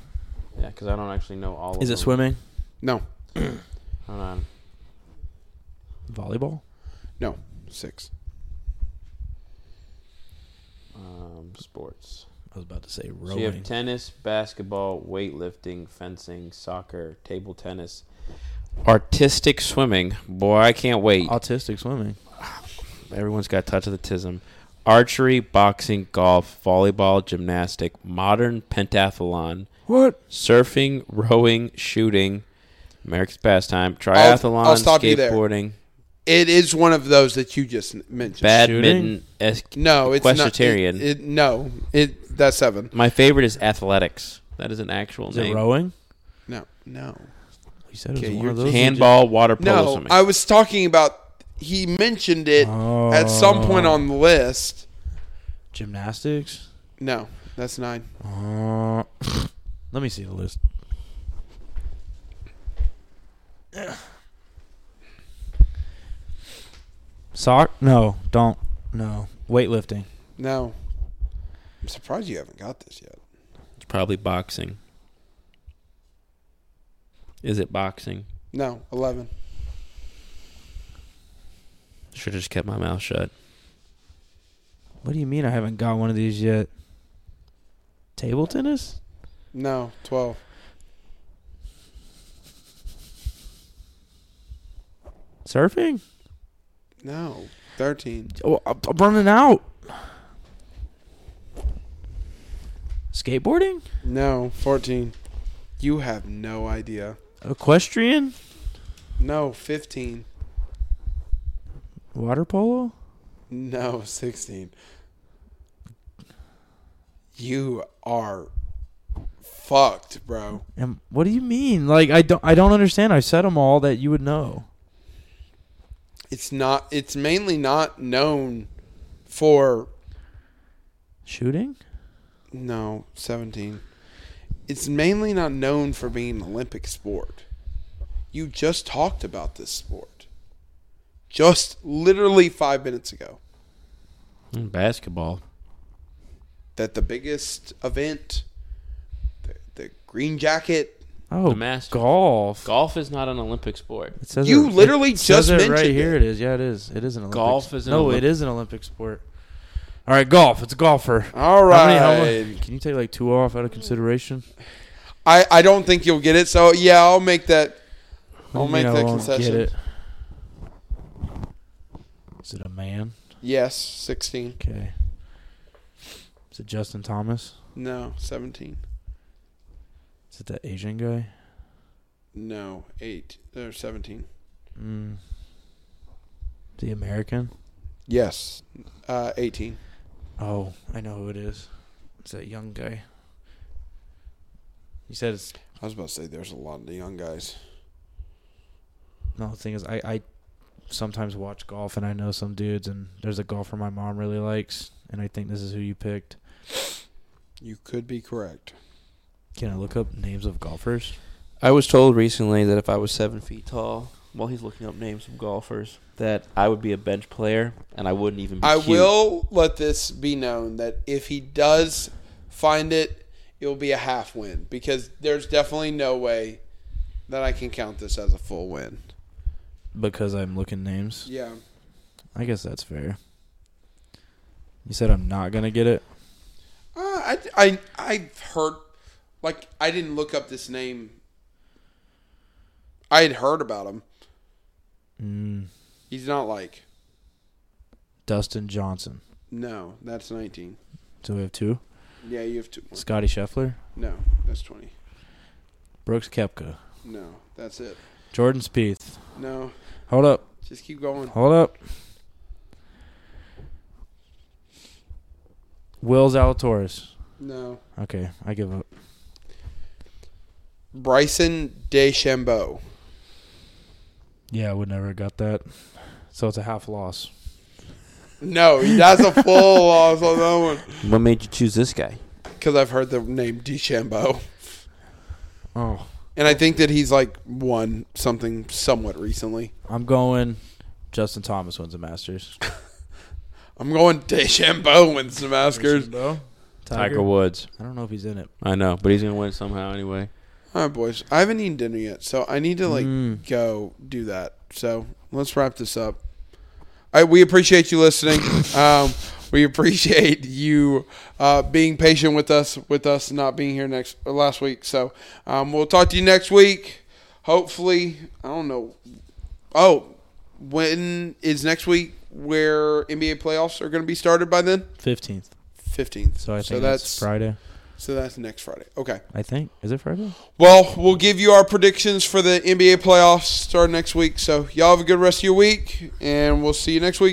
[SPEAKER 3] Yeah, because I don't actually know all of
[SPEAKER 1] Is
[SPEAKER 3] them.
[SPEAKER 1] it swimming?
[SPEAKER 2] No.
[SPEAKER 3] Hold on.
[SPEAKER 1] Volleyball.
[SPEAKER 2] No. Six.
[SPEAKER 3] Um, sports.
[SPEAKER 1] I was about to say
[SPEAKER 3] So you have
[SPEAKER 1] rowing.
[SPEAKER 3] tennis, basketball, weightlifting, fencing, soccer, table tennis, artistic swimming. Boy, I can't wait.
[SPEAKER 1] Autistic swimming.
[SPEAKER 3] Everyone's got touch of the tism. Archery, boxing, golf, volleyball, gymnastic, modern pentathlon,
[SPEAKER 1] What?
[SPEAKER 3] surfing, rowing, shooting, America's pastime, triathlon,
[SPEAKER 2] I'll stop you there.
[SPEAKER 3] skateboarding,
[SPEAKER 2] It is one of those that you just n- mentioned.
[SPEAKER 3] badminton. Es-
[SPEAKER 2] no, it's
[SPEAKER 3] Equestrian.
[SPEAKER 2] not. It, it, no, it that's seven.
[SPEAKER 3] My favorite is athletics. That is an actual
[SPEAKER 1] Is it
[SPEAKER 3] name.
[SPEAKER 1] rowing?
[SPEAKER 2] No, no,
[SPEAKER 1] You said it
[SPEAKER 2] Okay,
[SPEAKER 1] was one
[SPEAKER 2] you're
[SPEAKER 1] of those.
[SPEAKER 3] Handball, water polo
[SPEAKER 2] no.
[SPEAKER 3] swimming.
[SPEAKER 2] I was talking about. He mentioned it at some point
[SPEAKER 1] Oh.
[SPEAKER 2] on the list.
[SPEAKER 1] Gymnastics.
[SPEAKER 2] No, that's nine.
[SPEAKER 1] Uh, let me see the list. Sock? No, don't. No. Weightlifting.
[SPEAKER 2] No, I'm surprised you haven't got this yet.
[SPEAKER 3] It's probably boxing. Is it boxing?
[SPEAKER 2] No, eleven.
[SPEAKER 3] Should have just kept my mouth shut.
[SPEAKER 1] What do you mean I haven't got one of these yet? Table tennis?
[SPEAKER 2] No, twelve.
[SPEAKER 1] Surfing?
[SPEAKER 2] No, thirteen.
[SPEAKER 1] Oh, I'm, I'm running out. Skateboarding?
[SPEAKER 2] No, fourteen. You have no idea.
[SPEAKER 1] Equestrian?
[SPEAKER 2] No, fifteen.
[SPEAKER 1] Water polo?
[SPEAKER 2] No, 16. You are fucked, bro.
[SPEAKER 1] And what do you mean? Like I don't I don't understand. I said them all that you would know.
[SPEAKER 2] It's not it's mainly not known for
[SPEAKER 1] Shooting?
[SPEAKER 2] no, 17. It's mainly not known for being an Olympic sport. You just talked about this sport. Just literally 5 minutes ago
[SPEAKER 3] Mm, Basketball.
[SPEAKER 2] that the biggest event the, the green jacket
[SPEAKER 1] Oh,
[SPEAKER 3] The Masters.
[SPEAKER 1] golf.
[SPEAKER 3] Golf is not an Olympic sport.
[SPEAKER 1] It says
[SPEAKER 2] You
[SPEAKER 1] it-
[SPEAKER 2] literally
[SPEAKER 1] it says
[SPEAKER 2] just
[SPEAKER 1] it right
[SPEAKER 2] mentioned
[SPEAKER 1] here.
[SPEAKER 2] it.
[SPEAKER 1] It is. Yeah, it is. It is an Olympic.
[SPEAKER 3] Golf is an
[SPEAKER 1] no,
[SPEAKER 3] Olymp-
[SPEAKER 1] it is an Olympic sport. All right, golf. It's a golfer.
[SPEAKER 2] All
[SPEAKER 1] How many- how
[SPEAKER 2] right.
[SPEAKER 1] mu- can you take like two off out of consideration?
[SPEAKER 2] I, I don't think you'll get it. So yeah, I'll make that.
[SPEAKER 1] What
[SPEAKER 2] I'll
[SPEAKER 1] do you mean
[SPEAKER 2] make
[SPEAKER 1] I
[SPEAKER 2] that
[SPEAKER 1] won't get
[SPEAKER 2] concession.
[SPEAKER 1] it? Is it a man?
[SPEAKER 2] Yes, sixteen.
[SPEAKER 1] Okay. Is it Justin Thomas?
[SPEAKER 2] No, seventeen.
[SPEAKER 1] Is it that Asian guy?
[SPEAKER 2] No, eight or seventeen.
[SPEAKER 1] Mm. The American?
[SPEAKER 2] Yes, uh, eighteen.
[SPEAKER 1] Oh, I know who it is. It's that young guy. You said it's
[SPEAKER 2] I was about to say there's a lot of the young guys.
[SPEAKER 1] No, the thing is, I, I sometimes watch golf and I know some dudes, and there's a golfer my mom really likes, and I think this is who you picked.
[SPEAKER 2] You could be correct.
[SPEAKER 1] Can I look up names of golfers?
[SPEAKER 8] I was told recently that if I was seven feet tall, while he's looking up names of golfers, that I would be a bench player and I wouldn't even. be
[SPEAKER 2] I
[SPEAKER 8] cute.
[SPEAKER 2] will let this be known that if he does find it, it will be a half win because there's definitely no way that I can count this as a full win.
[SPEAKER 1] Because I'm looking names.
[SPEAKER 2] Yeah.
[SPEAKER 1] I guess that's fair. You said I'm not gonna get it.
[SPEAKER 2] Uh, I, I, I've heard, like, I didn't look up this name. I had heard about him.
[SPEAKER 1] Mm,
[SPEAKER 2] He's not like,
[SPEAKER 1] Dustin Johnson.
[SPEAKER 2] No, that's 19.
[SPEAKER 1] So we have two.
[SPEAKER 2] Yeah, you have two more.
[SPEAKER 1] Scotty Scheffler,
[SPEAKER 2] No, that's 20.
[SPEAKER 1] Brooks Kepka,
[SPEAKER 2] No, that's it.
[SPEAKER 1] Jordan Spieth.
[SPEAKER 2] No,
[SPEAKER 1] Hold up.
[SPEAKER 2] just keep going.
[SPEAKER 1] Hold up. Will Zalatoris.
[SPEAKER 2] No.
[SPEAKER 1] Okay, I give up.
[SPEAKER 2] Bryson DeChambeau.
[SPEAKER 1] Yeah, I would never have got that. So it's a half loss.
[SPEAKER 2] No, that's a full loss on that one.
[SPEAKER 8] What made you choose this guy?
[SPEAKER 2] Because I've heard the name DeChambeau.
[SPEAKER 1] Oh,
[SPEAKER 2] And I think that he's like won something somewhat recently.
[SPEAKER 1] I'm going. Justin Thomas wins the Masters.
[SPEAKER 2] I'm going DeChambeau wins the Masters.
[SPEAKER 1] Tiger?
[SPEAKER 3] Tiger Woods.
[SPEAKER 1] I don't know if he's in it.
[SPEAKER 3] I know, but he's gonna win somehow anyway.
[SPEAKER 2] All right, boys. I haven't eaten dinner yet, so I need to like
[SPEAKER 1] Mm.
[SPEAKER 2] go do that. So let's wrap this up. All right, we appreciate you listening. um, we appreciate you uh, being patient with us, with us not being here next or last week. So um, we'll talk to you next week. Hopefully, I don't know. Oh, when is next week? Where NBA playoffs are going to be started by then?
[SPEAKER 1] 15th.
[SPEAKER 2] Fifteenth.
[SPEAKER 1] So I think
[SPEAKER 2] that's
[SPEAKER 1] that's Friday.
[SPEAKER 2] so that's next Friday. Okay.
[SPEAKER 1] I think. Is it Friday?
[SPEAKER 2] Well, we'll give you our predictions for the NBA playoffs starting next week. So, y'all have a good rest of your week, and we'll see you next week.